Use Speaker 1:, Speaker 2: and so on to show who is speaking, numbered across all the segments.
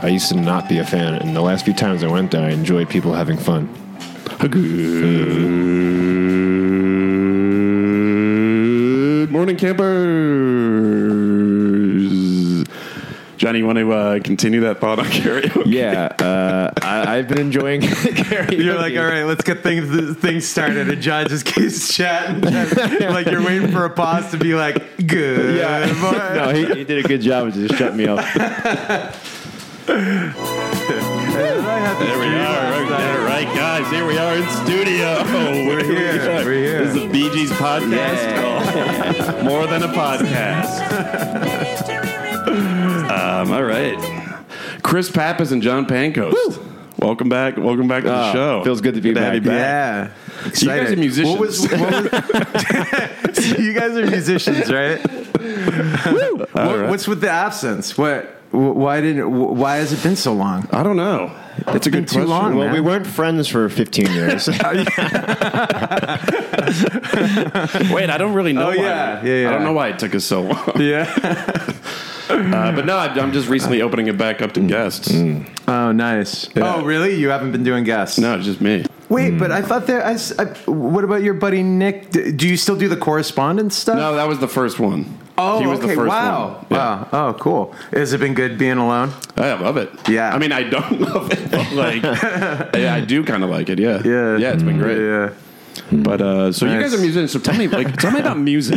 Speaker 1: I used to not be a fan, and the last few times I went there, I enjoyed people having fun.
Speaker 2: Good morning, campers. Johnny, you want to uh, continue that thought on karaoke?
Speaker 1: Yeah, uh, I, I've been enjoying karaoke.
Speaker 3: You're like, all right, let's get things things started. And John just keeps chatting, chatting. like you're waiting for a pause to be like, good.
Speaker 1: Yeah.
Speaker 3: morning."
Speaker 1: no, he, he did a good job of just shutting me up.
Speaker 3: I had this
Speaker 2: There we
Speaker 3: dream
Speaker 2: are.
Speaker 3: last night.
Speaker 2: All right, guys. Here we are in studio. We're
Speaker 3: here. We're here.
Speaker 2: This is the Bee Gees podcast. called More than a podcast. Um, all right. Chris Pappas and John Pancoast. Welcome back. Welcome back to the
Speaker 1: Oh,
Speaker 2: show.
Speaker 1: feels good to be
Speaker 2: to have
Speaker 1: back.
Speaker 2: you
Speaker 3: Yeah.
Speaker 2: So you guys are
Speaker 3: Excited.
Speaker 2: musicians.
Speaker 3: What was, what was- you guys are musicians, right? What-
Speaker 2: right.
Speaker 3: What's with the absence? What? wh- Why didn't? wh- Why has it been so long?
Speaker 2: I don't know. That's a
Speaker 3: been
Speaker 2: good
Speaker 3: too
Speaker 2: question.
Speaker 3: long,
Speaker 1: Well,
Speaker 3: man.
Speaker 1: we weren't friends for 15 years.
Speaker 2: Wait, I don't really know.
Speaker 3: Oh,
Speaker 2: why.
Speaker 3: yeah. Yeah, yeah.
Speaker 2: I don't know why it took us so long. Uh,
Speaker 3: Yeah.
Speaker 2: but no, I- I'm just recently opening it back up to guests.
Speaker 3: Oh, nice. Oh, really? You haven't been doing guests?
Speaker 2: No, it's just me.
Speaker 3: Wait, but I thought there. I, s- I- What about your buddy Nick? D- Do you still do the correspondence stuff?
Speaker 2: No, that was the first one.
Speaker 3: Oh,
Speaker 2: he was
Speaker 3: okay.
Speaker 2: the first
Speaker 3: wow.
Speaker 2: one. Yeah.
Speaker 3: Wow. Oh, cool. Has it been good being alone?
Speaker 2: I love it.
Speaker 3: Yeah.
Speaker 2: I mean, I don't love it, but like, yeah, I do kind of like it. Yeah.
Speaker 3: Yeah. Hmm.
Speaker 2: Yeah, it's been great.
Speaker 3: Yeah.
Speaker 2: But uh, so you
Speaker 3: Nice.
Speaker 2: guys are musicians. So tell me, like, tell me about music.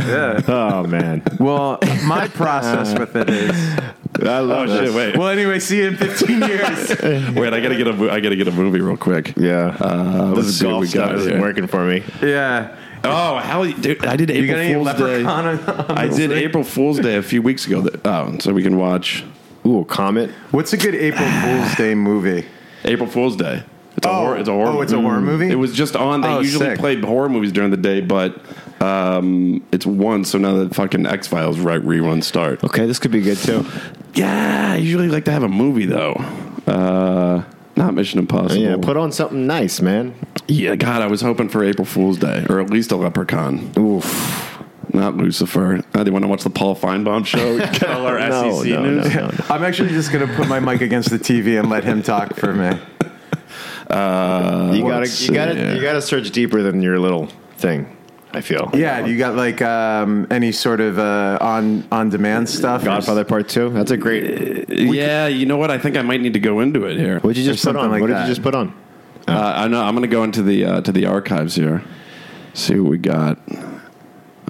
Speaker 1: oh man,
Speaker 3: Well, my process with it is.
Speaker 1: I love
Speaker 2: Oh, shit,
Speaker 1: this.
Speaker 2: wait.
Speaker 3: Well, anyway, see you in 15 years.
Speaker 2: Wait, I gotta get a, mo- I gotta get a movie real quick.
Speaker 1: Yeah,
Speaker 2: Uh, let's
Speaker 1: this
Speaker 2: see what
Speaker 1: golf
Speaker 2: we
Speaker 1: stuff
Speaker 2: got
Speaker 1: isn't
Speaker 2: here.
Speaker 1: working for me.
Speaker 3: yeah.
Speaker 2: Oh, how dude, I did
Speaker 3: You got any
Speaker 2: April Fool's Day.
Speaker 3: leprechaun? On, on
Speaker 2: I
Speaker 3: this
Speaker 2: did
Speaker 3: thing?
Speaker 2: April Fool's Day a few weeks ago. That, oh, so we can watch
Speaker 1: Ooh, Comet.
Speaker 3: What's a good April Fool's Day movie?
Speaker 2: April Fool's Day. It's a
Speaker 3: Oh.
Speaker 2: horror. It's a horror.
Speaker 3: Oh, it's a horror movie?
Speaker 2: It was just on. They
Speaker 3: Oh,
Speaker 2: usually
Speaker 3: sick.
Speaker 2: play horror movies during the day, but um, it's one. So now that fucking X Files right reruns start.
Speaker 1: Okay, this could be good too.
Speaker 2: Yeah, I usually like to have a movie though. Uh, not Mission Impossible.
Speaker 1: Yeah, put on something nice, man.
Speaker 2: yeah, God, I was hoping for April Fool's Day or at least a Leprechaun.
Speaker 1: Oof.
Speaker 2: Not Lucifer. I didn't want to watch the Paul Feinbaum show. Get all our
Speaker 1: No,
Speaker 2: SEC
Speaker 1: no,
Speaker 2: E news.
Speaker 1: no, no.
Speaker 3: I'm actually just going to put my mic against the TV and let him talk for me.
Speaker 2: Uh,
Speaker 1: You gotta,
Speaker 2: let's
Speaker 1: you gotta,
Speaker 2: see.
Speaker 1: you gotta search deeper than your little thing. I feel.
Speaker 3: Yeah, you got like um, any sort of uh, on on demand stuff?
Speaker 1: Godfather Part Two. That's a great.
Speaker 2: Yeah, you know what? I think I might need to go into it here.
Speaker 1: What'd you just put
Speaker 3: something
Speaker 1: on?
Speaker 3: like
Speaker 1: what did
Speaker 3: that.
Speaker 1: you just put on?
Speaker 2: Uh, I know. I'm going to go into the uh, to the archives here. See what we got.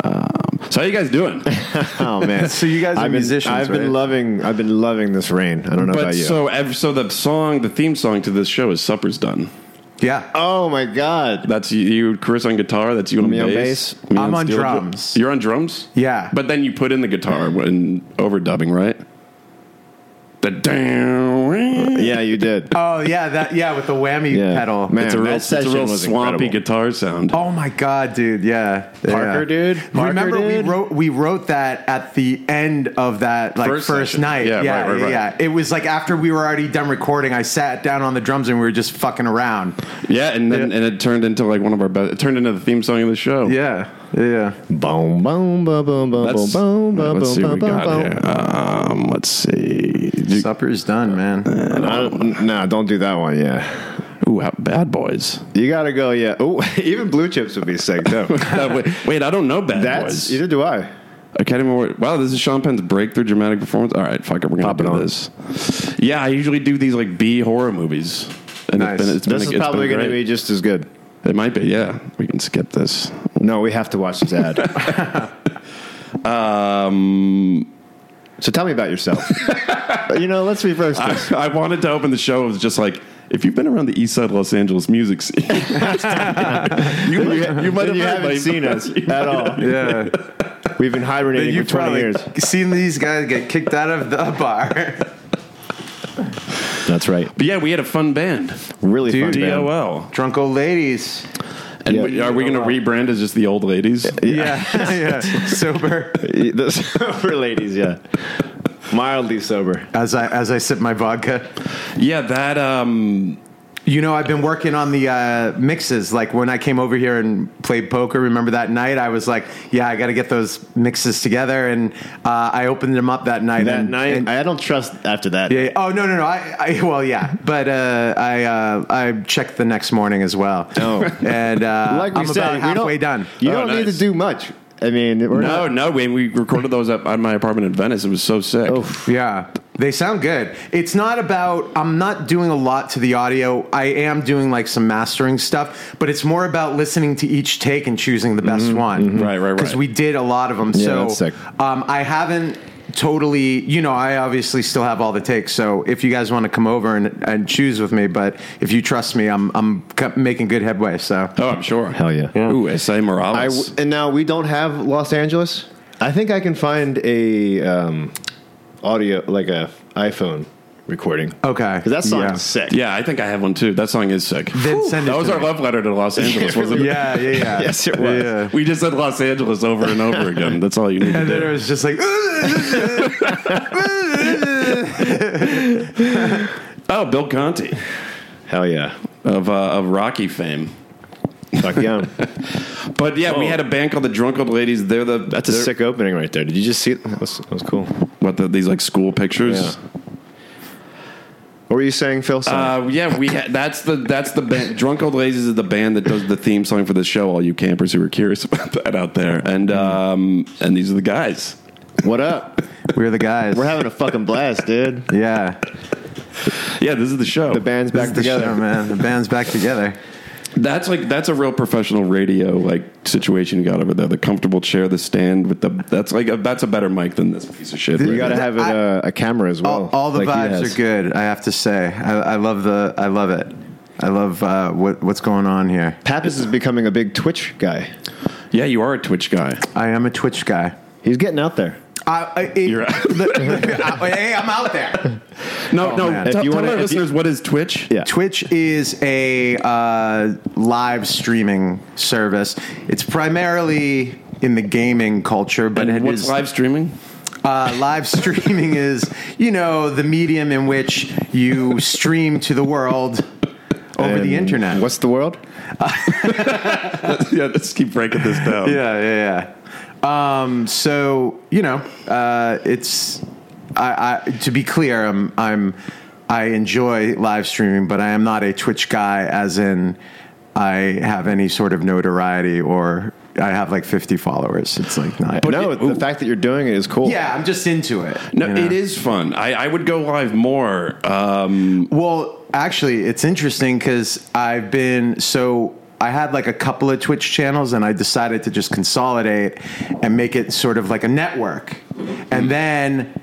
Speaker 2: Um, so how you guys doing?
Speaker 1: Oh man.
Speaker 3: So you guys are
Speaker 1: I've been,
Speaker 3: musicians,
Speaker 1: I've
Speaker 3: right?
Speaker 1: been loving. I've been loving this rain. I don't know
Speaker 2: but
Speaker 1: about you.
Speaker 2: so ev- so the song, the theme song to this show is "Supper's Done."
Speaker 3: Yeah.
Speaker 1: oh my god.
Speaker 2: That's you- you, Chris on guitar. That's you on
Speaker 1: Me on
Speaker 2: bass.
Speaker 1: bass.
Speaker 2: me
Speaker 3: I'm on
Speaker 2: steel drum-
Speaker 3: drums.
Speaker 2: You're on drums.
Speaker 3: Yeah.
Speaker 2: But then you put in the guitar when overdubbing, right? The down.
Speaker 1: Yeah, you did.
Speaker 3: Oh yeah, that yeah with the whammy
Speaker 1: Yeah.
Speaker 3: pedal.
Speaker 1: Man.
Speaker 2: It's a
Speaker 1: that
Speaker 2: real, it's a
Speaker 1: session
Speaker 2: real
Speaker 1: was
Speaker 2: swampy
Speaker 1: incredible.
Speaker 2: guitar sound.
Speaker 3: Oh my god, dude! Yeah,
Speaker 1: Parker,
Speaker 3: Yeah.
Speaker 1: dude. Parker,
Speaker 3: Remember,
Speaker 1: dude.
Speaker 3: we wrote we wrote that at the end of that like
Speaker 2: First
Speaker 3: first,
Speaker 2: session.
Speaker 3: night.
Speaker 2: Yeah,
Speaker 3: Yeah, yeah,
Speaker 2: right, right, right.
Speaker 3: yeah. It was like after we were already done recording. I sat down on the drums and we were just fucking around.
Speaker 2: Yeah, and then and it turned into like one of our best. It turned into the theme song of the show.
Speaker 3: Yeah, yeah.
Speaker 1: Boom, boom, boom, boom, boom, boom,
Speaker 2: Let's,
Speaker 1: boom, boom,
Speaker 2: let's see
Speaker 1: boom,
Speaker 2: what we
Speaker 1: boom,
Speaker 2: got
Speaker 1: boom.
Speaker 2: here. Um, let's see. You-
Speaker 3: Supper's done, man.
Speaker 1: No, no, don't do that one. Yeah,
Speaker 2: Ooh, how- bad boys.
Speaker 1: you gotta go. Yeah. Oh, even blue chips would be sick though.
Speaker 2: Uh, wait, wait, I don't know bad
Speaker 1: That's
Speaker 2: boys.
Speaker 1: either do I.
Speaker 2: Academy Award. Wow, this is Sean Penn's breakthrough dramatic performance. All right, fuck it, we're gonna
Speaker 1: Pop it
Speaker 2: do
Speaker 1: on.
Speaker 2: this. Yeah, I usually do these like B horror movies. And
Speaker 3: Nice.
Speaker 2: it's been, it's been,
Speaker 1: This is
Speaker 2: it's
Speaker 1: probably
Speaker 2: been
Speaker 1: gonna be
Speaker 2: great.
Speaker 1: just as good.
Speaker 2: It might be. Yeah, we can skip this.
Speaker 1: No, we have to watch this ad.
Speaker 2: Um,
Speaker 1: so tell me about yourself. you know, let's reverse
Speaker 2: I,
Speaker 1: this.
Speaker 2: I wanted to open the show with just like. If you've been around the East Side Los Angeles music scene, you, might- you might
Speaker 1: Then
Speaker 2: have
Speaker 1: you
Speaker 2: heard
Speaker 1: haven't
Speaker 2: my-
Speaker 1: seen us
Speaker 2: you
Speaker 1: at all.
Speaker 3: Yeah,
Speaker 1: We've been hibernating
Speaker 3: you've
Speaker 1: for 20
Speaker 3: probably
Speaker 1: years.
Speaker 3: seen these guys get kicked out of the bar.
Speaker 1: That's right.
Speaker 2: But yeah, we had a fun band,
Speaker 1: Really
Speaker 3: Dude.
Speaker 1: fun band.
Speaker 2: DOL.
Speaker 3: Drunk old ladies.
Speaker 2: And
Speaker 1: Yeah.
Speaker 2: we- are we going to rebrand as just the old ladies?
Speaker 3: Yeah, yeah. Sober.
Speaker 1: The sober ladies, yeah. Mildly sober.
Speaker 3: As I as I sip my vodka.
Speaker 2: Yeah, that um
Speaker 3: You know, I've been working on the uh, mixes. Like when I came over here and played poker, remember that night? I was like, "Yeah, I got to get those mixes together," and uh, I opened them up that night.
Speaker 1: That
Speaker 3: and,
Speaker 1: night,
Speaker 3: and-
Speaker 1: I don't trust after that.
Speaker 3: yeah, yeah. Oh no, no, no. I, I well, yeah, but uh, I uh, I checked the next morning as well.
Speaker 1: Oh.
Speaker 3: and uh,
Speaker 1: Like we
Speaker 3: I'm
Speaker 1: said,
Speaker 3: about
Speaker 1: we
Speaker 3: halfway
Speaker 1: don't,
Speaker 3: done.
Speaker 1: You
Speaker 2: Oh,
Speaker 1: don't need
Speaker 2: nice.
Speaker 1: to do much. I mean, we're
Speaker 2: No,
Speaker 1: not.
Speaker 2: no, we, we recorded those up at my apartment in Venice. It was so sick.
Speaker 1: Oof.
Speaker 3: Yeah, they sound good. It's not about, I'm not doing a lot to the audio. I am doing like some mastering stuff, but it's more about listening to each take and choosing the best one.
Speaker 2: Right, right,
Speaker 3: Because
Speaker 2: right.
Speaker 3: we did a lot of them. so
Speaker 4: that's sick.
Speaker 3: Um, I haven't totally, you know, I obviously still have all the takes. So if you guys want to come over and, and choose with me, but if you trust me, I'm, I'm c- making good headway. So.
Speaker 2: Oh, I'm sure.
Speaker 4: Hell yeah.
Speaker 2: Ooh, S.A.
Speaker 1: I
Speaker 2: Morales.
Speaker 1: w- and now we don't have Los Angeles. I think I can find a um, audio like a iPhone recording.
Speaker 3: Okay.
Speaker 1: because that song
Speaker 3: Yeah.
Speaker 1: is sick.
Speaker 2: yeah, I think I have one too. That song is sick.
Speaker 3: Then send it
Speaker 2: that was
Speaker 3: to
Speaker 2: our
Speaker 3: me.
Speaker 2: love letter to Los Angeles, wasn't it?
Speaker 3: Yeah, yeah, yeah.
Speaker 1: Yes, it was.
Speaker 3: Yeah.
Speaker 2: We just said Los Angeles over and over again. That's all you need to
Speaker 3: And then it
Speaker 2: do.
Speaker 3: was just like,
Speaker 2: Oh, Bill Conti
Speaker 4: Hell yeah.
Speaker 2: of uh, of Rocky fame.
Speaker 4: Fuck yeah.
Speaker 2: But yeah, we
Speaker 4: Oh.
Speaker 2: had a band called the Drunk Old Ladies. They're the that's
Speaker 4: It's a sick opening right there. Did you just see it? That was, that was cool.
Speaker 2: what the, these like school pictures.
Speaker 4: Yeah. What were you saying, Phil? Sorry.
Speaker 2: Uh, yeah, we ha- that's the that's the band. Drunk Old Ladies is the band that does the theme song for the show. All you campers who are curious about that out there, and um, and these are the guys.
Speaker 1: What up?
Speaker 3: we're the guys.
Speaker 1: We're having a fucking blast, dude.
Speaker 3: yeah.
Speaker 2: Yeah, this is the show.
Speaker 1: The band's
Speaker 3: This
Speaker 1: back
Speaker 3: is the
Speaker 1: together.
Speaker 3: show, man. The band's back together.
Speaker 2: that's like that's a real professional radio like situation you got over there. The comfortable chair, the stand with the that's like a, that's a better mic than this piece of shit.
Speaker 1: You got to have it,
Speaker 3: I-
Speaker 1: uh, a camera as well.
Speaker 3: All, all the
Speaker 1: like he
Speaker 3: vibes
Speaker 1: has.
Speaker 3: are good. I have to say, I, I love the. I love it. I love uh, what what's going on here.
Speaker 1: Pappas is becoming a big Twitch guy.
Speaker 2: yeah, you are a Twitch guy.
Speaker 3: I am a Twitch guy.
Speaker 1: He's getting out there.
Speaker 3: I, I, it,
Speaker 2: You're-
Speaker 3: hey, I'm out there.
Speaker 2: No, no.
Speaker 3: man.
Speaker 2: T-
Speaker 1: If you
Speaker 2: Oh, tell
Speaker 1: wanna-
Speaker 2: our
Speaker 1: if
Speaker 2: listeners what is Twitch.
Speaker 1: Yeah.
Speaker 3: Twitch is a uh, live streaming service. It's primarily in the gaming culture, but
Speaker 2: And
Speaker 3: it
Speaker 2: what's
Speaker 3: is-
Speaker 2: live streaming?
Speaker 3: uh, live streaming is, you know, the medium in which you stream to the world over
Speaker 1: And
Speaker 3: the internet.
Speaker 1: What's the world?
Speaker 2: yeah, let's keep breaking this down.
Speaker 3: yeah, yeah, yeah. Um, so you know, uh, it's I, I, to be clear, I'm, I'm I enjoy live streaming, but I am not a Twitch guy, as in I have any sort of notoriety or I have like 50 followers. It's like not.
Speaker 1: no,
Speaker 2: it- ooh.
Speaker 1: the fact that you're doing it is cool.
Speaker 3: yeah, I'm just into it.
Speaker 2: No,
Speaker 3: you know?
Speaker 2: it is fun. I, I would go live more. Um,
Speaker 3: Well, actually, it's interesting because I've been so I had like a couple of Twitch channels, and I decided to just consolidate and make it sort of like a network.
Speaker 2: Hmm.
Speaker 3: And then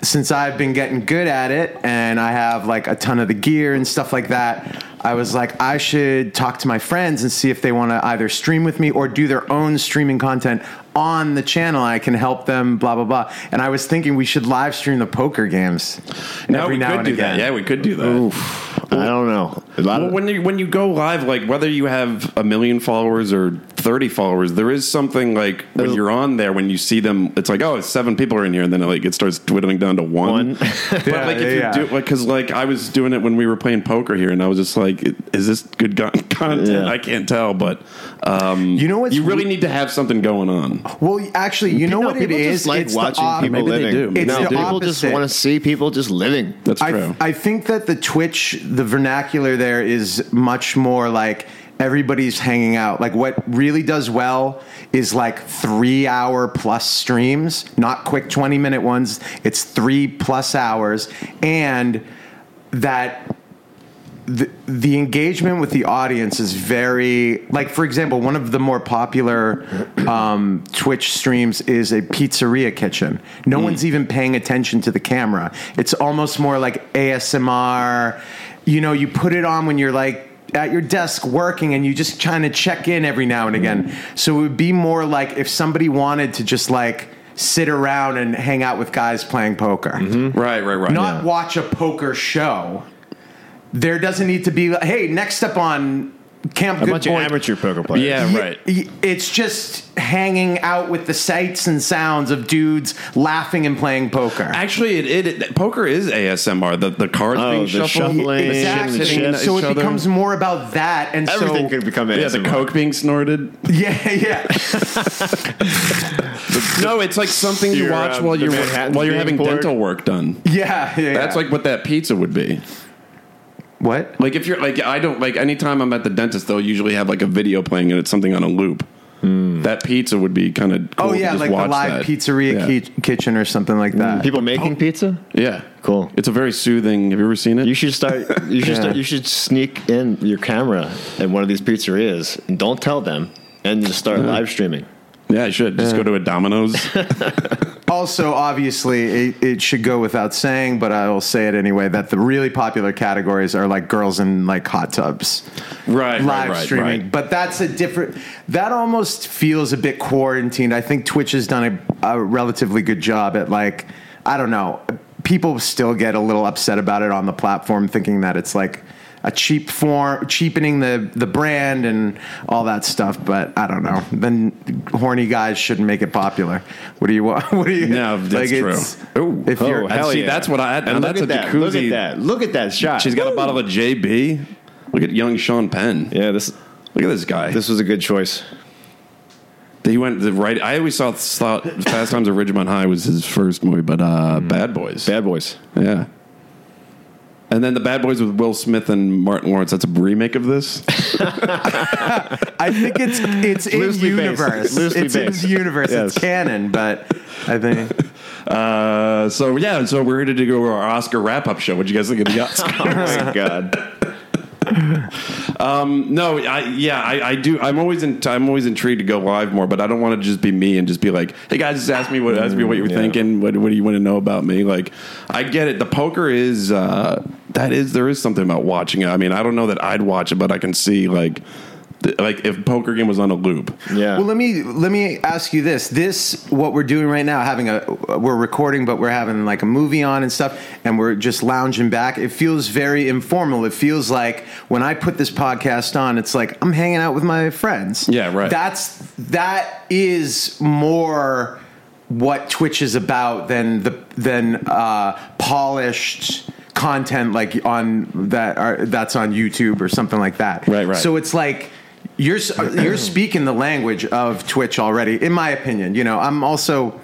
Speaker 3: since I've been getting good at it, and I have like a ton of the gear and stuff like that. I was like, I should talk to my friends and see if they want to either stream with me or do their own streaming content on the channel. I can help them, blah blah blah. And I was thinking we should live stream the poker games
Speaker 2: now we could do that. Yeah, we could do that.
Speaker 1: I don't know. A lot
Speaker 2: Well,
Speaker 1: of-
Speaker 2: when you when you go live, like whether you have a million followers or thirty followers, there is something like when you're on there, when you see them, it's like oh, it's seven people are in here, and then it, like it starts dwindling down to one. but
Speaker 3: Yeah,
Speaker 2: like if
Speaker 3: yeah,
Speaker 2: you
Speaker 3: yeah.
Speaker 2: do like because like I was doing it when we were playing poker here, and I was just like, is this good con- content?
Speaker 1: Yeah.
Speaker 2: I can't tell, but um,
Speaker 3: You know what's
Speaker 2: you really
Speaker 3: we-
Speaker 2: need to have something going on.
Speaker 3: Well, actually, you know
Speaker 1: No,
Speaker 3: what it
Speaker 1: people just
Speaker 3: is.
Speaker 1: like
Speaker 3: It's the
Speaker 1: watching
Speaker 3: op-
Speaker 1: people
Speaker 2: Maybe they
Speaker 1: living.
Speaker 2: do. Maybe
Speaker 3: It's
Speaker 1: no,
Speaker 3: the
Speaker 1: people just
Speaker 3: opposite.
Speaker 1: want to see people just living.
Speaker 2: That's
Speaker 3: I,
Speaker 2: true.
Speaker 3: I think that the Twitch, the vernacular there is much more like everybody's hanging out. Like what really does well is like three hour plus streams, not quick 20 minute ones. It's three plus hours. And that the, the engagement with the audience is very like for example one of the more popular um, twitch streams is a pizzeria kitchen no one's even paying attention to the camera it's almost more like asmr you know you put it on when you're like at your desk working and you just kind of check in every now and again so it would be more like if somebody wanted to just like sit around and hang out with guys playing poker
Speaker 2: right, right, right.
Speaker 3: not watch a poker show. There doesn't need to be like, hey, next up on Camp
Speaker 4: a
Speaker 3: Good
Speaker 4: bunch
Speaker 3: Boy-
Speaker 4: of amateur poker players.
Speaker 2: Yeah,
Speaker 3: Y-
Speaker 2: right.
Speaker 3: y- It's just hanging out with the sights and sounds of dudes laughing and playing poker.
Speaker 2: Actually, it, it, it- poker is ASMR. The the cards
Speaker 1: Oh,
Speaker 2: being
Speaker 1: the
Speaker 2: shuffled,
Speaker 1: shuffling,
Speaker 2: the
Speaker 1: Exactly.
Speaker 2: chips hitting
Speaker 3: so
Speaker 2: each
Speaker 3: it
Speaker 2: other.
Speaker 3: becomes more about that, and
Speaker 1: Everything
Speaker 3: so
Speaker 1: could become
Speaker 2: yeah,
Speaker 1: ASMR.
Speaker 2: the coke being snorted.
Speaker 3: yeah, yeah.
Speaker 2: No, it's like something you
Speaker 1: Your,
Speaker 2: watch
Speaker 1: um,
Speaker 2: while
Speaker 1: the
Speaker 2: you're
Speaker 1: Manhattan
Speaker 2: while you're
Speaker 1: being
Speaker 2: having
Speaker 1: poured.
Speaker 2: dental work done.
Speaker 3: Yeah, yeah.
Speaker 2: That's like what that pizza would be.
Speaker 3: what?
Speaker 2: Like if you're like I don't like anytime I'm at the dentist, they'll usually have like a video playing and it's something on a loop.
Speaker 1: Hmm.
Speaker 2: That pizza would be kind of cool
Speaker 3: oh
Speaker 2: to
Speaker 3: yeah,
Speaker 2: just
Speaker 3: like the
Speaker 2: watch
Speaker 3: live
Speaker 2: that.
Speaker 3: pizzeria
Speaker 2: yeah.
Speaker 3: ki- kitchen or something like that.
Speaker 1: People making pizza?
Speaker 2: Yeah,
Speaker 1: Cool.
Speaker 2: It's a very soothing. Have you ever seen it?
Speaker 1: You should start. You should.
Speaker 3: Yeah.
Speaker 1: start, you should sneak in your camera at one of these pizzerias and don't tell them, and just start live streaming.
Speaker 2: yeah, I should just go to a Domino's.
Speaker 3: Also, obviously, it, it should go without saying, but I will say it anyway that the really popular categories are like girls in like hot tubs,
Speaker 2: right,
Speaker 3: live
Speaker 2: right, right,
Speaker 3: streaming.
Speaker 2: right.
Speaker 3: But that's a different. That almost feels a bit quarantined. I think Twitch has done a, a relatively good job at like I don't know. People still get a little upset about it on the platform, thinking that it's like a cheap form, cheapening the the brand and all that stuff. But I don't know. Then horny guys shouldn't make it popular. What do you want? What do you?
Speaker 2: No, that's
Speaker 3: it's-
Speaker 2: true. Ooh.
Speaker 3: if you're,
Speaker 2: Oh, hell see, that's what I- now
Speaker 1: And look
Speaker 2: that's
Speaker 1: at
Speaker 2: a
Speaker 1: that. Look
Speaker 2: jacuzzi.
Speaker 1: at that. Look at that shot.
Speaker 2: She's got
Speaker 1: Woo!
Speaker 2: a bottle of JB. Look at young Sean Penn.
Speaker 1: Yeah. This.
Speaker 2: Look at this guy.
Speaker 1: This was a good choice.
Speaker 2: he went the right. I always thought, thought Fast Times at Ridgemont High was his first movie, but uh, Bad Boys.
Speaker 1: Bad boys.
Speaker 2: Yeah. And then the Bad Boys with Will Smith and Martin Lawrence. That's a remake of this.
Speaker 3: I think it's it's in
Speaker 1: Loosely based.
Speaker 3: universe.
Speaker 1: Loosely
Speaker 3: It's in
Speaker 1: based.
Speaker 3: universe. It's
Speaker 1: Yes.
Speaker 3: canon, but I think.
Speaker 2: Uh, so yeah, so we're here to do our Oscar wrap up show. What you guys think of the Oscar?
Speaker 1: Oh my god.
Speaker 2: no, I yeah, I, I do. I'm always in, I'm always intrigued to go live more, but I don't want to just be me and just be like, hey guys, just ask me what ask me what
Speaker 3: Mm,
Speaker 2: you're
Speaker 1: yeah.
Speaker 2: thinking. What what do you want to know about me? Like, I get it. The poker is uh, that is there is something about watching it. I mean, I don't know that I'd watch it, but I can see like. th- Like if poker game was on a loop,
Speaker 1: Yeah.
Speaker 3: Well, let me let me ask you this: This what we're doing right now, having a we're recording, but we're having like a movie on and stuff, and we're just lounging back. It feels very informal. It feels like when I put this podcast on, it's like I'm hanging out with my friends.
Speaker 2: Yeah, right.
Speaker 3: That's that is more what Twitch is about than the than uh, polished content like on that are, that's on YouTube or something like that.
Speaker 2: Right, right.
Speaker 3: So it's like you're s- you're speaking the language of Twitch already, in my opinion. You know, I'm also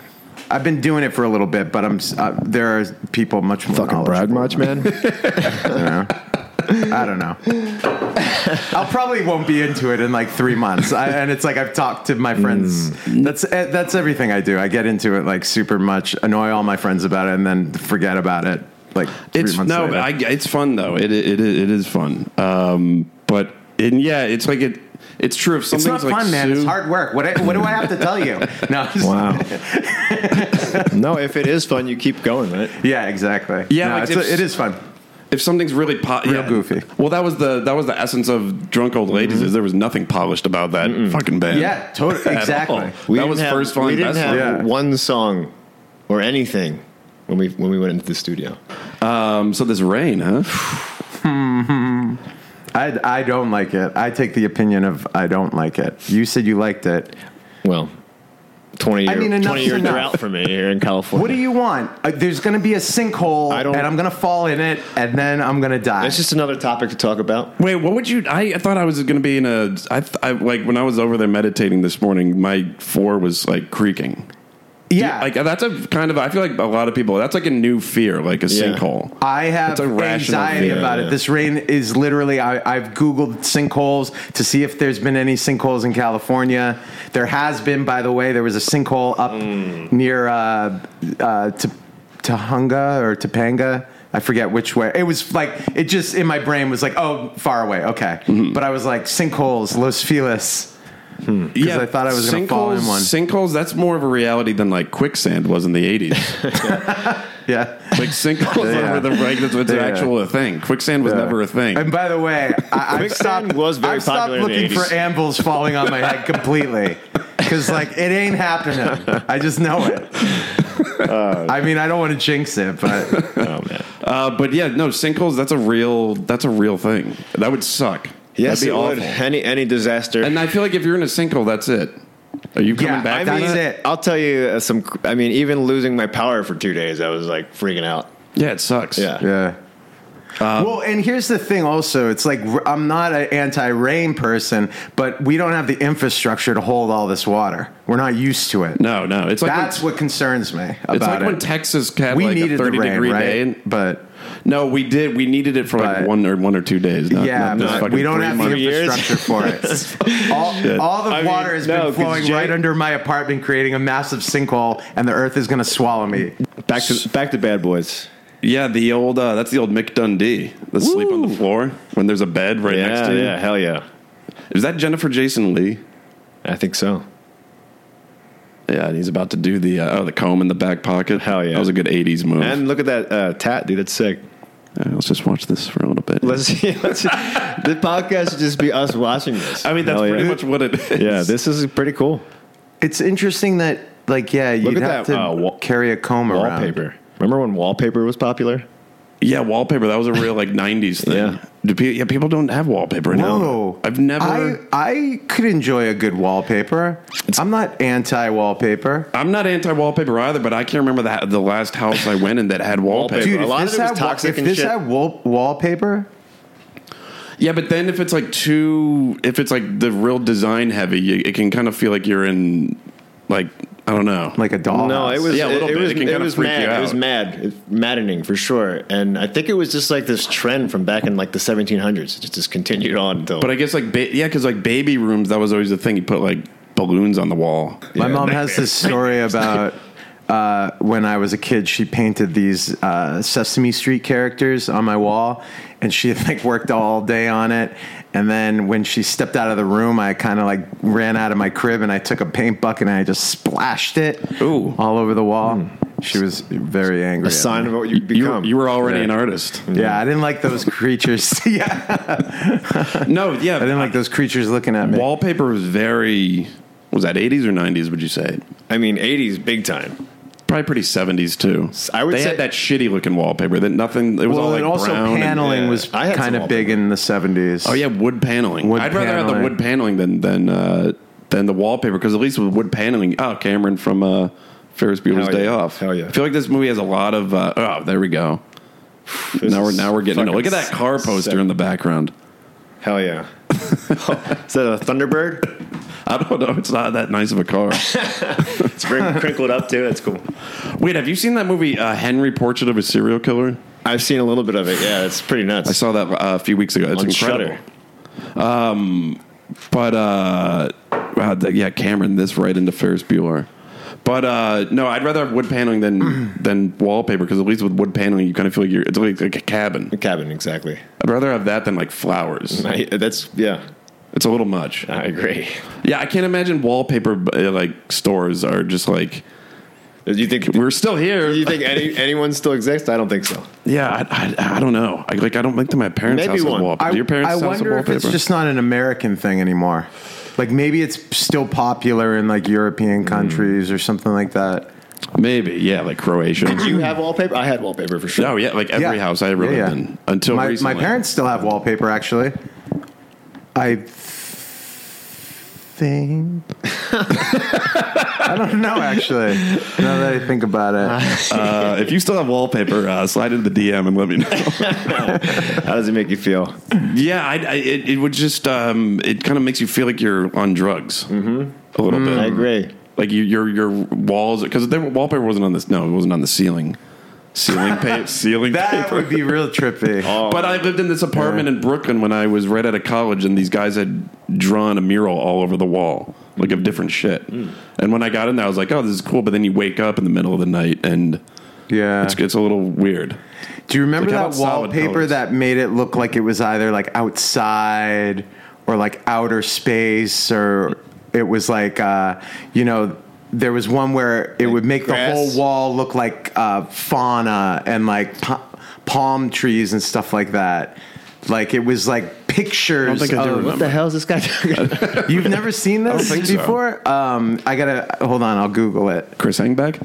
Speaker 3: I've been doing it for a little bit, but I'm s- uh, there are people much more
Speaker 1: fucking brag
Speaker 3: knowledgeable.
Speaker 1: much, man.
Speaker 3: I don't know. I'll probably won't be into it in like three months, I, and it's like I've talked to my friends.
Speaker 2: Mm.
Speaker 3: That's eh, that's everything I do. I get into it like super much, annoy all my friends about it, and then forget about it. Like three
Speaker 2: it's
Speaker 3: months
Speaker 2: no,
Speaker 3: later.
Speaker 2: I, it's fun though. It it it, it is fun. Um, but and yeah, it's like it. It's true. If
Speaker 3: it's
Speaker 2: something's
Speaker 3: not
Speaker 2: like
Speaker 3: fun, man. It's
Speaker 2: Sue-
Speaker 3: hard work. What I- what do I have to tell you? No. I'm just-
Speaker 1: Wow. no, if it is fun, you keep going, right?
Speaker 3: Yeah, exactly.
Speaker 2: Yeah,
Speaker 3: No,
Speaker 2: like
Speaker 3: it's,
Speaker 2: if-
Speaker 3: it is fun.
Speaker 2: if something's really po-
Speaker 3: Real goofy.
Speaker 2: Well, that was the that was the essence of drunk old ladies. Is there was nothing polished about that fucking band.
Speaker 3: Yeah, totally.
Speaker 2: At all.
Speaker 3: Exactly.
Speaker 1: We
Speaker 2: that
Speaker 1: didn't
Speaker 2: was
Speaker 1: have-
Speaker 2: first fun.
Speaker 1: We didn't
Speaker 2: best
Speaker 1: have
Speaker 2: fun.
Speaker 3: Yeah.
Speaker 1: one song or anything when we when we went into the studio.
Speaker 2: Um, so this rain, huh?
Speaker 3: I, I don't like it. I take the opinion of I don't like it. You said you liked it.
Speaker 1: Well, twenty year
Speaker 3: I mean, enough's
Speaker 1: twenty year
Speaker 3: enough.
Speaker 1: drought for me here in California.
Speaker 3: What do you want? Uh, there's going to be a sinkhole,
Speaker 1: I don't-
Speaker 3: and I'm going to fall in it, and then I'm going to die.
Speaker 1: That's just another topic to talk about.
Speaker 2: Wait, what would you? I, I thought I was going to be in a. I, th- I like when I was over there meditating this morning. My floor was like creaking.
Speaker 3: yeah.
Speaker 2: Like that's a kind of. I feel like a lot of people. That's like a new fear, like a
Speaker 1: Yeah.
Speaker 2: sinkhole.
Speaker 3: I have
Speaker 2: It's a rational
Speaker 3: anxiety
Speaker 2: fear,
Speaker 3: about
Speaker 1: yeah.
Speaker 3: it. This rain is literally. I, I've Googled sinkholes to see if there's been any sinkholes in California. There has been, by the way. There was a sinkhole up
Speaker 2: Mm.
Speaker 3: near uh, uh, T- Tahunga or Topanga. I forget which way. It was like it just in my brain was like, oh, far away. Okay,
Speaker 2: Mm-hmm.
Speaker 3: but I was like sinkholes, Los Feliz. I thought I was gonna fall in
Speaker 2: Sinkholes-
Speaker 3: one.
Speaker 2: Sinkholes. That's more of a reality than like quicksand was in the eighties.
Speaker 3: Yeah.
Speaker 2: Like sinkholes
Speaker 3: Yeah.
Speaker 2: are the like that's it's an
Speaker 3: Yeah.
Speaker 2: actual thing. Quicksand was
Speaker 3: Yeah.
Speaker 2: never a thing.
Speaker 3: And by the way, I, I've
Speaker 1: Quicksand
Speaker 3: stopped,
Speaker 1: was very
Speaker 3: I've stopped
Speaker 1: popular in the
Speaker 3: looking for
Speaker 1: 80s.
Speaker 3: anvils falling on my head completely. Because, like, it ain't happening. I just know it. I mean, I don't want to jinx it, but
Speaker 1: Oh man,
Speaker 2: Uh, but yeah, no sinkholes. That's a real. That's a real thing. That would suck.
Speaker 1: Yes,
Speaker 2: That'd
Speaker 1: it
Speaker 2: be
Speaker 1: would.
Speaker 2: awful.
Speaker 1: Any any disaster.
Speaker 2: And I feel like if you're in a sinkhole, that's it. Are you coming
Speaker 3: Yeah,
Speaker 2: back?
Speaker 3: I
Speaker 2: from
Speaker 3: mean-
Speaker 2: that?
Speaker 3: it.
Speaker 1: I'll tell you uh, some. I mean, even losing my power for two days, I was like freaking out.
Speaker 2: yeah, it sucks.
Speaker 1: Yeah.
Speaker 3: Yeah.
Speaker 2: Um,
Speaker 3: well, and here's the thing. Also, it's like r- I'm not an anti-rain person, but we don't have the infrastructure to hold all this water. We're not used to it.
Speaker 2: No, no. It's like
Speaker 3: That's
Speaker 2: when,
Speaker 3: what concerns me about
Speaker 2: it's like
Speaker 3: it.
Speaker 2: when Texas had
Speaker 3: we
Speaker 2: like a
Speaker 3: needed
Speaker 2: 30
Speaker 3: the rain,
Speaker 2: degree
Speaker 3: right?
Speaker 2: day. And,
Speaker 3: but
Speaker 2: no, we did. We needed it for like
Speaker 3: But-
Speaker 2: one or one or two days. Not,
Speaker 3: yeah,
Speaker 2: not this
Speaker 3: but
Speaker 2: fucking
Speaker 3: we don't
Speaker 2: three
Speaker 3: have
Speaker 2: months.
Speaker 3: the
Speaker 1: months. Years.
Speaker 3: infrastructure for it. all, all the
Speaker 1: I mean,
Speaker 3: water has
Speaker 1: no, 'cause
Speaker 3: been flowing
Speaker 1: Jay-
Speaker 3: right under my apartment, creating a massive sinkhole, and the earth is going to swallow me.
Speaker 1: Back to back to bad boys.
Speaker 2: Yeah, the old uh, that's the old Mick Dundee. The sleep on the floor when there's a bed right next
Speaker 1: Yeah,
Speaker 2: to you.
Speaker 1: yeah, hell yeah.
Speaker 2: Is that Jennifer Jason Lee?
Speaker 1: I think so.
Speaker 2: Yeah, and he's about to do the uh, oh the comb in the back pocket.
Speaker 1: Hell yeah.
Speaker 2: that was a good '80s move.
Speaker 1: And look at that uh, tat, dude. That's sick.
Speaker 2: All right, let's just watch this for a little bit.
Speaker 1: Let's see. Let's see. the podcast should just be us watching this.
Speaker 2: I mean, that's
Speaker 1: Hell
Speaker 2: pretty
Speaker 1: yeah.
Speaker 2: much what it is.
Speaker 1: Yeah, this is pretty cool.
Speaker 3: It's interesting that, like, yeah, you'd
Speaker 1: at
Speaker 3: have
Speaker 1: that,
Speaker 3: to
Speaker 1: uh, wa-
Speaker 3: carry a comb around.
Speaker 1: Wallpaper. Remember when wallpaper was popular?
Speaker 2: yeah, wallpaper. That was a real like '90s thing.
Speaker 1: Yeah.
Speaker 2: Do pe- yeah, people don't have wallpaper now.
Speaker 3: Whoa.
Speaker 2: I've never.
Speaker 3: I, I could enjoy a good wallpaper. I'm not anti wallpaper.
Speaker 2: I'm not anti wallpaper either, but I can't remember the, the last house I went in that had wallpaper.
Speaker 1: Dude,
Speaker 3: Dude,
Speaker 1: a
Speaker 3: if
Speaker 1: lot of
Speaker 3: this,
Speaker 1: it was
Speaker 3: had, wa-
Speaker 1: toxic
Speaker 3: if
Speaker 1: and
Speaker 3: this
Speaker 1: shit.
Speaker 3: had wall- wallpaper,
Speaker 2: Yeah, but then if it's like too, if it's like the real design heavy, you, it can kind of feel like you're in, like I don't know,
Speaker 3: like a doll.
Speaker 1: No, it was
Speaker 2: Yeah, a
Speaker 1: it,
Speaker 2: little
Speaker 1: it
Speaker 2: bit.
Speaker 1: was
Speaker 2: It can kinda
Speaker 1: was
Speaker 2: freak
Speaker 1: mad.
Speaker 2: you
Speaker 1: It was
Speaker 2: out.
Speaker 1: mad, It- maddening for sure. And I think it was just like this trend from back in like the 1700s. It just, just continued on until.
Speaker 2: But I guess like ba- yeah, because like baby rooms, that was always the thing. You put like balloons on the wall.
Speaker 3: My mom has this story about uh, when I was a kid. She painted these uh, Sesame Street characters on my wall, and she like worked all day on it. And then when she stepped out of the room, I kind of like ran out of my crib and I took a paint bucket and I just splashed it
Speaker 2: Ooh. Hmm.
Speaker 3: all over the wall. She was very angry.
Speaker 1: a
Speaker 3: at me.
Speaker 1: sign of what you
Speaker 2: You,
Speaker 1: become.
Speaker 2: you were already
Speaker 1: Yeah.
Speaker 2: an artist.
Speaker 3: Yeah, I didn't like those creatures. yeah,
Speaker 2: No, yeah,
Speaker 3: I didn't like those creatures looking at me.
Speaker 2: Wallpaper was very. Was that 80s or 90s? Would you say?
Speaker 1: I mean, 80s, big time.
Speaker 2: Probably pretty 70s too.
Speaker 1: I would
Speaker 2: they
Speaker 1: say-
Speaker 2: had that shitty looking wallpaper that nothing. It was all
Speaker 3: Well,
Speaker 2: like
Speaker 3: and also
Speaker 2: brown and-
Speaker 3: paneling
Speaker 1: yeah.
Speaker 3: was
Speaker 1: I had some
Speaker 3: kind of big in the seventies.
Speaker 2: Oh yeah, wood paneling.
Speaker 3: Wood
Speaker 2: I'd rather have the
Speaker 3: paneling.
Speaker 2: wood paneling than than uh, than the wallpaper because at least with wood paneling, oh Cameron from uh, Ferris Bueller's
Speaker 1: Hell yeah.
Speaker 2: Day Off.
Speaker 1: Hell yeah.
Speaker 2: I feel like this movie has a lot of. Uh, oh, there we go.
Speaker 1: This
Speaker 2: now we're
Speaker 1: is
Speaker 2: now we're getting. Into, look at
Speaker 1: fucking
Speaker 2: that car poster
Speaker 1: sick.
Speaker 2: in the background.
Speaker 1: Hell yeah. Is that a Thunderbird?
Speaker 2: I don't know. It's not that nice of a car.
Speaker 1: It's very crinkled up too. That's cool.
Speaker 2: Wait, have you seen that movie uh, Henry Portrait of a Serial Killer?
Speaker 1: I've seen a little bit of it. Yeah, it's pretty nuts.
Speaker 2: I saw that uh, a few weeks ago. It's
Speaker 1: On
Speaker 2: incredible.
Speaker 1: Shudder.
Speaker 2: But uh, wow, th- yeah, Cameron, this right into Ferris Bueller. But uh, no, I'd rather have wood paneling than than wallpaper because at least with wood paneling, you kind of feel like you're it's like, like a cabin.
Speaker 1: Cabin, exactly.
Speaker 2: I'd rather have that than like flowers.
Speaker 1: I, that's yeah.
Speaker 2: It's a little much.
Speaker 1: I agree.
Speaker 2: Yeah, I can't imagine wallpaper uh, like stores are just like
Speaker 1: Do you think
Speaker 2: we're still here.
Speaker 1: do you think any, anyone still exists? I don't think so.
Speaker 2: yeah, I, I, I don't know. I, like I don't think that my parents'
Speaker 1: Maybe
Speaker 2: house
Speaker 1: one.
Speaker 2: has wallpaper. Your parents'
Speaker 3: I
Speaker 2: house has
Speaker 3: wonder
Speaker 2: wallpaper.
Speaker 3: if it's just not an American thing anymore. Like maybe it's still popular in like European
Speaker 2: Mm.
Speaker 3: countries or something like that.
Speaker 2: Maybe yeah, like Croatia.
Speaker 1: Do you have wallpaper? I had wallpaper for sure.
Speaker 2: Oh yeah, like every
Speaker 3: Yeah.
Speaker 2: house I ever
Speaker 3: Yeah,
Speaker 2: lived
Speaker 3: yeah.
Speaker 2: in until
Speaker 3: my,
Speaker 2: Oh, recently.
Speaker 3: my parents still have wallpaper actually. I think I don't know actually. Now that I think about it,
Speaker 2: Uh, if you still have wallpaper, uh, slide into the DM and let me know.
Speaker 1: How does it make you feel?
Speaker 2: yeah, I, I, it, it would just um, it kind of makes you feel like you're on drugs a little
Speaker 3: Mm.
Speaker 2: bit.
Speaker 1: I agree.
Speaker 2: Like you, your your walls because the wallpaper wasn't on this. No, it wasn't on the ceiling. Ceiling paper. ceiling
Speaker 3: that
Speaker 2: paper.
Speaker 3: would be real trippy.
Speaker 2: But I lived in this apartment in Brooklyn when I was right out of college, and these guys had drawn a mural all over the wall, like of different shit. And when I got in there, I was like, "Oh, this is cool." But then you wake up in the middle of the night, and
Speaker 3: yeah,
Speaker 2: it's, it's a little weird.
Speaker 3: Do you remember
Speaker 2: Like, how
Speaker 3: that
Speaker 2: about solid
Speaker 3: wallpaper
Speaker 2: colors?
Speaker 3: that made it look like it was either like outside or like outer space or it was like uh, you know there was one where it would make
Speaker 1: grass?
Speaker 3: the whole wall look like uh, fauna and like pa- palm trees and stuff like that. Like it was like pictures.
Speaker 2: think I do
Speaker 3: of-
Speaker 2: remember. Uh, What the
Speaker 1: hell is this guy talking
Speaker 3: You've never seen this
Speaker 2: think so.
Speaker 3: before? Um, I gotta hold on. I'll Google it.
Speaker 2: Chris Hangback.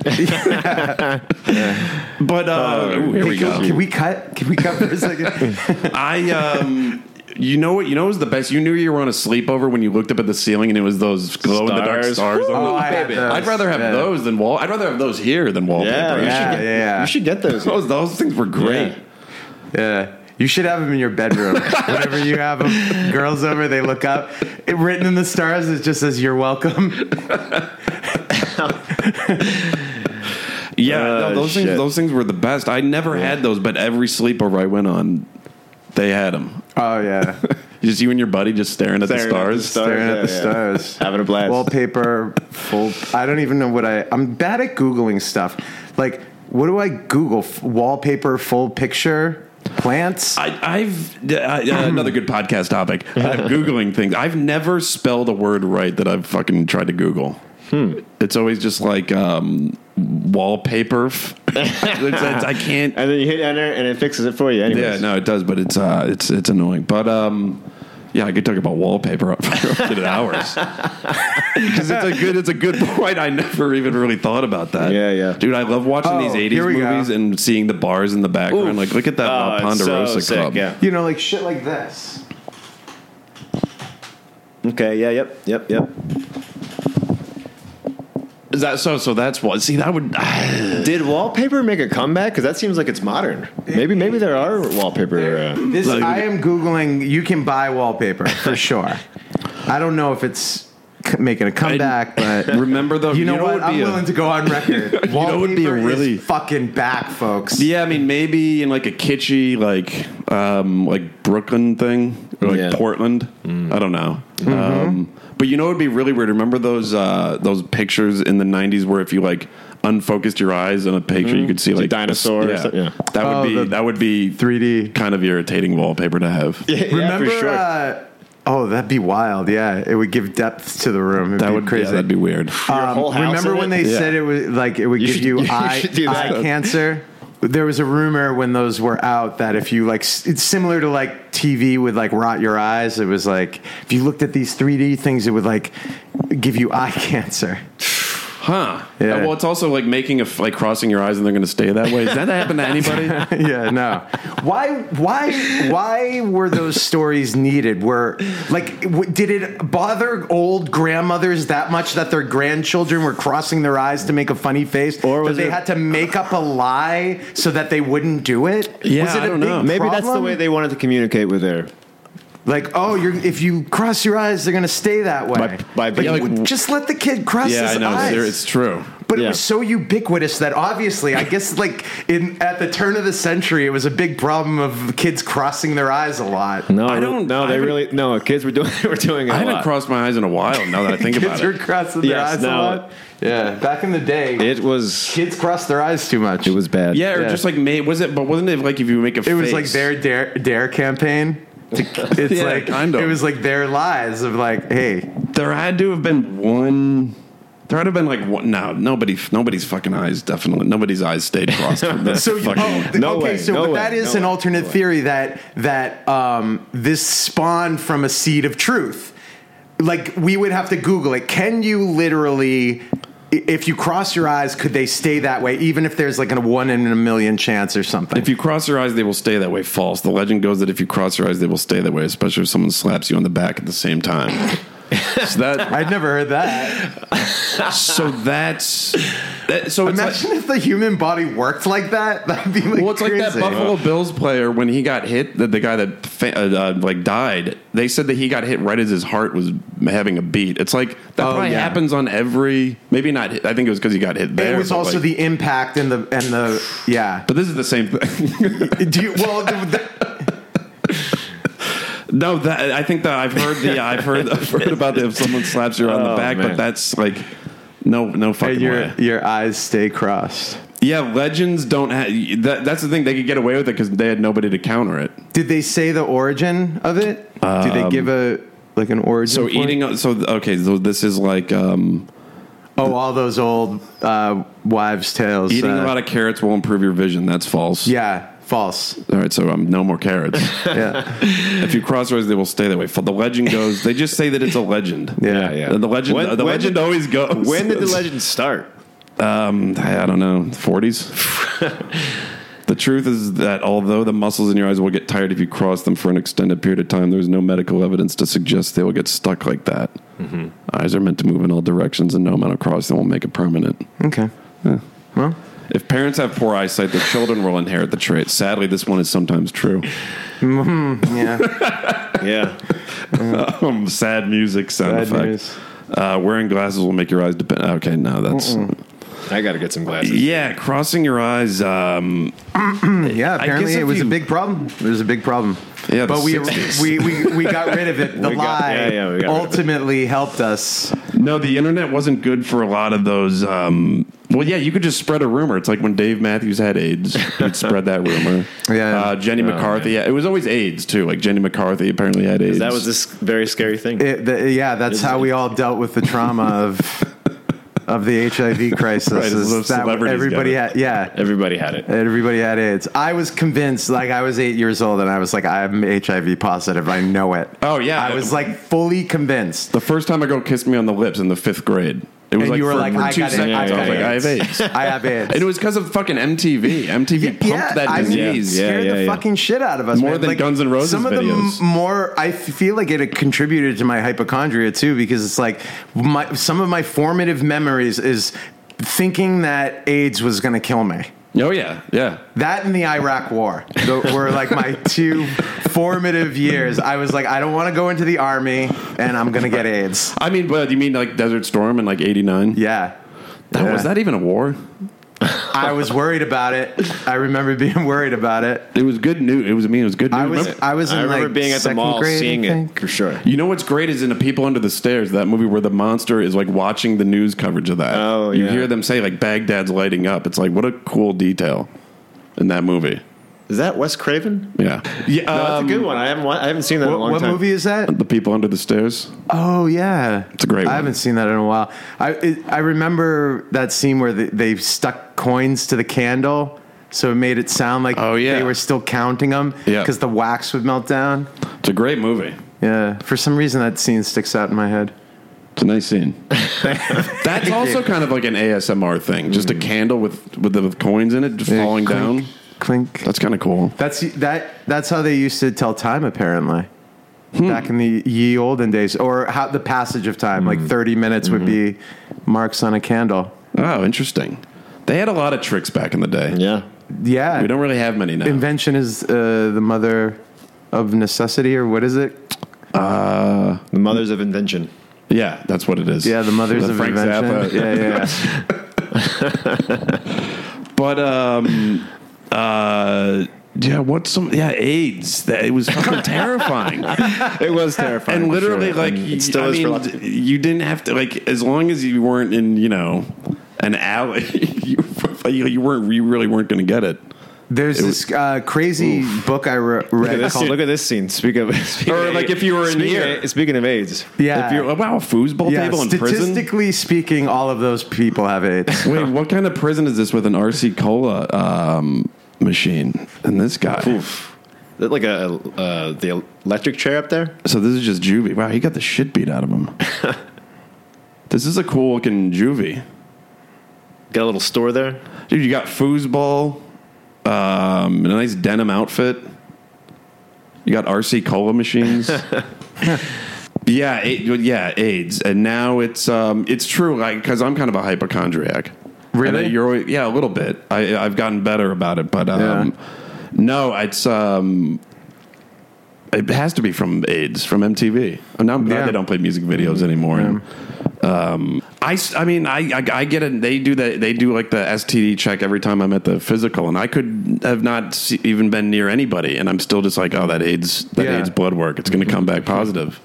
Speaker 2: But uh, ooh, here we
Speaker 3: Can-
Speaker 2: go.
Speaker 3: Can we cut? Can we cut for a second?
Speaker 2: I um, You know what? You know what was the best? You knew you were on a sleepover when you looked up at the ceiling and it was those glow in the dark
Speaker 1: Stars.
Speaker 2: stars.
Speaker 1: Woo,
Speaker 2: on the-
Speaker 3: Oh, I had
Speaker 1: baby.
Speaker 3: those.
Speaker 2: I'd rather have
Speaker 3: Yeah.
Speaker 2: those than wall. I'd rather have those here than wallpaper.
Speaker 1: Yeah,
Speaker 2: Oh, You
Speaker 3: yeah,
Speaker 2: should get-
Speaker 3: yeah.
Speaker 1: You should get those.
Speaker 2: Those, those things were great.
Speaker 1: Yeah.
Speaker 3: Yeah. You should have them in your bedroom. Whenever you have 'em, girls over, they look up. It, written in the stars, it just says, You're welcome.
Speaker 2: Yeah, no,
Speaker 1: Oh,
Speaker 2: those
Speaker 1: shit.
Speaker 2: things those things were the best. I never had those, but every sleepover I went on, they had them.
Speaker 3: Oh, yeah.
Speaker 2: Just you and your buddy just staring at the
Speaker 1: Staring at the
Speaker 2: stars.
Speaker 1: stars.
Speaker 3: Staring
Speaker 1: yeah,
Speaker 3: at the
Speaker 1: yeah.
Speaker 3: stars.
Speaker 1: Having a blast.
Speaker 3: Wallpaper, full. I don't even know what I. I'm bad at Googling stuff. Like, what do I Google? F- wallpaper, full picture, plants?
Speaker 2: I, I've uh, uh, another good podcast topic. I'm googling things. I've never spelled a word right that I've fucking tried to Google.
Speaker 1: Hmm.
Speaker 2: It's always just like um, wallpaper. It's- it's- I can't.
Speaker 1: And then you hit enter and it fixes it for you. Anyways.
Speaker 2: Yeah, no, it does, but it's uh, it's it's annoying. But um, yeah, I could talk about wallpaper up for up to hours because it's a good it's a good point. I never even really thought about that.
Speaker 1: Yeah, yeah.
Speaker 2: dude, I love watching
Speaker 3: Oh,
Speaker 2: these '80s
Speaker 3: here we go.
Speaker 2: movies and seeing the bars in the background.
Speaker 1: Oof.
Speaker 2: Like, look at
Speaker 1: Oh,
Speaker 2: that La
Speaker 1: it's so
Speaker 2: Ponderosa
Speaker 1: sick,
Speaker 2: Club.
Speaker 1: yeah.
Speaker 3: you know, like shit like this.
Speaker 1: Okay. Yeah. Yep. Yep. Yep.
Speaker 2: Is that so? So that's what. See, that would.
Speaker 1: Did wallpaper make a comeback? Because that seems like it's modern. Maybe. Maybe there are wallpaper. Uh,
Speaker 3: This I am googling. You can buy wallpaper for sure. I don't know if it's c- making a comeback, but
Speaker 2: remember the.
Speaker 3: you know what?
Speaker 2: would
Speaker 3: I'm
Speaker 2: be a-
Speaker 3: willing to go on record. Wallpaper
Speaker 2: know what would be a really-
Speaker 3: is fucking back, folks.
Speaker 2: Yeah, I mean maybe in like a kitschy like um like Brooklyn thing or like
Speaker 1: Yeah.
Speaker 2: Portland. I don't know.
Speaker 3: Mm-hmm.
Speaker 2: Um, but you know it would be really weird. Remember those uh those pictures in the 90s where if you like unfocused your eyes on a picture
Speaker 3: Mm-hmm.
Speaker 2: you could see like
Speaker 1: dinosaur or
Speaker 2: yeah.
Speaker 1: something, yeah.
Speaker 2: That would
Speaker 3: Oh,
Speaker 2: be
Speaker 3: the
Speaker 2: that would be
Speaker 3: 3D.
Speaker 2: kind of irritating wallpaper to have.
Speaker 1: yeah,
Speaker 3: Remember? uh, oh, that'd be wild. Yeah, it would give depth to the room. It'd
Speaker 2: That
Speaker 3: be
Speaker 2: would
Speaker 3: crazy.
Speaker 2: Yeah, that'd be weird.
Speaker 3: Um,
Speaker 1: whole house
Speaker 3: remember
Speaker 1: in
Speaker 3: when
Speaker 1: it?
Speaker 3: they
Speaker 2: Yeah.
Speaker 3: said it was like it would give
Speaker 1: should-
Speaker 3: you,
Speaker 1: you
Speaker 3: eye,
Speaker 1: should do
Speaker 3: eye
Speaker 1: that.
Speaker 3: cancer? There was a rumor when those were out that if you like, s- it's similar to like TV would like rot your eyes. It was like if you looked at these 3D things, it would like give you eye cancer.
Speaker 2: Huh.
Speaker 3: Yeah.
Speaker 2: Well, it's also like making a f- like crossing your eyes and they're going to stay that way. Does that happen to anybody?
Speaker 3: yeah, no. Why? Why? Why were those stories needed? Were like, w- did it bother old grandmothers that much that their grandchildren were crossing their eyes to make a funny face,
Speaker 1: Or was
Speaker 3: that they
Speaker 1: it-
Speaker 3: had to make up a lie so that they wouldn't do it?
Speaker 2: Yeah,
Speaker 3: was it
Speaker 2: I
Speaker 3: a
Speaker 2: don't
Speaker 3: big
Speaker 2: know.
Speaker 1: Maybe that's the
Speaker 3: problem?
Speaker 1: way they wanted to communicate with their.
Speaker 3: Like, oh, you're if you cross your eyes, they're gonna stay that way.
Speaker 1: By- by
Speaker 3: Like,
Speaker 1: being-
Speaker 3: w- just let the kid cross
Speaker 2: yeah,
Speaker 3: his
Speaker 2: I know.
Speaker 3: eyes.
Speaker 2: It's- It's true.
Speaker 3: But
Speaker 1: Yeah.
Speaker 3: it was so ubiquitous that obviously, I guess, like in at the turn of the century, it was a big problem of kids crossing their eyes a lot.
Speaker 1: No,
Speaker 2: I don't-
Speaker 1: No, they
Speaker 2: I haven't-
Speaker 1: really. No, kids were doing. They were doing it. a
Speaker 2: I haven't
Speaker 1: lot.
Speaker 2: crossed my eyes in a while. Now that I think about
Speaker 3: kids
Speaker 2: it,
Speaker 3: were crossing their
Speaker 1: Yes,
Speaker 3: eyes
Speaker 1: no.
Speaker 3: a lot. Yeah, back in the day,
Speaker 1: It was.
Speaker 3: kids crossed their eyes too much.
Speaker 1: It was bad.
Speaker 2: Yeah, or
Speaker 3: Yeah.
Speaker 2: just like made was it? But wasn't it like if you make a?
Speaker 3: It was like their dare, dare campaign. To- It's
Speaker 2: Yeah,
Speaker 3: like
Speaker 2: kind of.
Speaker 3: it was like their lies of like, hey,
Speaker 2: There had to have been one. There had to have been like one. No, nobody. Nobody's fucking eyes. Definitely, nobody's eyes stayed crossed.
Speaker 3: So
Speaker 2: so
Speaker 3: you-
Speaker 2: fucking,
Speaker 3: oh, th-
Speaker 1: No
Speaker 3: okay,
Speaker 1: way,
Speaker 3: so
Speaker 1: no
Speaker 3: but
Speaker 1: way,
Speaker 3: that is
Speaker 1: no
Speaker 3: an
Speaker 1: way,
Speaker 3: alternate
Speaker 1: no way.
Speaker 3: theory that that um, this spawned from a seed of truth. Like we would have to Google it. Can you literally? i- If you cross your eyes, could they stay that way, even if there's like a one in a million chance or something?
Speaker 2: if you cross your eyes, they will stay that way. False. The legend goes that if you cross your eyes, they will stay that way, especially if someone slaps you on the back at the same time. so that.
Speaker 3: I'd never heard that.
Speaker 2: So that's. That, so it's like,
Speaker 3: Imagine if the human body worked like that. That'd be like
Speaker 2: Well, it's
Speaker 3: crazy.
Speaker 2: like that Buffalo Bills player when he got hit, the, the guy that fa- uh, uh, like died. They said that he got hit right as his heart was having a beat. It's like that
Speaker 3: Oh,
Speaker 2: probably
Speaker 3: yeah.
Speaker 2: happens on every. Maybe not. hit- I think it was because he got hit there.
Speaker 3: It was
Speaker 2: but,
Speaker 3: also
Speaker 2: like-
Speaker 3: the impact and the and the yeah.
Speaker 2: But this is the same thing.
Speaker 3: Do you, well, the, the,
Speaker 2: no, that I think that I've heard the I've heard I've heard about if someone slaps you on the
Speaker 1: Oh,
Speaker 2: back,
Speaker 1: man.
Speaker 2: but that's like no no fucking
Speaker 3: your
Speaker 2: way.
Speaker 3: your eyes stay crossed.
Speaker 2: Yeah, legends don't have. That, that's the thing they could get away with it because they had nobody to counter it.
Speaker 3: Did they say the origin of it? Do they give a like an origin?
Speaker 2: So
Speaker 3: for it?
Speaker 2: eating. uh, So okay. So this is like. um
Speaker 3: Oh, all those old uh, wives' tales.
Speaker 2: Eating
Speaker 3: uh,
Speaker 2: a lot of carrots will improve your vision. That's false.
Speaker 3: yeah, false.
Speaker 2: All right, so um, no more carrots.
Speaker 3: Yeah,
Speaker 2: if you cross roads, they will stay that way. For The legend goes. They just say that it's a legend.
Speaker 3: yeah,
Speaker 2: The legend.
Speaker 1: When-
Speaker 2: the
Speaker 1: when
Speaker 2: legend
Speaker 1: did-
Speaker 2: always goes.
Speaker 1: When did the legend start?
Speaker 2: Um, I don't know. Forties. The truth is that although the muscles in your eyes will get tired if you cross them for an extended period of time, there's no medical evidence to suggest they will get stuck like that.
Speaker 1: Mm-hmm.
Speaker 2: Eyes are meant to move in all directions, and no amount of crossing will make it permanent.
Speaker 3: Okay. Well,
Speaker 2: If parents have poor eyesight, their children will inherit the trait. Sadly, this one is sometimes true.
Speaker 3: yeah.
Speaker 1: Yeah.
Speaker 2: Um, sad music sound
Speaker 3: Bad news.
Speaker 2: effect. Uh, wearing glasses will make your eyes depend. Okay, no, that's
Speaker 1: I got to get some glasses.
Speaker 2: yeah. Crossing your eyes. Um,
Speaker 3: Yeah,
Speaker 2: guess
Speaker 3: apparently it
Speaker 2: if
Speaker 3: was a
Speaker 2: you-
Speaker 3: big problem. It was a big problem.
Speaker 2: Yeah, the
Speaker 3: but we,
Speaker 2: 60s.
Speaker 3: we we we got rid of it. The
Speaker 1: We got-
Speaker 3: lie
Speaker 1: yeah, yeah, we got rid of it.
Speaker 3: ultimately helped us.
Speaker 2: no, the internet wasn't good for a lot of those. Um, well, yeah, you could just spread a rumor. It's like when Dave Matthews had AIDS, you'd spread that rumor.
Speaker 3: Yeah.
Speaker 2: uh, Jenny McCarthy. Yeah, it was always AIDS too. Like Jenny McCarthy apparently had AIDS.
Speaker 1: That was this very scary thing.
Speaker 3: It, the, yeah, that's how we all dealt with the trauma of of the HIV crisis.
Speaker 2: Right, it's
Speaker 3: is
Speaker 2: those
Speaker 3: that
Speaker 2: celebrities
Speaker 3: everybody
Speaker 2: got
Speaker 3: had yeah.
Speaker 1: Everybody had it.
Speaker 3: Everybody had AIDS. I was convinced, like I was eight years old, and I was like, "I'm HIV positive. I know it."
Speaker 2: Oh, yeah.
Speaker 3: I was like fully convinced.
Speaker 2: the first time a girl kissed me on the lips in the fifth grade. It was
Speaker 3: And
Speaker 2: like
Speaker 3: you were
Speaker 2: for,
Speaker 3: like,
Speaker 2: for
Speaker 3: I
Speaker 2: two
Speaker 3: got it,
Speaker 2: seconds.
Speaker 3: I
Speaker 2: I,
Speaker 3: got
Speaker 2: was like,
Speaker 3: it.
Speaker 2: I have AIDS.
Speaker 3: I have AIDS.
Speaker 2: And it was because of fucking MTV. MTV pumped that disease.
Speaker 1: Yeah,
Speaker 3: scared
Speaker 1: yeah,
Speaker 3: the
Speaker 1: yeah.
Speaker 3: fucking shit out of us.
Speaker 2: More
Speaker 3: man.
Speaker 2: than
Speaker 3: Like,
Speaker 2: Guns N' Roses
Speaker 3: Some of
Speaker 2: videos.
Speaker 3: the m- more, I feel like it contributed to my hypochondria too, because it's like my some of my formative memories is thinking that AIDS was going to kill me.
Speaker 2: Oh yeah, yeah.
Speaker 3: That and the Iraq War tho- were like my two formative years. I was like, I don't want to go into the army, and I'm going to get AIDS.
Speaker 2: I mean, but you mean like Desert Storm in like '89?
Speaker 3: Yeah.
Speaker 2: That was
Speaker 3: Yeah.
Speaker 2: that even a war?
Speaker 3: I was worried about it. I remember being worried about it.
Speaker 2: It was good news. It was I mean, it was good news.
Speaker 3: I was
Speaker 2: Remember-
Speaker 3: I was in
Speaker 1: I remember
Speaker 3: like
Speaker 1: being at the
Speaker 3: second
Speaker 1: mall
Speaker 3: grade, I
Speaker 1: seeing
Speaker 3: think.
Speaker 1: it for sure.
Speaker 2: you know what's great is in the People Under the Stairs, that movie where the monster is like watching the news coverage of that.
Speaker 1: Oh,
Speaker 2: you
Speaker 1: yeah.
Speaker 2: hear them say like Baghdad's lighting up. It's like what a cool detail in that movie.
Speaker 1: Is that Wes Craven?
Speaker 2: Yeah, yeah.
Speaker 1: No, that's
Speaker 2: um,
Speaker 1: a good one. I haven't wa- I haven't seen that in a
Speaker 3: What,
Speaker 1: long
Speaker 3: what
Speaker 1: time.
Speaker 3: movie is that?
Speaker 2: The People Under the Stairs.
Speaker 3: Oh yeah, it's
Speaker 2: a great
Speaker 3: I
Speaker 2: one.
Speaker 3: haven't seen that in a while. I it, I remember that scene where they, they stuck coins to the candle, so it made it sound like
Speaker 2: Oh, yeah.
Speaker 3: they were still counting them
Speaker 2: Yeah.
Speaker 3: because the wax would melt down.
Speaker 2: It's a great movie.
Speaker 3: Yeah, for some reason that scene sticks out in my head.
Speaker 2: It's a nice scene. That's also kind of like an ASMR thing. Just a candle with with the with coins in it just
Speaker 3: Mm. Yeah,
Speaker 2: falling
Speaker 3: clink,
Speaker 2: down.
Speaker 3: Clink.
Speaker 2: That's kind of cool.
Speaker 3: That's that. That's how they used to tell time apparently.
Speaker 2: Hmm.
Speaker 3: Back in the ye olden days, or how the passage of time,
Speaker 2: Hmm.
Speaker 3: like thirty minutes would
Speaker 2: Mm-hmm.
Speaker 3: be marks on a candle.
Speaker 2: Oh, interesting. They had a lot of tricks back in the day.
Speaker 1: Yeah.
Speaker 3: Yeah,
Speaker 2: We don't really have many now.
Speaker 3: invention is uh, the mother of necessity, or what is it?
Speaker 1: The Mothers of Invention.
Speaker 2: yeah, that's what it is.
Speaker 3: Yeah, the mothers
Speaker 2: The
Speaker 3: of
Speaker 2: Frank
Speaker 3: invention.
Speaker 2: Zappa.
Speaker 3: Yeah, yeah.
Speaker 2: But um, uh, yeah, what's some? Yeah, AIDS. That it was fucking terrifying.
Speaker 1: It was terrifying.
Speaker 2: and
Speaker 1: for
Speaker 2: literally,
Speaker 1: sure.
Speaker 2: like,
Speaker 1: And
Speaker 2: you-
Speaker 1: it still
Speaker 2: I
Speaker 1: is for a
Speaker 2: mean,
Speaker 1: lot-
Speaker 2: d- you didn't have to like as long as you weren't in, you know, an alley. you, you you weren't. You really weren't going to get it.
Speaker 3: There's this uh, crazy book I re-
Speaker 1: Look at,
Speaker 3: read
Speaker 1: this scene.
Speaker 3: called.
Speaker 1: Look at this scene. Speak of, speaking
Speaker 2: Or,
Speaker 1: of
Speaker 2: like,
Speaker 1: AIDS-
Speaker 2: if you were in
Speaker 1: speaking
Speaker 2: here.
Speaker 1: of- speaking of AIDS,
Speaker 3: Yeah.
Speaker 2: If you're wow, a foosball
Speaker 3: Yeah,
Speaker 2: table in prison.
Speaker 3: statistically speaking, all of those people have AIDS.
Speaker 2: Wait, what kind of prison is this with an RC cola um, machine and this guy?
Speaker 1: That like a uh, the electric chair up there.
Speaker 2: So this is just juvie. Wow, he got the shit beat out of him. this is a cool looking juvie,
Speaker 1: Got a little store there.
Speaker 2: dude. You got foosball, um, and a nice denim outfit. You got RC cola machines. yeah, it, yeah, AIDS, and now it's um, it's true. Like, because I'm kind of a hypochondriac.
Speaker 3: Really?
Speaker 2: And you're always, yeah, a little bit. I, I've gotten better about it, but um, no, it's um, it has to be from AIDS from MTV. And now I'm glad
Speaker 3: Yeah.
Speaker 2: they don't play music videos anymore. And, um, I, s- I mean, I, I, I get it. They do that. They do like the STD check every time I'm at the physical, and I could have not se- even been near anybody, and I'm still just like, oh, that AIDS, that
Speaker 3: Yeah.
Speaker 2: AIDS blood work, it's going to come back positive.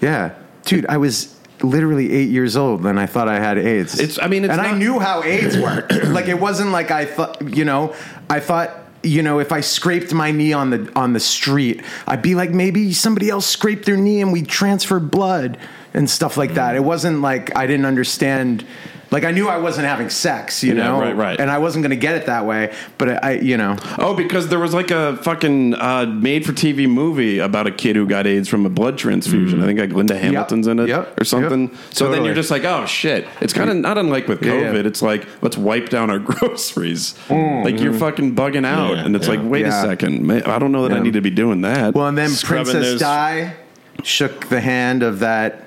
Speaker 3: yeah, dude, I was literally eight years old and I thought I had AIDS.
Speaker 2: It's- I mean, it's
Speaker 3: and I
Speaker 2: not-
Speaker 3: knew how AIDS worked. like it wasn't like I thought. You know, I thought. You know, if I scraped my knee on the on the street, I'd be like, maybe somebody else scraped their knee and we transfer blood and stuff like that. It wasn't like I didn't understand Like I knew I wasn't having sex, you
Speaker 2: Yeah,
Speaker 3: know,
Speaker 2: right, right.
Speaker 3: and I wasn't going to get it that way. But I, you know,
Speaker 2: Oh, because there was like a fucking uh, made-for-TV movie about a kid who got AIDS from a blood transfusion. I think like Linda Hamilton's in it
Speaker 3: Yep.
Speaker 2: or something.
Speaker 3: Yep.
Speaker 2: So then
Speaker 3: Totally.
Speaker 2: you're just like, oh shit! It's kind of not unlike with
Speaker 3: Yeah, yeah.
Speaker 2: COVID. It's like let's wipe down our groceries. Like you're fucking bugging out,
Speaker 4: Yeah,
Speaker 2: and it's
Speaker 4: yeah.
Speaker 2: like, wait
Speaker 3: Yeah.
Speaker 2: a second, man, I don't know that I
Speaker 3: Yeah.
Speaker 2: need to be doing that.
Speaker 3: well, and then
Speaker 4: Scrubbing
Speaker 3: Princess
Speaker 4: those-
Speaker 3: Di shook the hand of that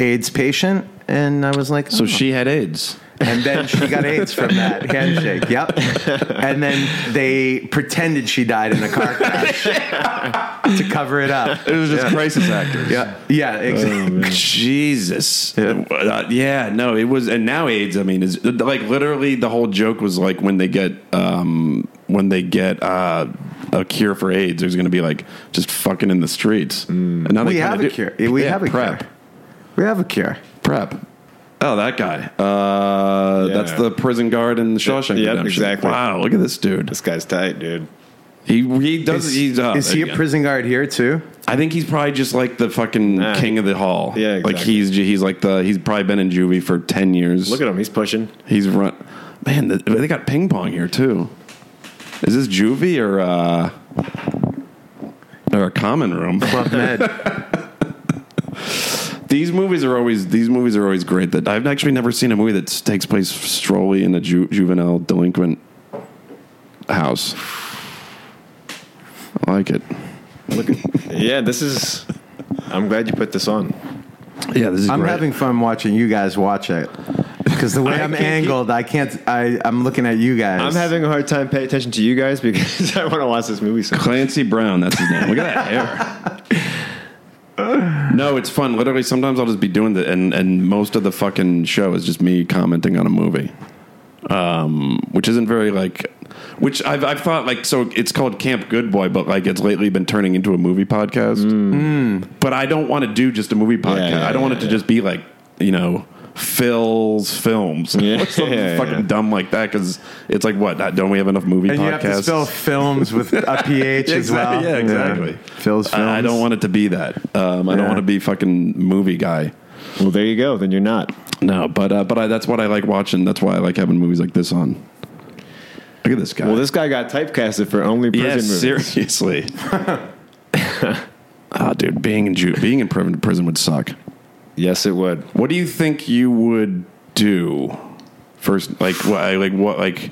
Speaker 3: AIDS patient, and I was like,
Speaker 2: so
Speaker 3: oh.
Speaker 2: she had AIDS.
Speaker 3: and then she got AIDS from that handshake. Yep. And then they pretended she died in a car crash to cover it up.
Speaker 2: It was just Oh, crisis actors.
Speaker 3: Yeah. Yeah. Exactly.
Speaker 2: Jesus. Yeah. yeah, no, it was, and now AIDS. I mean, is like literally the whole joke was like when they get um, when they get uh, a cure for AIDS, there's going to be like just fucking in the streets.
Speaker 1: Mm.
Speaker 2: And now they
Speaker 3: We
Speaker 2: kinda
Speaker 3: have a
Speaker 2: do-
Speaker 3: cure. We
Speaker 2: Yeah,
Speaker 3: have a
Speaker 2: prep.
Speaker 3: cure. We have a cure.
Speaker 2: Prep. Oh, that guy. Uh,
Speaker 1: Yeah.
Speaker 2: That's the prison guard in the Shawshank
Speaker 1: yep,
Speaker 2: Redemption.
Speaker 1: exactly.
Speaker 2: Wow, look at this dude.
Speaker 1: This guy's tight, dude.
Speaker 2: He he does.
Speaker 3: Is,
Speaker 2: he's uh,
Speaker 3: is he a
Speaker 2: again.
Speaker 3: prison guard here too?
Speaker 2: I think he's probably just like the fucking
Speaker 1: Nah.
Speaker 2: king of the hall.
Speaker 1: Yeah,
Speaker 2: like
Speaker 1: exactly.
Speaker 2: he's he's like the he's probably been in juvie for ten years.
Speaker 1: Look at him. He's pushing.
Speaker 2: He's run. Man, th they got ping pong here too. Is this juvie or uh, or a common room?
Speaker 3: Club Med.
Speaker 2: these movies are always these movies are always great. That I've actually never seen a movie that takes place strolly in a ju- juvenile delinquent house. I like it.
Speaker 1: Look at, yeah, this is. I'm glad you put this on.
Speaker 2: Yeah, this is
Speaker 3: I'm
Speaker 2: great.
Speaker 3: having fun watching you guys watch it because the way
Speaker 2: I
Speaker 3: I'm
Speaker 2: can't keep-
Speaker 3: angled, I can't. I, I'm looking at you guys.
Speaker 1: I'm having a hard time paying attention to you guys because I want to watch this movie. So
Speaker 2: Clancy Brown, that's his name. Look at that hair. No, it's fun. Literally, sometimes I'll just be doing that, and and most of the fucking show is just me commenting on a movie, um, which isn't very like, which I've I've thought like so it's called Camp Good Boy, but like it's lately been turning into a movie podcast. But I don't want to do just a movie podcast.
Speaker 1: Mm. yeah,
Speaker 2: I don't want it
Speaker 1: yeah,
Speaker 2: to
Speaker 1: yeah.
Speaker 2: just be like you know Phil's films,
Speaker 1: Yeah,
Speaker 2: or something
Speaker 1: yeah,
Speaker 2: fucking
Speaker 1: yeah.
Speaker 2: dumb like that because it's like what don't we have enough movie
Speaker 3: and
Speaker 2: podcasts?
Speaker 3: you have to spell films with a ph as
Speaker 2: Exactly,
Speaker 3: well.
Speaker 2: yeah, exactly.
Speaker 3: Phil's films.
Speaker 2: I, I don't want it to be that. Um, I don't
Speaker 3: Yeah.
Speaker 2: want to be fucking movie guy.
Speaker 1: well, there you go. Then you're not.
Speaker 2: No, but uh, but I, that's what I like watching. That's why I like having movies like this on. Look at this guy.
Speaker 1: Well, this guy got typecasted for only prison
Speaker 2: yeah,
Speaker 1: movies.
Speaker 2: seriously. Ah, dude, being in ju- being in pri- prison would suck.
Speaker 1: Yes, it would.
Speaker 2: What do you think you would do first? Like what? I- Like what? Like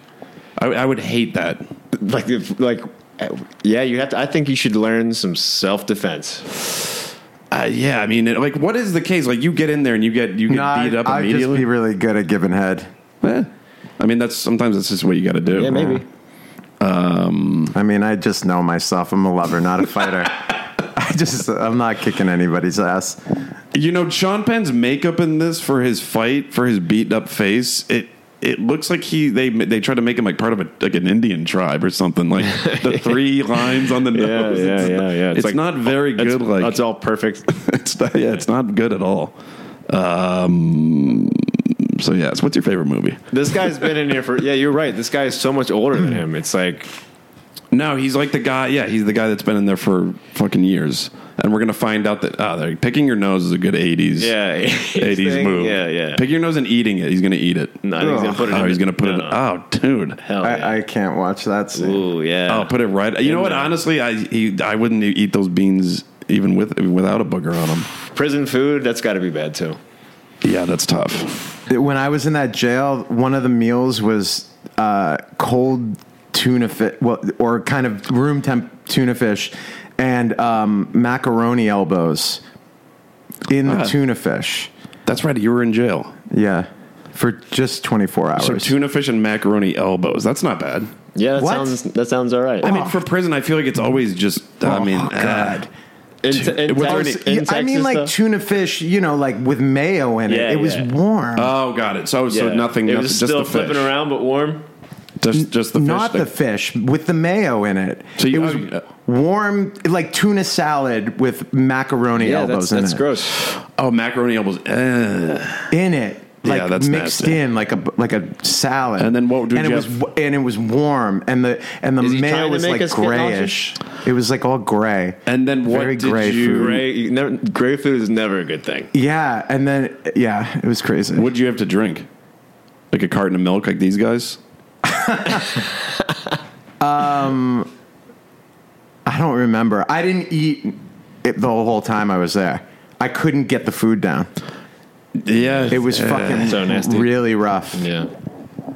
Speaker 2: I, I would hate that.
Speaker 1: Like, if, like, yeah, you have to. I think you should learn some self defense.
Speaker 2: Uh, yeah, I mean, it, like what is the case? Like you get in there and you get you get
Speaker 3: No, I-
Speaker 2: beat up
Speaker 3: I'd just
Speaker 2: immediately.
Speaker 3: be really good at giving head.
Speaker 2: Eh. I mean, that's sometimes that's just what you got to do.
Speaker 1: Yeah, maybe.
Speaker 3: I mean, I just know myself. I'm a lover, not a fighter. I just, I'm not kicking anybody's ass.
Speaker 2: You know, Sean Penn's makeup in this for his fight for his beat up face it. It looks like he they they tried to make him like part of a like an Indian tribe or something like the three lines on the nose.
Speaker 1: yeah,
Speaker 2: it's,
Speaker 1: yeah, yeah.
Speaker 2: It's,
Speaker 1: It's like-
Speaker 2: not very
Speaker 1: That's,
Speaker 2: good. Like
Speaker 1: that's all perfect.
Speaker 2: it's not, yeah, it's not good at all. Um, so yeah, so what's your favorite movie?
Speaker 1: this guy's been in here for. Yeah, you're right. This guy is so much older than him. It's like
Speaker 2: No, he's like the guy. Yeah, he's the guy that's been in there for fucking years, and we're gonna find out that ah, they're picking your nose is a good eighties.
Speaker 1: yeah,
Speaker 2: 80s
Speaker 1: thing.
Speaker 2: move.
Speaker 1: Yeah, yeah.
Speaker 2: Pick your nose and eating it. He's going to eat it.
Speaker 1: no, I think he's gonna put it.
Speaker 2: oh,
Speaker 1: in
Speaker 2: he's
Speaker 1: the-
Speaker 2: going to put
Speaker 1: no,
Speaker 2: it.
Speaker 1: no.
Speaker 2: Oh, dude.
Speaker 1: Hell yeah.
Speaker 3: I, I can't watch that scene.
Speaker 1: Ooh, yeah.
Speaker 2: Oh, put it right. You know what?
Speaker 1: there.
Speaker 2: Honestly, I he, I wouldn't e-, eat those beans even with without a booger on them.
Speaker 1: prison food. That's got to be bad too.
Speaker 2: Yeah, that's tough.
Speaker 3: When I was in that jail, one of the meals was uh, cold tuna fish, well, or kind of room temp tuna fish, and um, macaroni elbows in the
Speaker 2: Ah.
Speaker 3: tuna fish.
Speaker 2: That's right. You were in jail.
Speaker 3: Yeah, for just 24 hours.
Speaker 2: So tuna fish and macaroni elbows. That's not bad.
Speaker 1: Yeah, that
Speaker 3: What?
Speaker 1: sounds that sounds all right.
Speaker 2: I mean, for prison, I feel like it's always just. I mean, uh, eh.
Speaker 3: oh, God.
Speaker 1: in,
Speaker 2: dude,
Speaker 1: in
Speaker 2: it was
Speaker 1: Texas-
Speaker 2: already-
Speaker 1: in
Speaker 3: Yeah, I
Speaker 1: Texas
Speaker 3: mean, like
Speaker 1: stuff?
Speaker 3: tuna fish, you know, like with mayo in it.
Speaker 1: Yeah,
Speaker 3: it was
Speaker 1: yeah.
Speaker 3: warm.
Speaker 2: uh, oh, got it. So so
Speaker 1: Yeah.
Speaker 2: nothing.
Speaker 1: It
Speaker 2: nothing
Speaker 1: was
Speaker 2: just
Speaker 1: still
Speaker 2: the fish.
Speaker 1: flipping around, but warm.
Speaker 2: Just just the fish.
Speaker 3: Not the
Speaker 2: thing.
Speaker 3: fish with the mayo in it.
Speaker 2: So you-
Speaker 3: it was
Speaker 2: oh, you-
Speaker 3: warm, like tuna salad with macaroni
Speaker 1: Yeah,
Speaker 3: elbows
Speaker 1: that's,
Speaker 3: in
Speaker 1: that's
Speaker 3: it.
Speaker 1: gross.
Speaker 2: oh, macaroni elbows. Eh.
Speaker 3: In it,
Speaker 2: Yeah,
Speaker 3: like
Speaker 2: that's
Speaker 3: mixed
Speaker 2: nasty.
Speaker 3: in, like a like a salad.
Speaker 2: And then what did
Speaker 3: and it
Speaker 2: you
Speaker 3: was
Speaker 2: have?
Speaker 3: w- and it was warm, and the and the
Speaker 1: Is he trying
Speaker 3: mayo
Speaker 1: to
Speaker 3: was
Speaker 1: make
Speaker 3: like
Speaker 1: us get
Speaker 3: grayish. It was like all gray.
Speaker 2: And then what
Speaker 3: Very
Speaker 2: did
Speaker 3: gray
Speaker 2: you?
Speaker 3: food.
Speaker 1: Gray, you never, gray food is never a good thing.
Speaker 3: yeah, and then yeah, it was crazy.
Speaker 2: What did you have to drink? Like a carton of milk, like these guys.
Speaker 3: I don't remember. I didn't eat it the whole time I was there. I couldn't get the food down.
Speaker 2: Yeah,
Speaker 3: It was fucking
Speaker 4: so nasty.
Speaker 3: really rough.
Speaker 4: Yeah.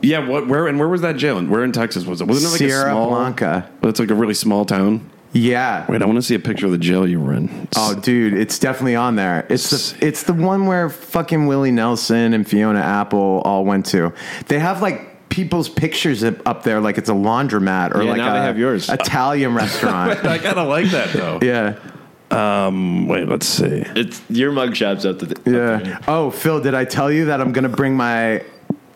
Speaker 2: Yeah, what? Where and where was that jail? And where in Texas was it? Wasn't it like
Speaker 3: Sierra
Speaker 2: a small,
Speaker 3: Blanca.
Speaker 2: But it's like a really small town.
Speaker 3: Yeah.
Speaker 2: Wait, I want to see a picture of the jail you were in. It's-
Speaker 3: Oh, dude, it's definitely on there. It's the it's the one where fucking Willie Nelson and Fiona Apple all went to. They have like people's pictures up up there, like it's a laundromat or
Speaker 4: Yeah,
Speaker 3: like
Speaker 4: now
Speaker 3: a
Speaker 4: they have yours.
Speaker 3: Italian restaurant.
Speaker 2: I kind of like that though.
Speaker 3: yeah,
Speaker 2: Um, wait, let's see.
Speaker 1: It's your mug shots up to the
Speaker 3: yeah. Oh, Phil, did I tell you that I'm gonna bring my?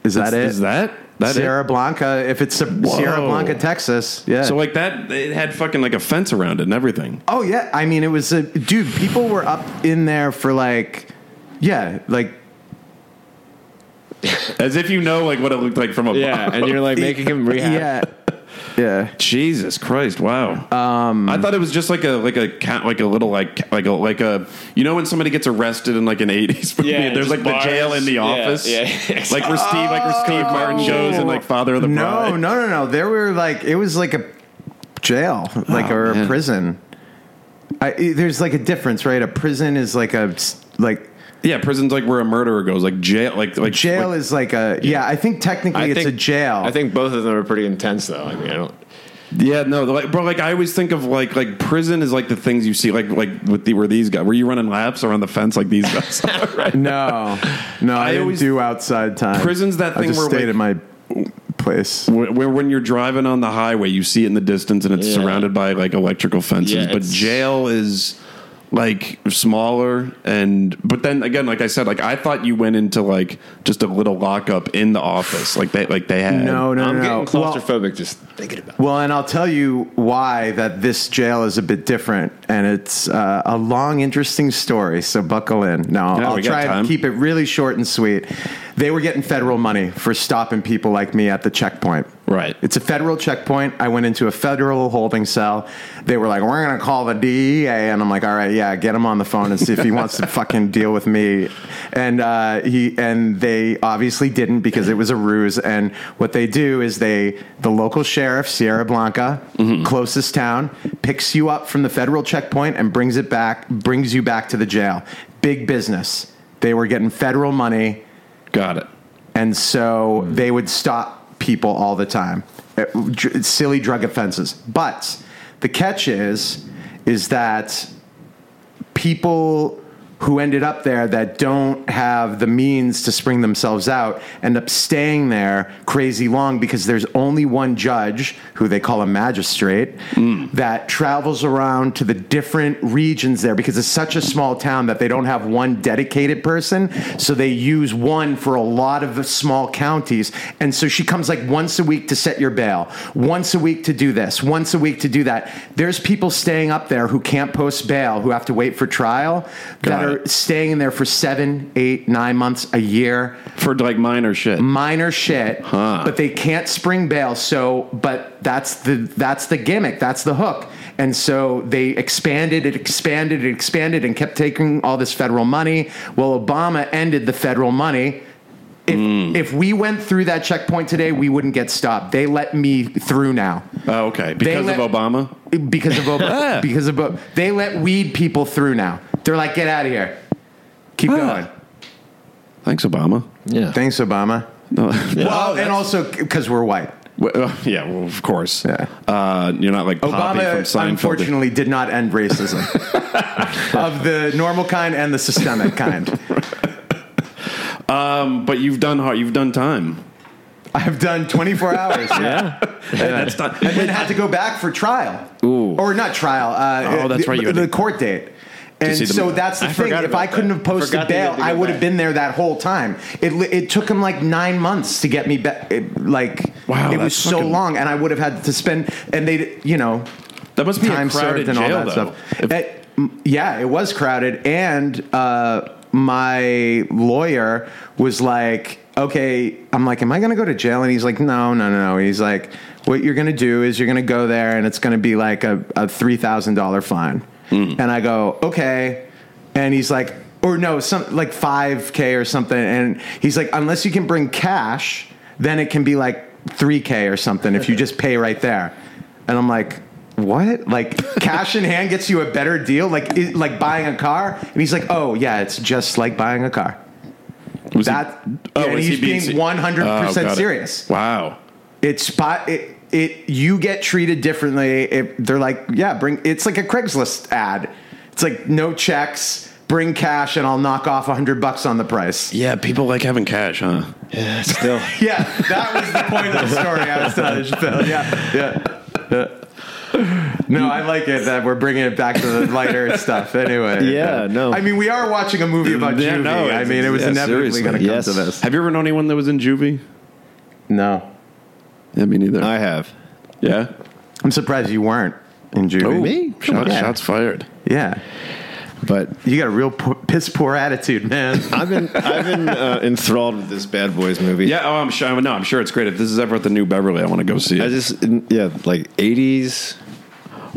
Speaker 3: Is that it?
Speaker 2: Is that that it?
Speaker 3: Sierra Blanca? If it's Sierra Blanca, Texas, yeah.
Speaker 2: So like that, it had fucking like a fence around it and everything.
Speaker 3: Oh yeah, I mean it was a dude. People were up in there for like, yeah, like
Speaker 2: As if you know like what it looked like from above.
Speaker 1: Yeah, and you're like making him rehab.
Speaker 3: yeah, yeah.
Speaker 2: Jesus Christ! Wow. Um, I thought it was just like a like a cat like a little like ca- like a like a you know when somebody gets arrested in like an eighties movie.
Speaker 1: Yeah,
Speaker 2: there's
Speaker 1: just
Speaker 2: like
Speaker 1: bars.
Speaker 2: the jail in the
Speaker 1: Yeah,
Speaker 2: office.
Speaker 1: yeah.
Speaker 2: like where Steve like where Steve Martin goes and like Father of the
Speaker 3: Oh, No,
Speaker 2: Bride.
Speaker 3: no, no, no. There were like it was like a jail, like or
Speaker 2: man.
Speaker 3: a prison. I, it- there's like a difference, right? A prison is like a s- like
Speaker 2: Yeah, prison's like where a murderer goes. Like jail like like
Speaker 3: jail
Speaker 2: like-
Speaker 3: is like a yeah. I think technically it's a jail.
Speaker 1: I think both of them are pretty intense, though. I mean, I don't.
Speaker 2: Yeah, no, like bro, like I always think of like like prison is like the things you see like like with the where these guys were you running laps around the fence like these guys.
Speaker 3: no, no. I,
Speaker 2: I
Speaker 3: didn't
Speaker 2: always-
Speaker 3: do outside time.
Speaker 2: Prison's that
Speaker 3: I
Speaker 2: thing
Speaker 3: just
Speaker 2: where,
Speaker 3: stayed
Speaker 2: like-
Speaker 3: at my place.
Speaker 2: where, where when you're driving on the highway, you see it in the distance, and it's
Speaker 1: Yeah.
Speaker 2: surrounded by like electrical fences.
Speaker 1: Yeah,
Speaker 2: but
Speaker 1: it's-
Speaker 2: jail is like smaller, and but then again, like I said, like I thought you went into like just a little lockup in the office, like they like they had.
Speaker 3: No, no,
Speaker 1: I'm getting
Speaker 3: no. no. Well-
Speaker 1: claustrophobic just thinking about. it.
Speaker 3: Well, and I'll tell you why that this jail is a bit different, and it's uh, a long, interesting story. So buckle in. Now
Speaker 2: Yeah,
Speaker 3: I'll
Speaker 2: we got
Speaker 3: try
Speaker 2: time.
Speaker 3: and keep it really short and sweet. They were getting federal money for stopping people like me at the checkpoint.
Speaker 2: Right.
Speaker 3: It's a federal checkpoint. I went into a federal holding cell. They were like, "We're going to call the DEA," and I'm like, "All right, yeah, get him on the phone and see if he wants to fucking deal with me." And uh, he and they obviously didn't because it was a ruse. And what they do is they, the local sheriff, Sierra Blanca, closest town, picks you up from the federal checkpoint and brings it back, brings you back to the jail. Big business. They were getting federal money.
Speaker 2: got it.
Speaker 3: And so they would stop people all the time. Uh, dr- silly drug offenses. But the catch is is that people who ended up there that don't have the means to spring themselves out end up staying there crazy long because there's only one judge who they call a magistrate that travels around to the different regions there because it's such a small town that they don't have one dedicated person so they use one for a lot of the small counties and so she comes like once a week to set your bail once a week to do this once a week to do that there's people staying up there who can't post bail who have to wait for trial that
Speaker 2: Got
Speaker 3: are
Speaker 2: it.
Speaker 3: staying in there for seven eight nine months a year
Speaker 2: For like minor shit.
Speaker 1: Mm.
Speaker 3: minor shit, but they can't spring bail. So, but that's the that's the gimmick. That's the hook. And so they expanded it, expanded it, expanded, and kept taking all this federal money. Well, Obama ended the federal money. If, if we went through that checkpoint today, we wouldn't get stopped. They let me through now
Speaker 2: Oh, okay. Because
Speaker 3: let-
Speaker 2: of Obama.
Speaker 3: because of Obama. because of Ob- they let weed people through now. They're like, get out of here, keep going.
Speaker 2: Thanks, Obama.
Speaker 1: Yeah.
Speaker 3: Thanks, Obama.
Speaker 2: No.
Speaker 3: well, and also because we're white.
Speaker 2: Well, uh, yeah, well, of course.
Speaker 3: Yeah.
Speaker 2: Uh, you're not like Poppy from
Speaker 3: Obama,
Speaker 2: Seinfeld.
Speaker 3: unfortunately, did not end racism of the normal kind and the systemic kind.
Speaker 2: Um, but you've done hard. You've done time.
Speaker 3: I've done 24 hours. Yeah.
Speaker 2: That's not.
Speaker 3: And then had to go back for trial.
Speaker 2: Ooh.
Speaker 3: Or not trial. Uh,
Speaker 2: Oh, that's
Speaker 3: the,
Speaker 2: right, you had
Speaker 3: The
Speaker 2: to-
Speaker 3: court date. And
Speaker 2: see the-
Speaker 3: so that's the
Speaker 1: I
Speaker 3: thing.
Speaker 1: forgot
Speaker 3: If
Speaker 1: about
Speaker 3: I couldn't
Speaker 1: that.
Speaker 3: have posted
Speaker 1: Forgot they
Speaker 3: bail,
Speaker 1: had to go
Speaker 3: I would have
Speaker 1: back.
Speaker 3: been there that whole time. It li- it took him like nine months to get me back. It, like,
Speaker 2: Wow,
Speaker 3: it was
Speaker 2: that's
Speaker 3: so
Speaker 2: fucking-
Speaker 3: long, and I would have had to spend. And they, you know,
Speaker 2: That must be
Speaker 3: time
Speaker 2: a crowded
Speaker 3: served and
Speaker 2: jail,
Speaker 3: all that
Speaker 2: though.
Speaker 3: stuff.
Speaker 2: If-
Speaker 3: It- m- yeah, it was crowded, and uh, my lawyer was like, "Okay," I'm like, "Am I going to go to jail?" And he's like, "No, no, no, no." He's like, "What you're going to do is you're going to go there, and it's going to be
Speaker 2: Hmm.
Speaker 3: like a, a three thousand dollar fine." And I go, "Okay," and he's like. or no, some like 5K or something. And he's like, unless you can bring cash, then it can be like 3K or something if you just pay right there. And I'm like, what? Like cash in hand gets you a better deal, like it, like buying a car. And he's like, oh yeah, it's just like buying a car.
Speaker 2: Was he-
Speaker 3: That
Speaker 2: Oh,
Speaker 3: and
Speaker 2: was he
Speaker 3: he's
Speaker 2: being
Speaker 3: being
Speaker 2: se-
Speaker 3: one hundred
Speaker 2: Oh, got
Speaker 3: percent
Speaker 2: it.
Speaker 3: serious
Speaker 2: Wow.
Speaker 3: it's spot it, it you get treated differently if they're like yeah bring it's like a craigslist ad it's like no checks bring cash and i'll knock off 100 bucks on the price
Speaker 2: Yeah, people like having cash, huh?
Speaker 1: Yeah, still.
Speaker 3: yeah that was the point of the story i was telling you Phil. yeah yeah no, I like it that we're bringing it back to the lighter stuff. Anyway,
Speaker 1: Yeah, no.
Speaker 3: I mean, we are watching a movie about
Speaker 2: Yeah,
Speaker 3: juvie.
Speaker 2: no,
Speaker 3: I
Speaker 2: it's-
Speaker 3: mean, it was
Speaker 2: yeah,
Speaker 3: inevitably
Speaker 2: seriously.
Speaker 3: going to come
Speaker 1: Yes.
Speaker 3: to this.
Speaker 2: Have you ever known anyone that was in juvie?
Speaker 3: No,
Speaker 2: Yeah, me neither.
Speaker 1: I have.
Speaker 2: yeah.
Speaker 3: I'm surprised you weren't in juvie.
Speaker 2: Ooh,
Speaker 1: me?
Speaker 2: Shot,
Speaker 3: Yeah.
Speaker 2: Oh, Shots fired.
Speaker 3: Yeah,
Speaker 1: But
Speaker 3: you got a real po- piss poor attitude, man.
Speaker 1: I've been I've been uh, enthralled with this Bad Boys movie.
Speaker 2: Yeah. Oh, I'm sure. No, I'm sure it's great. If this is ever at the New Beverly, I want to go see it.
Speaker 1: I just yeah, like 80s.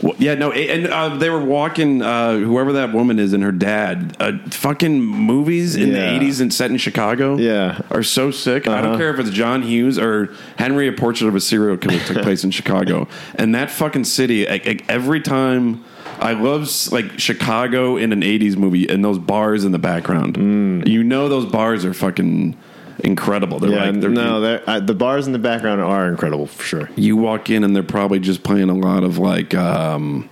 Speaker 2: Well, yeah, no, a- and uh, they were walking. Uh, whoever that woman is and her dad, uh, fucking movies in
Speaker 1: Yeah.
Speaker 2: the eighties and set in Chicago,
Speaker 1: Yeah.
Speaker 2: are so sick. I
Speaker 1: Uh-huh.
Speaker 2: don't care if it's John Hughes or Henry, a portrait of a serial killer took place in Chicago, and that fucking city. Like, like, every time, I love s- like Chicago in an eighties movie and those bars in the background.
Speaker 1: Mm.
Speaker 2: You know, those bars are fucking incredible. They're
Speaker 1: Yeah,
Speaker 2: like they're, Oh,
Speaker 1: no, they're, I, the bars in the background are incredible for sure.
Speaker 2: you walk in and they're probably just playing a lot of like um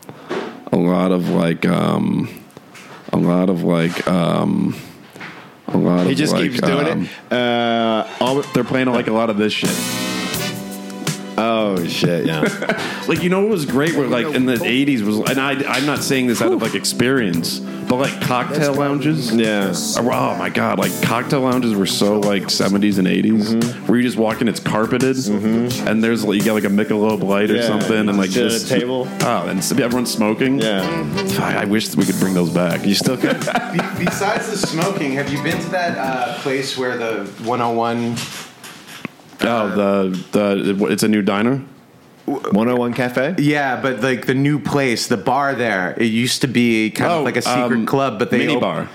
Speaker 2: a lot of like um a lot of like um a lot
Speaker 1: He
Speaker 2: of
Speaker 1: just
Speaker 2: like,
Speaker 1: keeps doing
Speaker 2: um,
Speaker 1: it. Uh, all,
Speaker 2: they're playing like a lot of this shit
Speaker 1: oh shit! Yeah,
Speaker 2: like you know what was great were like in the 80s was and I, i'm not saying this out of like experience but like cocktail lounges
Speaker 1: yeah.
Speaker 2: Oh my god! Like cocktail lounges were so like '70s and '80s,
Speaker 1: Mm-hmm.
Speaker 2: where you just walk in, it's carpeted, and there's like you got like a Michelob light or
Speaker 1: Yeah,
Speaker 2: something, and like
Speaker 1: sit at a
Speaker 2: just
Speaker 1: table.
Speaker 2: Oh, and s- everyone's smoking.
Speaker 1: Yeah,
Speaker 2: I, I wish we could bring those back.
Speaker 1: you still could.
Speaker 3: Be- Besides the smoking, have you been to that uh, place where the 101?
Speaker 2: Oh, the the it's a new diner.
Speaker 1: 101 Cafe.
Speaker 3: Yeah, but like the new place, the bar there. It used to be kind
Speaker 2: Oh,
Speaker 3: of like a secret
Speaker 2: um,
Speaker 3: club, but they
Speaker 2: mini
Speaker 3: op-
Speaker 2: bar.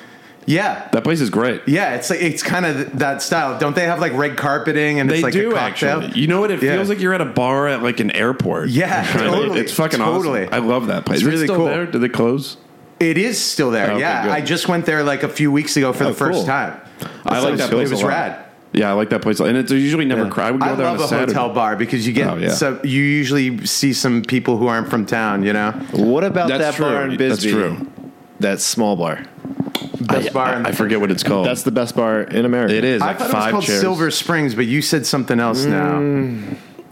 Speaker 3: Yeah.
Speaker 2: That place is great.
Speaker 3: Yeah, it's like it's kind of that style. Don't they have like red carpeting and
Speaker 2: They
Speaker 3: it's like
Speaker 2: do
Speaker 3: a cocktail?
Speaker 2: actually. You know what? It
Speaker 3: Yeah.
Speaker 2: feels like you're at a bar at like an airport.
Speaker 3: Yeah,
Speaker 2: Kinda.
Speaker 3: totally,
Speaker 2: It's fucking
Speaker 3: totally.
Speaker 2: awesome. I love that place. Is
Speaker 3: It's
Speaker 2: it
Speaker 3: really
Speaker 2: still
Speaker 3: cool.
Speaker 2: There? Did they close?
Speaker 3: It is still there.
Speaker 2: Okay,
Speaker 3: yeah,
Speaker 2: good.
Speaker 3: I just went there like a few weeks ago for
Speaker 1: Oh,
Speaker 3: the first
Speaker 1: cool.
Speaker 3: time.
Speaker 2: I like
Speaker 3: It was-
Speaker 2: that place
Speaker 3: It was
Speaker 2: a lot.
Speaker 3: rad.
Speaker 2: Yeah, I like that place, and it's usually never crowded. I would go
Speaker 3: I
Speaker 2: there
Speaker 3: love
Speaker 2: on a,
Speaker 3: a
Speaker 2: Saturday.
Speaker 3: hotel bar because you get
Speaker 2: Oh, yeah.
Speaker 3: so you usually see some people who aren't from town, you know.
Speaker 1: What about
Speaker 2: That's
Speaker 1: that bar
Speaker 2: true.
Speaker 1: in
Speaker 2: That's
Speaker 1: Bisbee?
Speaker 2: true.
Speaker 1: That small bar.
Speaker 3: Best bar in
Speaker 2: I, I forget what it's called.
Speaker 1: That's the best bar in America.
Speaker 2: Oh. it is.
Speaker 3: I
Speaker 2: like
Speaker 3: thought it was
Speaker 2: five
Speaker 3: called
Speaker 2: chairs. Mm,
Speaker 3: Silver Springs, but you said something else now.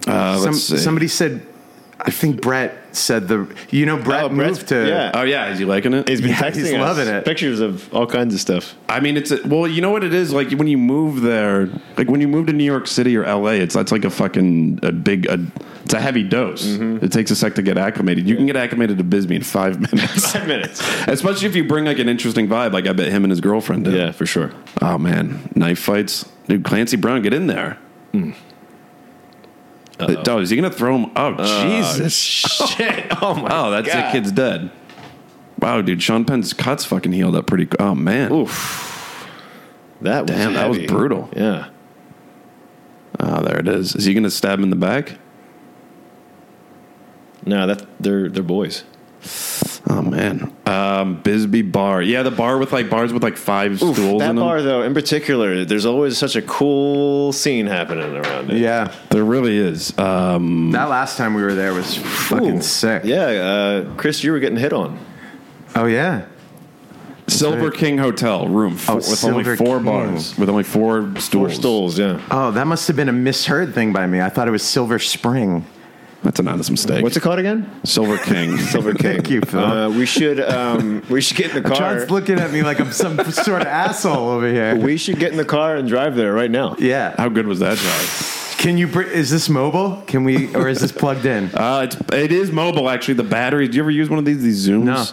Speaker 2: Uh, let's
Speaker 3: Some,
Speaker 2: see.
Speaker 3: somebody said, I think Brett said the. You know, Brett
Speaker 1: Oh, Brett's-
Speaker 3: moved to.
Speaker 1: yeah.
Speaker 2: Oh yeah, is he liking it?
Speaker 1: He's been
Speaker 3: Yeah,
Speaker 1: texting
Speaker 3: he's
Speaker 1: us
Speaker 3: loving it.
Speaker 1: Pictures of all kinds of stuff.
Speaker 2: I mean, it's a, well, you know what it is like when you move there, like when you move to New York City or LA, it's that's like a fucking a big, a, it's a heavy dose.
Speaker 3: Mm-hmm.
Speaker 2: It takes a sec to get acclimated. You can get acclimated to Bisbee in five minutes,
Speaker 1: Five minutes.
Speaker 2: especially if you bring like an interesting vibe. Like I bet him and his girlfriend did.
Speaker 1: Yeah, for sure.
Speaker 2: Oh man, knife fights, dude. Clancy Brown, get in there.
Speaker 1: Hmm.
Speaker 2: Uh, Oh, is he gonna throw him? Oh, Jesus! Shit! Oh my! Oh, that's
Speaker 1: God.
Speaker 2: that kid's dead. Wow, dude, Sean Penn's cuts fucking healed up pretty. Oh man,
Speaker 1: That was
Speaker 2: Damn, that was
Speaker 1: heavy.
Speaker 2: brutal.
Speaker 1: Yeah.
Speaker 2: Ah, there it is. Is he going to stab him in the back?
Speaker 1: No, that they're they're boys.
Speaker 2: Oh man, um, Bisbee Bar. Yeah, the bar with like bars with like five stools
Speaker 1: that
Speaker 2: in
Speaker 1: bar
Speaker 2: them.
Speaker 1: though, in particular, there's always such a cool scene happening around it.
Speaker 3: Yeah.
Speaker 2: There really is. Um,
Speaker 3: That last time we were there was fucking
Speaker 1: Ooh.
Speaker 3: sick.
Speaker 1: Yeah, uh, Chris, you were getting hit on.
Speaker 3: Oh, yeah.
Speaker 2: Silver King Hotel room four, with
Speaker 3: Silver
Speaker 2: only four
Speaker 3: King.
Speaker 2: bars with only four stools.
Speaker 1: Oh, Four stools, yeah.
Speaker 3: Oh, that must have been a misheard thing by me. I thought it was Silver Spring.
Speaker 2: That's an honest mistake.
Speaker 1: What's it called again?
Speaker 2: Silver King?
Speaker 1: Silver King.
Speaker 3: Thank you, Phil.
Speaker 1: Uh, we should um, we should get in the car.
Speaker 3: John's looking at me like I'm some sort of asshole over here.
Speaker 1: We should get in the car and drive there right now.
Speaker 3: Yeah.
Speaker 2: How good was that drive?
Speaker 3: Can you. Br- is this mobile? Can we. Or is this plugged in?
Speaker 2: Uh, it's it is mobile actually. The batteries. Do you ever use one of these? These zooms.
Speaker 3: No.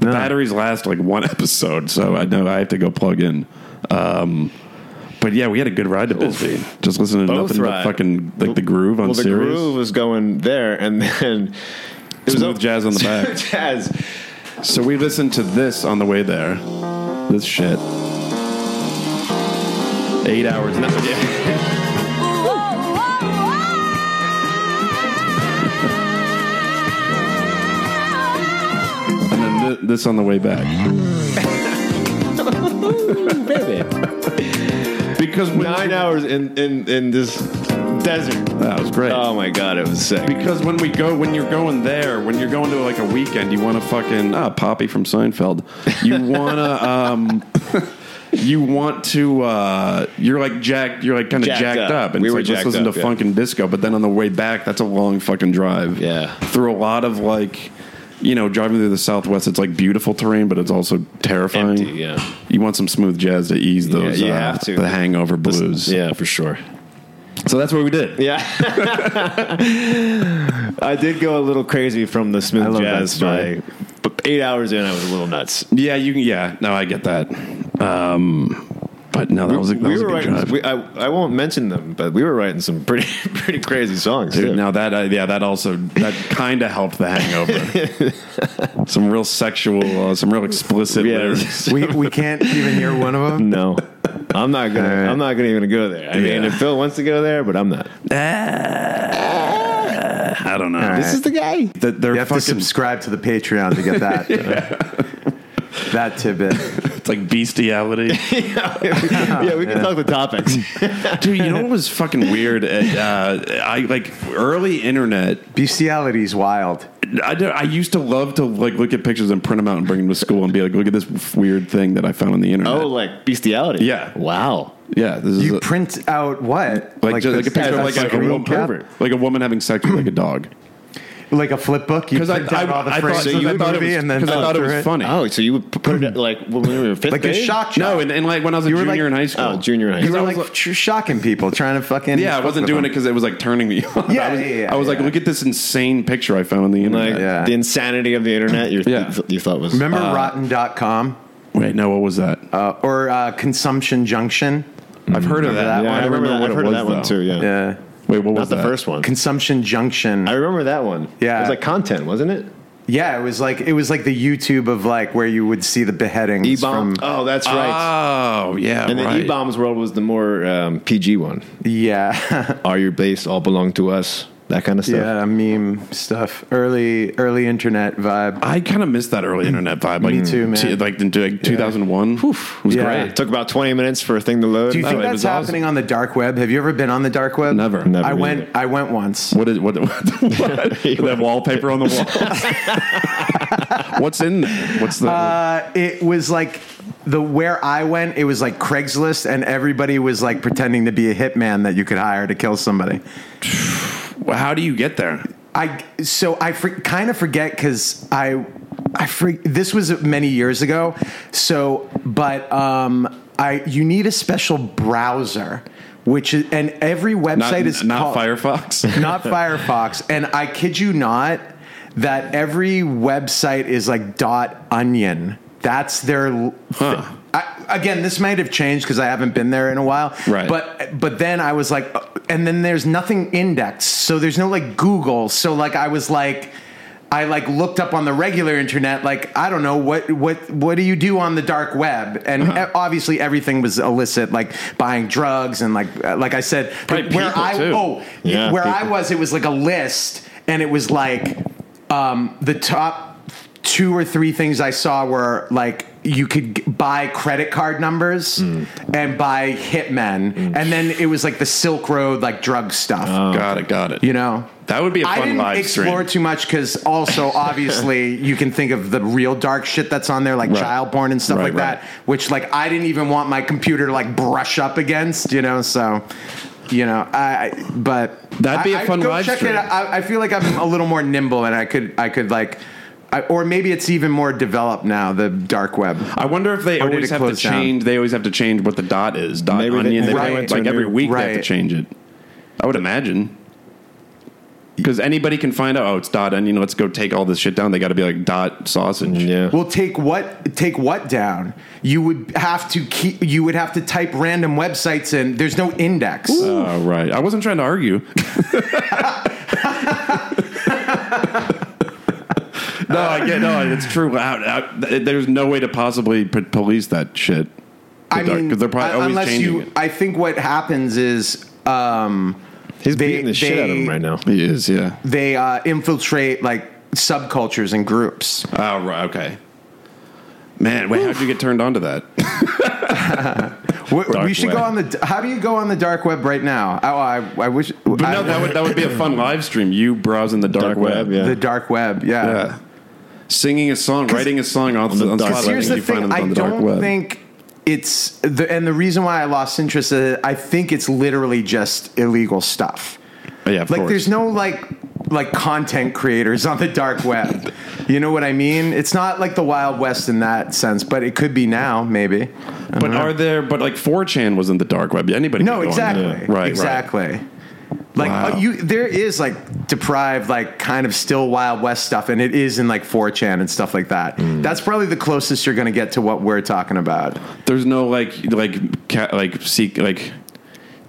Speaker 2: The
Speaker 3: No.
Speaker 2: batteries last like one episode, so I know I have to go plug in. Um, but yeah, we had a good ride to Bisbee. Just listening to
Speaker 1: Both
Speaker 2: nothing
Speaker 1: ride.
Speaker 2: but fucking like the groove on
Speaker 1: well, the
Speaker 2: series.
Speaker 1: groove was going there, and then it
Speaker 2: Smooth jazz on the back.
Speaker 1: jazz.
Speaker 2: So we listened to this on the way there. This shit. Eight hours. No, yeah. and then th- this on the way back. Because when,
Speaker 1: Nine hours in, in, in this desert.
Speaker 2: that was great.
Speaker 1: Oh my god, it was sick.
Speaker 2: Because when we go, when you're going there, when you're going to like a weekend, you want to fucking ah Poppy from Seinfeld. You wanna um, you want to uh, you're like jacked, you're like kind of
Speaker 1: Jacked
Speaker 2: jacked,
Speaker 1: up.
Speaker 2: up. and
Speaker 1: We
Speaker 2: it's
Speaker 1: were
Speaker 2: like, let's
Speaker 1: jacked
Speaker 2: listen
Speaker 1: up,
Speaker 2: to
Speaker 1: yeah.
Speaker 2: funk and disco. But then on the way back, that's a long fucking drive.
Speaker 1: Yeah.
Speaker 2: through a lot of like. You know, driving through the Southwest, it's like beautiful terrain, but it's also terrifying.
Speaker 1: Empty, yeah.
Speaker 2: you want some smooth jazz to ease those.
Speaker 1: you
Speaker 2: uh,
Speaker 1: have to.
Speaker 2: The hangover blues.
Speaker 1: Yeah, for sure.
Speaker 2: So that's what we did.
Speaker 1: Yeah. I did go a little crazy from the smooth
Speaker 3: love that
Speaker 1: jazz
Speaker 3: story.
Speaker 1: by but eight hours in I was a little nuts.
Speaker 2: Yeah, you can. Yeah, no, I get that. Um, but no, that was a, that was a good drive.
Speaker 1: we, I, I won't mention them, but we were writing some pretty pretty crazy songs.
Speaker 2: Dude,
Speaker 1: too.
Speaker 2: now that uh, yeah, that also that kind of helped the hangover. some real sexual, uh, some real explicit.
Speaker 1: Yeah.
Speaker 2: lyrics.
Speaker 3: we, we can't even hear one of them.
Speaker 1: No, I'm not gonna.
Speaker 3: right.
Speaker 1: I'm not gonna even go there. I mean,
Speaker 2: Yeah.
Speaker 1: if Phil wants to go there, but I'm not.
Speaker 2: Ah, I don't know.
Speaker 1: This is the guy.
Speaker 2: that they're
Speaker 3: You have to
Speaker 2: fucking.
Speaker 3: subscribe to the Patreon to get that. uh, That tidbit.
Speaker 2: It's like bestiality.
Speaker 1: yeah, we can talk the topics.
Speaker 2: Dude, you know what was fucking weird? Uh, I like early internet.
Speaker 3: Bestiality is wild.
Speaker 2: I, do- I used to love to like look at pictures and print them out and bring them to school and be like, look at this weird thing that I found on the internet.
Speaker 1: oh, like bestiality.
Speaker 2: Yeah.
Speaker 1: Wow.
Speaker 2: yeah, this is
Speaker 3: You
Speaker 2: a-
Speaker 3: print out what?
Speaker 2: like, just, like a
Speaker 3: this-
Speaker 2: picture of
Speaker 1: that's
Speaker 2: like,
Speaker 1: like
Speaker 2: a,
Speaker 1: a real
Speaker 2: woman,
Speaker 1: pervert.
Speaker 2: like a woman having sex with like a dog.
Speaker 3: like a flip book. You
Speaker 2: 'Cause I-
Speaker 3: print out
Speaker 2: I-
Speaker 3: all the
Speaker 2: I thought-
Speaker 3: phrases
Speaker 2: so
Speaker 3: of
Speaker 2: you
Speaker 3: the
Speaker 2: thought it
Speaker 3: movie
Speaker 2: was-
Speaker 3: and then
Speaker 2: 'cause I
Speaker 3: flip
Speaker 2: thought it
Speaker 3: through
Speaker 2: was funny.
Speaker 1: Oh, so you would p- put it like when we were in fifth
Speaker 3: Like a
Speaker 1: grade?
Speaker 3: shock shot.
Speaker 2: No, and, and like when I was a
Speaker 3: were,
Speaker 2: junior
Speaker 3: like-
Speaker 2: in high school,
Speaker 1: Oh, junior in high
Speaker 3: you
Speaker 2: Because
Speaker 3: were
Speaker 2: I
Speaker 3: like
Speaker 2: was
Speaker 3: tr- shocking people, trying to fucking.
Speaker 2: yeah, I wasn't doing it because it was like turning me on.
Speaker 3: Yeah,
Speaker 2: I was,
Speaker 3: yeah, yeah,
Speaker 2: I was like,
Speaker 3: yeah.
Speaker 2: look at this insane picture I found on the internet.
Speaker 1: Like
Speaker 3: Yeah.
Speaker 1: the insanity of the internet. Your,
Speaker 2: Yeah.
Speaker 1: you, thought was
Speaker 3: Remember
Speaker 2: uh,
Speaker 3: Rotten.com
Speaker 2: Wait, no, what was that?
Speaker 3: uh, or uh, Consumption Junction?
Speaker 2: I've heard of that.
Speaker 3: that
Speaker 1: Yeah,
Speaker 2: one.
Speaker 1: I remember that.
Speaker 2: what
Speaker 1: I've
Speaker 2: it
Speaker 1: heard of
Speaker 2: was,
Speaker 1: that one
Speaker 2: though.
Speaker 1: too. Yeah.
Speaker 3: Yeah,
Speaker 2: Wait, what
Speaker 1: Not
Speaker 2: was
Speaker 1: the
Speaker 2: that?
Speaker 1: first one.
Speaker 3: Consumption Junction.
Speaker 1: I remember that one.
Speaker 3: Yeah.
Speaker 1: It was like content, wasn't it?
Speaker 3: yeah, it was like it was like the YouTube of like where you would see the beheadings
Speaker 1: E-bomb.
Speaker 3: from.
Speaker 1: Oh, that's right.
Speaker 2: Oh, yeah,
Speaker 1: and the
Speaker 2: Ah, right.
Speaker 1: E-bombs world was the more um, PG one.
Speaker 3: Yeah,
Speaker 1: Are your base all belong to us? That kind of stuff.
Speaker 3: yeah, meme stuff. Early early internet vibe.
Speaker 2: I kind of missed that early internet vibe. Like,
Speaker 3: Me too, man.
Speaker 2: t- like in like 2001. Oof, was
Speaker 3: Yeah.
Speaker 2: great.
Speaker 1: It took about 20 minutes for a thing to load.
Speaker 3: Do you
Speaker 1: No,
Speaker 3: think
Speaker 1: it
Speaker 3: that's
Speaker 1: was awesome.
Speaker 3: happening on the dark web? Have you ever been on the dark web?
Speaker 2: Never.
Speaker 1: Never
Speaker 3: I
Speaker 1: either.
Speaker 3: went. I went once.
Speaker 2: What is what? what, what? that wallpaper on the wall. What's in there? What's the?
Speaker 3: Uh, it was like the where I went. It was like Craigslist, and everybody was like pretending to be a hitman that you could hire to kill somebody.
Speaker 2: how do you get there?
Speaker 3: I so I for, kind of forget because I I for, this was many years ago. So, but um, I you need a special browser, which is and every website
Speaker 2: Not,
Speaker 3: is
Speaker 2: not
Speaker 3: called-
Speaker 2: Firefox.
Speaker 3: not Firefox. And I kid you not, that every website is like dot onion. That's their. l-
Speaker 2: Huh.
Speaker 3: I, again, this might have changed because I haven't been there in a while.
Speaker 2: Right.
Speaker 3: But but then I was like, uh, and then there's nothing indexed, so there's no like Google. So like I was like. I like looked up on the regular internet, like I don't know what what what do you do on the dark web, and
Speaker 2: Uh-huh.
Speaker 3: e- obviously everything was illicit, like buying drugs and like uh, like I said,
Speaker 2: Probably
Speaker 3: where
Speaker 2: people,
Speaker 3: I
Speaker 2: too.
Speaker 3: oh
Speaker 1: Yeah,
Speaker 3: where I
Speaker 1: people.
Speaker 3: was, it was like a list, and it was like um, the top two or three things I saw were like you could g- buy credit card numbers and buy hitmen, and then it was like the Silk Road like drug stuff,
Speaker 2: Got it. Got it.
Speaker 3: you know.
Speaker 2: That would be a
Speaker 3: I
Speaker 2: fun
Speaker 3: didn't
Speaker 2: live
Speaker 3: explore
Speaker 2: stream.
Speaker 3: too much because also obviously you can think of the real dark shit that's on there, like
Speaker 2: Right.
Speaker 3: child porn and stuff
Speaker 2: Right,
Speaker 3: like that, which like I didn't even want my computer to like brush up against, you know. So, you know, I I- but
Speaker 2: That'd be
Speaker 3: a
Speaker 2: a fun
Speaker 3: go
Speaker 2: live
Speaker 3: check
Speaker 2: stream.
Speaker 3: It out. I, I feel like I'm a little more nimble and I could I could like, I, or maybe it's even more developed now the dark web.
Speaker 2: I wonder if they
Speaker 3: Or did
Speaker 2: always
Speaker 3: it
Speaker 2: have to
Speaker 3: close down?
Speaker 2: change. They always have to change what the dot is. Dot
Speaker 1: Maybe they-
Speaker 2: onion. They,
Speaker 3: Right.
Speaker 2: went to like
Speaker 1: a
Speaker 2: every
Speaker 1: new-
Speaker 2: week they have
Speaker 3: right.
Speaker 2: to change it. I would imagine because anybody can find out. Oh, it's dot onion. Let's go take all this shit down. They got to be like dot sausage.
Speaker 1: Yeah.
Speaker 3: Well, take what take what down. You would have to keep. You would have to type random websites in. There's no index.
Speaker 2: Oh, right. I wasn't trying to argue. No, I get no. It's true. How- how- there's no way to possibly p- police that shit.
Speaker 3: I mean,
Speaker 2: because they're probably
Speaker 3: uh,
Speaker 2: always
Speaker 3: unless
Speaker 2: changing
Speaker 3: you,
Speaker 2: it.
Speaker 3: I think what happens is um,
Speaker 1: He's
Speaker 3: They-
Speaker 1: beating the shit out of him
Speaker 3: they-
Speaker 1: right now.
Speaker 2: He is, yeah.
Speaker 3: they uh, infiltrate like subcultures and groups.
Speaker 2: Oh, right, okay. Man, wait, how'd you get turned on to that?
Speaker 3: We, we should
Speaker 4: web.
Speaker 3: go on the. How do you go on the dark web right now? Oh, I, I wish.
Speaker 2: But
Speaker 3: I-
Speaker 2: no, that would that would be a fun live stream. You browsing the dark,
Speaker 4: Dark web,
Speaker 2: web,
Speaker 4: yeah.
Speaker 3: the dark web. Yeah.
Speaker 2: yeah. Singing a song, writing a song on,
Speaker 4: the
Speaker 2: on
Speaker 4: dark
Speaker 2: Spotify,
Speaker 4: web.
Speaker 3: Here's
Speaker 2: you
Speaker 3: the
Speaker 2: find
Speaker 3: thing.
Speaker 2: it
Speaker 3: I
Speaker 2: on the dark
Speaker 3: don't
Speaker 2: web.
Speaker 3: think it's the and the reason why I lost interest. Is I think it's literally just illegal stuff.
Speaker 2: Oh, yeah, of
Speaker 3: like
Speaker 2: course.
Speaker 3: there's no like like content creators on the dark web. you know what I mean? It's not like the Wild West in that sense, but it could be now maybe.
Speaker 2: but are there? But like 4chan was in the dark web. Anybody?
Speaker 3: No,
Speaker 2: could go on there.
Speaker 3: exactly.
Speaker 2: Right, right.
Speaker 3: Exactly. Like
Speaker 2: Wow.
Speaker 3: uh, you, there is like deprived, like kind of still Wild West stuff, and it is in like 4chan and stuff like that.
Speaker 2: Mm.
Speaker 3: That's probably the closest you're going to get to what we're talking about.
Speaker 2: There's no like like ca- like seek like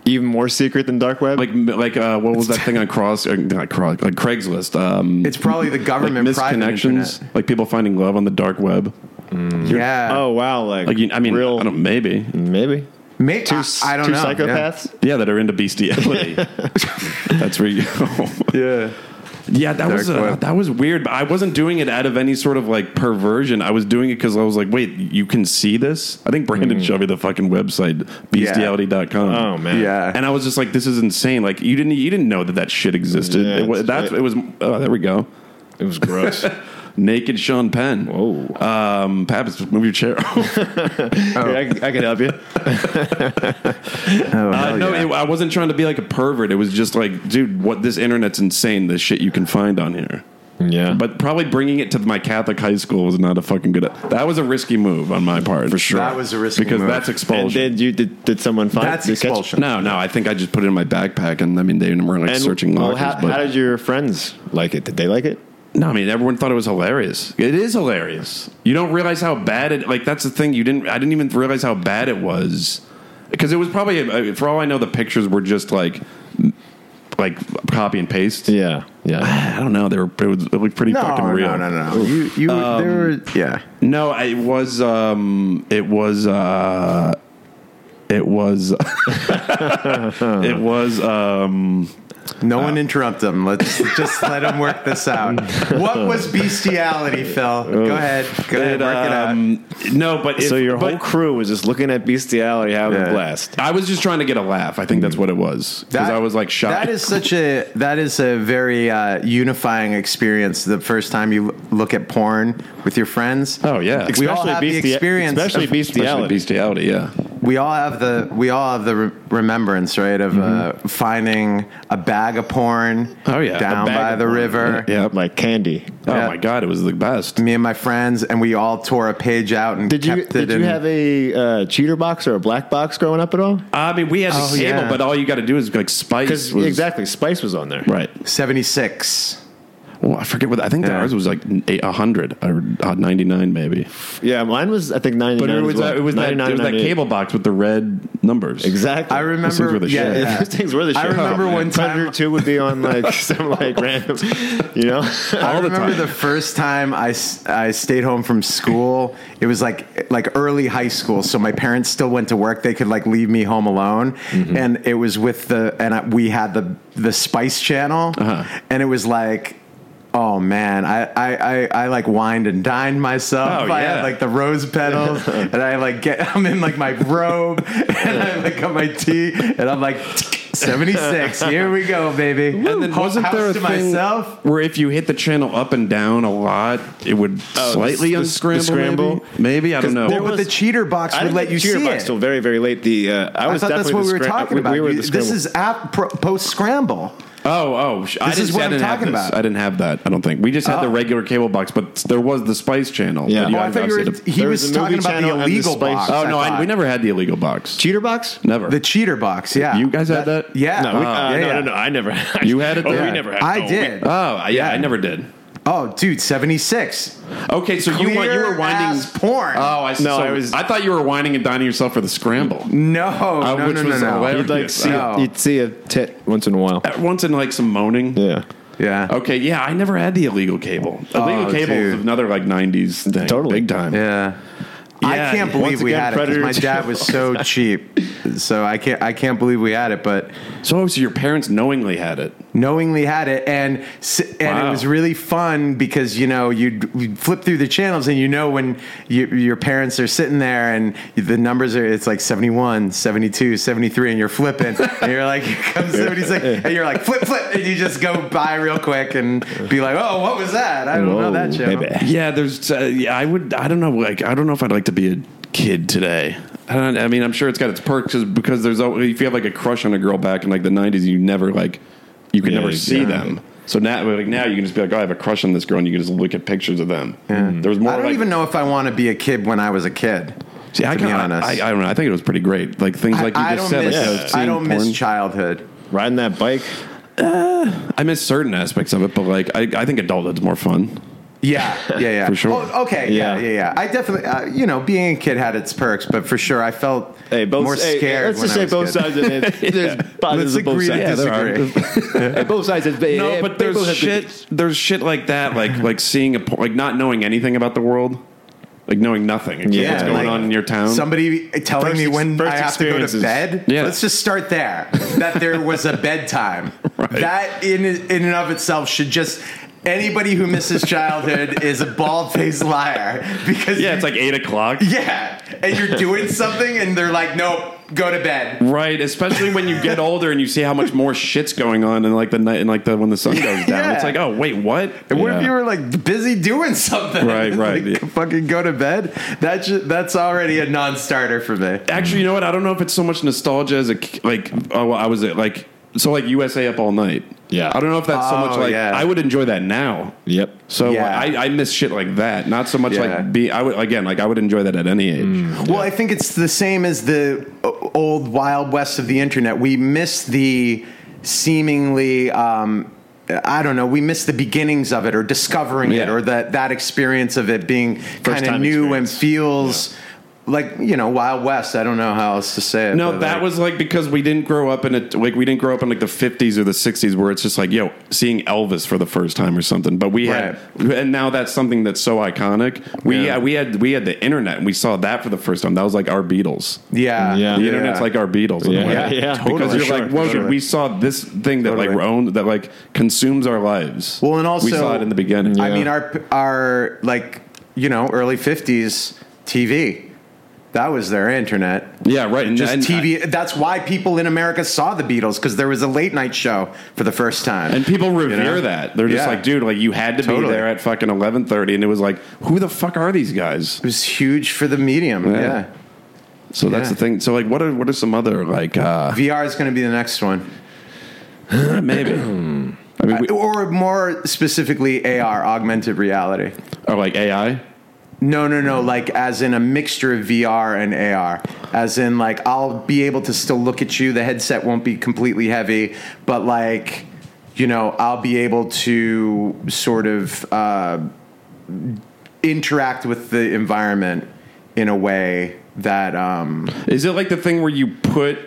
Speaker 1: Even more secret than dark web.
Speaker 2: like like uh, what was that thing on cross or not cross like Craigslist? Um,
Speaker 3: It's probably the
Speaker 2: like
Speaker 3: government private
Speaker 2: misconnections,
Speaker 3: internet.
Speaker 2: like people finding love on the dark web.
Speaker 3: Yeah.
Speaker 1: oh wow, like,
Speaker 2: Like you, I mean,
Speaker 1: real
Speaker 2: I don't, maybe
Speaker 1: maybe
Speaker 3: May,
Speaker 1: two
Speaker 3: I,
Speaker 1: s-
Speaker 3: I don't
Speaker 1: two
Speaker 3: know. Yeah.
Speaker 1: psychopaths.
Speaker 2: yeah, that are into bestiality. That's where you go.
Speaker 3: Yeah.
Speaker 2: Yeah, that was
Speaker 3: Dark
Speaker 2: uh
Speaker 3: web.
Speaker 2: that was weird. But I wasn't doing it out of any sort of like perversion. I was doing it because I was like, wait, you can see this. I think
Speaker 3: Hmm.
Speaker 2: Brandon showed me the fucking website bestiality.com.
Speaker 1: Oh man,
Speaker 3: Yeah.
Speaker 2: And I was just like, this is insane. Like you didn't you didn't know that that shit existed.
Speaker 1: Yeah,
Speaker 2: it, wa-
Speaker 1: that's
Speaker 2: that's
Speaker 1: right.
Speaker 2: it was. Oh, there we go.
Speaker 1: it was gross.
Speaker 2: Naked Sean Penn.
Speaker 3: Oh.
Speaker 1: Whoa. Oh,
Speaker 2: Um, Pappas, move your chair.
Speaker 1: Here, I, can- I can help you.
Speaker 3: Oh,
Speaker 2: Uh,
Speaker 3: hell
Speaker 2: no,
Speaker 3: yeah.
Speaker 2: it, I wasn't trying to be like a pervert. It was just like, dude, what this internet's insane. The shit you can find on here.
Speaker 1: Yeah, but
Speaker 2: But probably bringing it to my Catholic high school was not a fucking good. That was a risky move on my part for sure.
Speaker 3: That was a risky
Speaker 2: because
Speaker 3: move.
Speaker 2: that's
Speaker 1: and
Speaker 2: expulsion.
Speaker 1: did you did, did someone find
Speaker 3: That's
Speaker 1: did you catch-
Speaker 3: expulsion.
Speaker 2: no, no, I think I just put it in my backpack, and I mean they weren't like
Speaker 1: And
Speaker 2: searching
Speaker 1: well,
Speaker 2: lockers.
Speaker 1: how,
Speaker 2: but
Speaker 1: how did your friends like it? Did they like it?
Speaker 2: no, I mean everyone thought it was hilarious. It is hilarious. You don't realize how bad it. Like that's the thing. You didn't. I didn't even realize how bad it was because it was probably. uh, For all I know, the pictures were just like, like copy and paste.
Speaker 1: Yeah, yeah.
Speaker 2: I don't know. They were. It, was, it looked pretty
Speaker 3: No,
Speaker 2: fucking
Speaker 3: no,
Speaker 2: real. Um,
Speaker 3: no, no, no. You, you, there were, yeah.
Speaker 2: No, it was um it was uh it was it was um
Speaker 3: No one interrupt them. Let's just let them work this out. What was bestiality, Phil? Go ahead. Go ahead.
Speaker 2: it,
Speaker 3: Work it out.
Speaker 2: um, no, but if,
Speaker 1: so your
Speaker 2: but
Speaker 1: whole crew was just looking at bestiality, having
Speaker 3: Yeah.
Speaker 1: a blast.
Speaker 2: I was just trying to get a laugh. I think that's what it was because
Speaker 3: Mm. That-
Speaker 2: I was like shocked.
Speaker 3: That is such a that is a very uh, unifying experience. The first time you look at porn with your friends.
Speaker 2: oh yeah,
Speaker 3: We all have the
Speaker 1: bestia-
Speaker 3: experience
Speaker 1: especially
Speaker 3: of-
Speaker 2: Especially
Speaker 1: bestiality.
Speaker 2: bestiality. Yeah,
Speaker 3: We all have the we all have the re- remembrance, right, of uh, finding a bag of porn.
Speaker 2: Mm-hmm. Oh, yeah. A
Speaker 3: down
Speaker 2: bag
Speaker 3: by
Speaker 2: of
Speaker 3: the
Speaker 2: porn.
Speaker 3: river. Uh,
Speaker 1: yeah, like candy.
Speaker 2: Oh
Speaker 3: Yeah.
Speaker 2: my god, it was the best.
Speaker 3: Me and my friends, and we all tore a page out and
Speaker 1: Did you
Speaker 3: kept it.
Speaker 1: did you
Speaker 3: in-
Speaker 1: have a uh, cheater box or a black box growing up at all?
Speaker 2: I mean, we had the
Speaker 3: Oh,
Speaker 2: cable,
Speaker 3: yeah.
Speaker 2: but all you got to do is like spice.
Speaker 1: Because
Speaker 2: Was,
Speaker 1: exactly, Spice was on there.
Speaker 2: right.
Speaker 3: 76.
Speaker 2: Well, I forget what I think
Speaker 3: Yeah.
Speaker 2: ours was like eight hundred or ninety nine maybe.
Speaker 1: Yeah, mine was I think ninety
Speaker 2: But
Speaker 3: uh,
Speaker 1: nine.
Speaker 2: it was, that, it was, that, it was that cable box with the red numbers.
Speaker 1: Exactly.
Speaker 3: I
Speaker 2: Those things were
Speaker 3: remember.
Speaker 2: the
Speaker 3: Yeah,
Speaker 2: shit.
Speaker 3: yeah.
Speaker 1: Those things were the shit.
Speaker 3: I remember
Speaker 1: Oh,
Speaker 3: one
Speaker 1: man.
Speaker 3: time-
Speaker 1: Predator Two would be on like some like random, you know.
Speaker 3: I
Speaker 2: All the
Speaker 3: remember
Speaker 2: time.
Speaker 3: the first time I, s- I stayed home from school. It was like like early high school, so my parents still went to work. They could like leave me home alone,
Speaker 2: Mm-hmm.
Speaker 3: and it was with the and I, we had the the Spice Channel,
Speaker 2: Uh-huh.
Speaker 3: and it was like. Oh man, I, I, I, I like wined and dined myself.
Speaker 2: Oh,
Speaker 3: I
Speaker 2: yeah.
Speaker 3: had like the rose petals, and I like get I'm in like my robe, and I like got my tea, and I'm like seventy six. Here we go, baby.
Speaker 2: And then
Speaker 3: Whole
Speaker 2: wasn't
Speaker 3: house
Speaker 2: there a
Speaker 3: to
Speaker 2: thing
Speaker 3: myself?
Speaker 2: where if you hit the channel up and down a lot, it would slightly
Speaker 1: the- the
Speaker 2: unscramble?
Speaker 1: scramble?
Speaker 2: Maybe, Maybe, I don't know.
Speaker 3: Well, but the cheater box
Speaker 1: I
Speaker 3: would
Speaker 1: didn't
Speaker 3: let
Speaker 1: get
Speaker 3: you
Speaker 1: cheater
Speaker 3: see
Speaker 1: box
Speaker 3: it.
Speaker 1: till very very late. The uh, I,
Speaker 3: I,
Speaker 1: was
Speaker 3: thought that's
Speaker 1: definitely
Speaker 3: what we
Speaker 1: the
Speaker 3: were
Speaker 1: scram-
Speaker 3: talking about.
Speaker 1: We were
Speaker 3: You-
Speaker 1: the
Speaker 3: this
Speaker 1: scramble.
Speaker 3: is ap- pro- post scramble.
Speaker 2: oh, oh, sh- I
Speaker 3: This
Speaker 2: didn't,
Speaker 3: is what
Speaker 2: I
Speaker 3: I'm
Speaker 2: didn't have
Speaker 3: talking
Speaker 2: this.
Speaker 3: about. Oh.
Speaker 2: I didn't have that. I don't think we just had the regular cable box, but there was the Spice Channel.
Speaker 1: Yeah.
Speaker 2: But you
Speaker 1: Oh,
Speaker 3: I
Speaker 2: had
Speaker 3: thought you were,
Speaker 2: obviously
Speaker 3: he
Speaker 1: There
Speaker 3: was,
Speaker 1: was a movie
Speaker 3: talking about
Speaker 1: channel and
Speaker 3: the
Speaker 1: the
Speaker 3: illegal
Speaker 1: Spice-
Speaker 3: box.
Speaker 2: to- oh no, I,
Speaker 3: thought.
Speaker 2: we never had the illegal box.
Speaker 1: cheater box.
Speaker 2: Never.
Speaker 3: the cheater box. Yeah,
Speaker 2: You guys had that?
Speaker 3: Yeah,
Speaker 1: No, we, uh,
Speaker 3: Oh, yeah,
Speaker 1: no,
Speaker 3: yeah.
Speaker 1: no, no. I never. Had,
Speaker 2: You had it
Speaker 1: Oh,
Speaker 2: there?
Speaker 1: we never had.
Speaker 3: I
Speaker 1: oh, we-
Speaker 3: did.
Speaker 2: Oh, yeah, I never did.
Speaker 3: oh, dude, seventy six.
Speaker 2: Okay, so you want you were winding.
Speaker 3: ass porn.
Speaker 2: Oh, I
Speaker 1: No,
Speaker 2: so
Speaker 1: I was-
Speaker 2: I thought you were winding and dining yourself for the scramble.
Speaker 3: no, no,
Speaker 2: Uh, which
Speaker 3: no, no,
Speaker 2: was
Speaker 3: no.
Speaker 2: hilarious.
Speaker 1: You'd like
Speaker 2: Yes,
Speaker 1: see.
Speaker 3: I-
Speaker 1: A, you'd see a tit once in a while.
Speaker 2: Once in like some moaning.
Speaker 1: Yeah.
Speaker 3: Yeah.
Speaker 2: Okay, yeah, I never had the illegal cable. Illegal
Speaker 3: Oh,
Speaker 2: cable is
Speaker 3: dude.
Speaker 2: another like '90s thing,
Speaker 1: Totally.
Speaker 2: big time.
Speaker 3: Yeah. I
Speaker 2: Yeah,
Speaker 3: can't
Speaker 2: once
Speaker 3: believe we
Speaker 2: again,
Speaker 3: had it 'cause
Speaker 2: Predator
Speaker 3: my dad
Speaker 2: too.
Speaker 3: was so cheap. So I can't I can't believe we had it, but
Speaker 2: So, obviously your parents knowingly had it.
Speaker 3: knowingly had it and s- and
Speaker 2: Wow.
Speaker 3: it was really fun because you know you'd, you'd flip through the channels and you know when you, your parents are sitting there and the numbers are it's like 71 72 73 and you're flipping and you're like here comes 76 and you're like flip flip and you just go by real quick and be like oh what was that I don't know that channel
Speaker 1: baby.
Speaker 2: Yeah, there's. Uh, yeah, I would. I don't know. Like, I don't know if I'd like to be a kid today. I, don't, I mean, I'm sure it's got its perks is because there's. Always, if you have like a crush on a girl back in like the '90s, you never like, you could
Speaker 4: Yeah,
Speaker 2: never see
Speaker 4: exactly.
Speaker 2: them. So now, like now, you can just be like, oh, I have a crush on this girl, and you can just look at pictures of them. Yeah. There was more.
Speaker 3: I don't
Speaker 2: like,
Speaker 3: even know if I want to be a kid when I was a kid
Speaker 2: See, I,
Speaker 3: to be
Speaker 2: kinda-
Speaker 3: honest
Speaker 2: I, I don't know. I think it was pretty great. Like things like you
Speaker 3: I, I
Speaker 2: just
Speaker 3: don't
Speaker 2: said.
Speaker 3: miss
Speaker 2: like,
Speaker 3: I
Speaker 2: seeing
Speaker 3: don't miss
Speaker 2: porn.
Speaker 3: childhood
Speaker 1: Riding that bike.
Speaker 2: I miss certain aspects of it, but like I, I think adulthood's more fun.
Speaker 3: Yeah, yeah, yeah.
Speaker 2: For sure.
Speaker 3: Oh, okay, yeah,
Speaker 1: Yeah.
Speaker 3: yeah, yeah. I definitely, uh, you know, being a kid had its perks, but for sure, I felt
Speaker 1: Hey, both.
Speaker 3: more
Speaker 1: hey,
Speaker 3: scared.
Speaker 1: let's
Speaker 3: when
Speaker 1: just say
Speaker 3: I was
Speaker 1: both
Speaker 3: kid.
Speaker 1: sides. Of it. There's positives
Speaker 3: Let's
Speaker 1: of both
Speaker 3: agree to
Speaker 1: sides.
Speaker 3: disagree.
Speaker 1: Hey, both sides. Has,
Speaker 2: No, but there's shit. There's shit like that, like like seeing a por- like not knowing anything about the world, like knowing nothing except
Speaker 1: Yeah,
Speaker 2: what's going
Speaker 3: like,
Speaker 2: on in your town.
Speaker 3: Somebody telling
Speaker 1: First
Speaker 3: me
Speaker 1: ex-
Speaker 3: when
Speaker 1: first
Speaker 3: I have to go to
Speaker 1: experiences.
Speaker 3: bed.
Speaker 2: Yeah.
Speaker 3: Let's just start there. That there was a bedtime. That in in and of itself should just. Anybody who misses childhood is a bald faced liar because
Speaker 2: yeah, it's like eight o'clock.
Speaker 3: yeah, and you're doing something and they're like, nope, go to bed.
Speaker 2: Right, especially when you get older and you see how much more shit's going on, and like the night and like the when the sun goes down,
Speaker 3: Yeah.
Speaker 2: it's like, oh wait, what?
Speaker 3: And What if
Speaker 2: Yeah.
Speaker 3: you were like busy doing something?
Speaker 2: Right, right,
Speaker 3: Like,
Speaker 2: yeah.
Speaker 3: Fucking go to bed. That's ju- that's already a non-starter for me.
Speaker 2: Actually, you know what? I don't know if it's so much nostalgia as a k- like. Oh, well, I was at like so like USA up all night.
Speaker 4: Yeah.
Speaker 2: I don't know if that's so
Speaker 3: Oh,
Speaker 2: much like
Speaker 3: yeah.
Speaker 2: I would enjoy that now.
Speaker 4: Yep.
Speaker 2: So
Speaker 3: Yeah.
Speaker 2: I, I miss shit like that. Not so much
Speaker 3: Yeah. Mm.
Speaker 2: like be. I would again like I would enjoy that at any age.
Speaker 3: Well, I think it's the same as the o- old Wild West of the internet. We miss the seemingly. Um, I don't know. We miss the beginnings of it, or discovering it,
Speaker 2: Yeah.
Speaker 3: or that that experience of it being kind of
Speaker 4: time
Speaker 3: new and
Speaker 4: experience.
Speaker 3: feels like you know Wild West. I don't know how else to say it.
Speaker 2: No,
Speaker 3: but,
Speaker 2: that
Speaker 3: like,
Speaker 2: was like because we didn't grow up in it. Like we didn't grow up in like the fifties or the sixties where it's just like yo seeing Elvis for the first time or something. But we had, and now that's something that's so iconic. We
Speaker 3: Yeah.
Speaker 2: yeah. we had we had the internet and we saw that for the first time. That was like our Beatles.
Speaker 3: yeah,
Speaker 4: Yeah.
Speaker 2: The internet's like our Beatles. in a way.
Speaker 4: Yeah, yeah.
Speaker 2: Because
Speaker 3: Totally.
Speaker 2: you're
Speaker 3: Sure,
Speaker 2: like, whoa,
Speaker 3: totally.
Speaker 2: dude, we saw this thing that like
Speaker 3: Totally.
Speaker 2: we're owned, that like consumes our lives.
Speaker 3: Well, and also
Speaker 2: we saw it in the beginning.
Speaker 3: I
Speaker 2: Yeah.
Speaker 3: mean, our our like you know early fifties TV. That was their internet.
Speaker 2: yeah, right. And
Speaker 3: Just
Speaker 2: and-
Speaker 3: TV. that's why people in America saw the Beatles because there was a late night show for the first time.
Speaker 2: And people revere
Speaker 3: know?
Speaker 2: that. They're just
Speaker 3: Yeah.
Speaker 2: like, dude, like you had to be
Speaker 3: Totally.
Speaker 2: there at fucking eleven thirty, and it was like, who the fuck are these guys?
Speaker 3: it was huge for the medium.
Speaker 2: Yeah.
Speaker 3: Yeah.
Speaker 2: So that's
Speaker 3: Yeah.
Speaker 2: the thing. So like, what are what are some other like uh,
Speaker 3: VR is going to be the next one.
Speaker 2: maybe? I mean, we,
Speaker 3: or more specifically, AR, augmented reality.
Speaker 2: or uh, like AI.
Speaker 3: No, no, no. Like, as in a mixture of VR and AR. As in, like, I'll be able to still look at you. The headset won't be completely heavy, but, like, you know, I'll be able to sort of uh, interact with the environment in a way that. Um,
Speaker 2: Is it like the thing where you put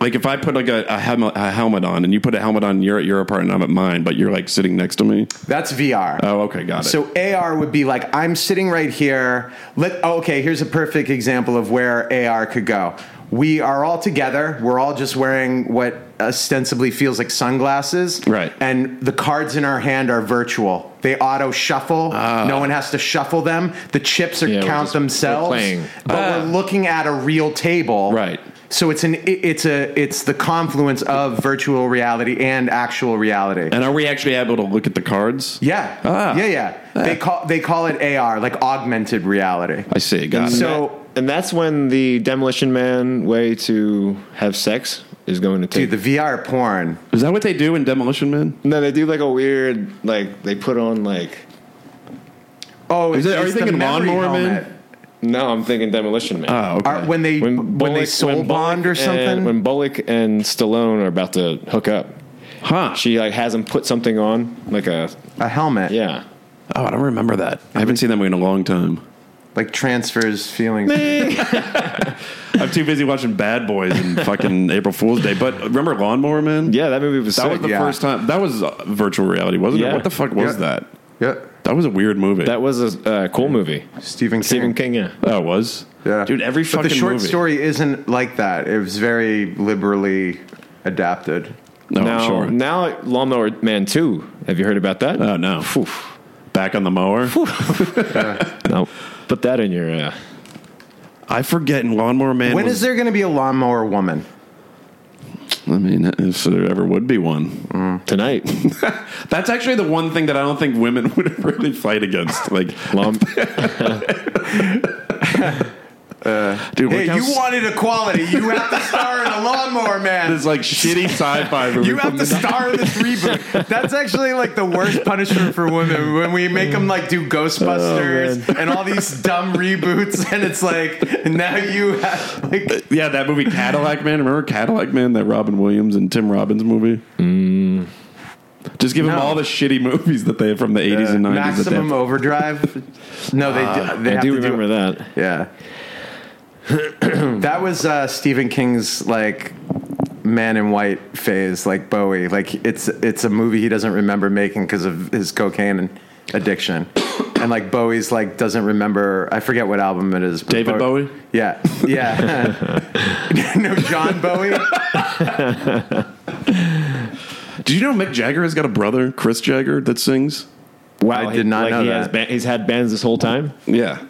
Speaker 2: like if I put like a, a, helmet, a helmet on and you put a helmet on, you're at your apartment, I'm at mine, but you're like sitting next to me.
Speaker 3: that's VR.
Speaker 2: Oh, okay, got it.
Speaker 3: So AR would be like I'm sitting right here. Let oh, okay, here's a perfect example of where AR could go. We are all together. We're all just wearing what ostensibly feels like sunglasses.
Speaker 2: Right.
Speaker 3: And the cards in our hand are virtual. They auto shuffle.
Speaker 2: Ah.
Speaker 3: no one has to shuffle them. The chips are
Speaker 4: Yeah, we're
Speaker 3: count
Speaker 4: just- we're
Speaker 3: themselves.
Speaker 4: playing.
Speaker 3: But
Speaker 2: Ah.
Speaker 3: we're looking at a real table.
Speaker 2: Right.
Speaker 3: So it's an it- it's a it's the confluence of virtual reality and actual reality.
Speaker 2: and are we actually able to look at the cards?
Speaker 3: Yeah.
Speaker 2: Ah.
Speaker 3: Yeah, yeah. They call they call it AR, like augmented reality.
Speaker 2: I see. Got it.
Speaker 3: So
Speaker 1: and that's when the demolition man way to have sex is going to take.
Speaker 3: dude, the VR porn.
Speaker 2: Is that what they do in Demolition Man?
Speaker 1: no, they do like a weird like they put on like.
Speaker 3: Oh,
Speaker 2: Is
Speaker 3: it's,
Speaker 2: it- are you
Speaker 3: it's the
Speaker 2: thinking
Speaker 3: memory
Speaker 2: Lawnmower Man?
Speaker 3: helmet.
Speaker 1: No, I'm thinking demolition man.
Speaker 2: Oh, okay.
Speaker 3: Are, when they Uh, when, they
Speaker 1: Bullock-
Speaker 3: soul
Speaker 1: when Bullock
Speaker 3: bond or
Speaker 2: uh,
Speaker 1: and-
Speaker 3: something.
Speaker 1: when Bullock and Stallone are about to hook up,
Speaker 2: huh?
Speaker 1: she like has him put something on like a
Speaker 3: a helmet.
Speaker 1: yeah.
Speaker 2: Oh, I don't remember that. I haven't seen that movie in a long time.
Speaker 3: Like transfers feelings.
Speaker 2: I'm too busy watching Bad Boys and fucking April Fool's Day. But remember Lawnmower Man?
Speaker 1: Yeah, that movie was
Speaker 2: That
Speaker 1: sick.
Speaker 2: was the
Speaker 3: yeah.
Speaker 2: first time. That was uh, virtual reality, wasn't
Speaker 1: Yeah.
Speaker 2: it? What the fuck was
Speaker 3: Yeah.
Speaker 2: that?
Speaker 3: Yep.
Speaker 2: That was a weird movie.
Speaker 1: that was a uh, cool movie.
Speaker 3: Stephen King.
Speaker 1: Stephen King, yeah.
Speaker 2: That was.
Speaker 3: Yeah.
Speaker 2: Dude, every
Speaker 3: But
Speaker 2: fucking
Speaker 3: the short
Speaker 2: movie.
Speaker 3: story isn't like that. It was very liberally adapted.
Speaker 2: No, I'm
Speaker 1: now,
Speaker 2: sure.
Speaker 1: now, Lawnmower Man 2. Have you heard about that?
Speaker 3: Uh,
Speaker 2: Oh, no. Back on the mower.
Speaker 1: no. Put that in your. Uh,
Speaker 2: I forget in Lawnmower Man.
Speaker 3: when is there going to be a lawnmower woman?
Speaker 2: I mean, if there ever would be one.
Speaker 1: tonight.
Speaker 2: That's actually the one thing that I don't think women would really fight against. Like,
Speaker 1: Lawn-
Speaker 2: dude,
Speaker 3: Hey,
Speaker 2: look how
Speaker 3: you wanted equality. You have to star in a lawnmower man.
Speaker 2: this like shitty sci-fi movie.
Speaker 3: You have
Speaker 2: from
Speaker 3: to
Speaker 2: the-
Speaker 3: star in this reboot. That's actually like the worst punishment for women when we make them like do
Speaker 1: Oh,
Speaker 3: Ghostbusters and all these dumb reboots, and it's like now you have like
Speaker 2: yeah, that movie Cadillac Man. Remember Cadillac Man? That Robin Williams and Tim Robbins movie. Just give them
Speaker 3: No.
Speaker 2: all the shitty movies that they from the eighties and nineties.
Speaker 3: maximum overdrive. No, they do, they
Speaker 1: Ah, I
Speaker 3: have
Speaker 1: do
Speaker 3: to do
Speaker 1: remember that.
Speaker 3: Yeah. that was uh, Stephen King's like man in white phase, like Bowie. Like it's it's a movie he doesn't remember making because of his cocaine addiction. And like Bowie's like doesn't remember I forget what album it is. but
Speaker 2: David Bowie?
Speaker 3: Yeah. Yeah. no John Bowie.
Speaker 2: Did you know Mick Jagger has got a brother, Chris Jagger, that sings?
Speaker 1: Wow,
Speaker 3: I did not
Speaker 1: like,
Speaker 3: know
Speaker 1: he
Speaker 3: that.
Speaker 1: Has ba- he's had bands this whole time,
Speaker 2: Yeah,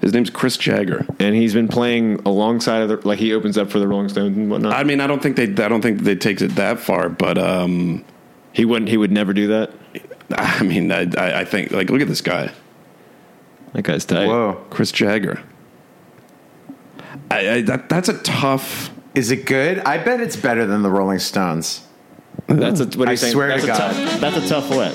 Speaker 2: his name's Chris Jagger.
Speaker 1: and he's been playing alongside of the, like he opens up for the Rolling Stones and whatnot.
Speaker 2: I mean, I don't think they, I don't think they takes it that far, but um,
Speaker 1: he wouldn't. He would never do that.
Speaker 2: I mean, I, I, I think like look at this guy,
Speaker 1: That guy's tight.
Speaker 3: Whoa.
Speaker 2: Chris Jagger. I, I that that's a tough.
Speaker 3: Is it good? I bet it's better than the Rolling Stones.
Speaker 1: That's a, what
Speaker 3: I
Speaker 1: he's saying.
Speaker 3: swear to
Speaker 1: that's a
Speaker 3: God.
Speaker 1: tough, that's a tough let.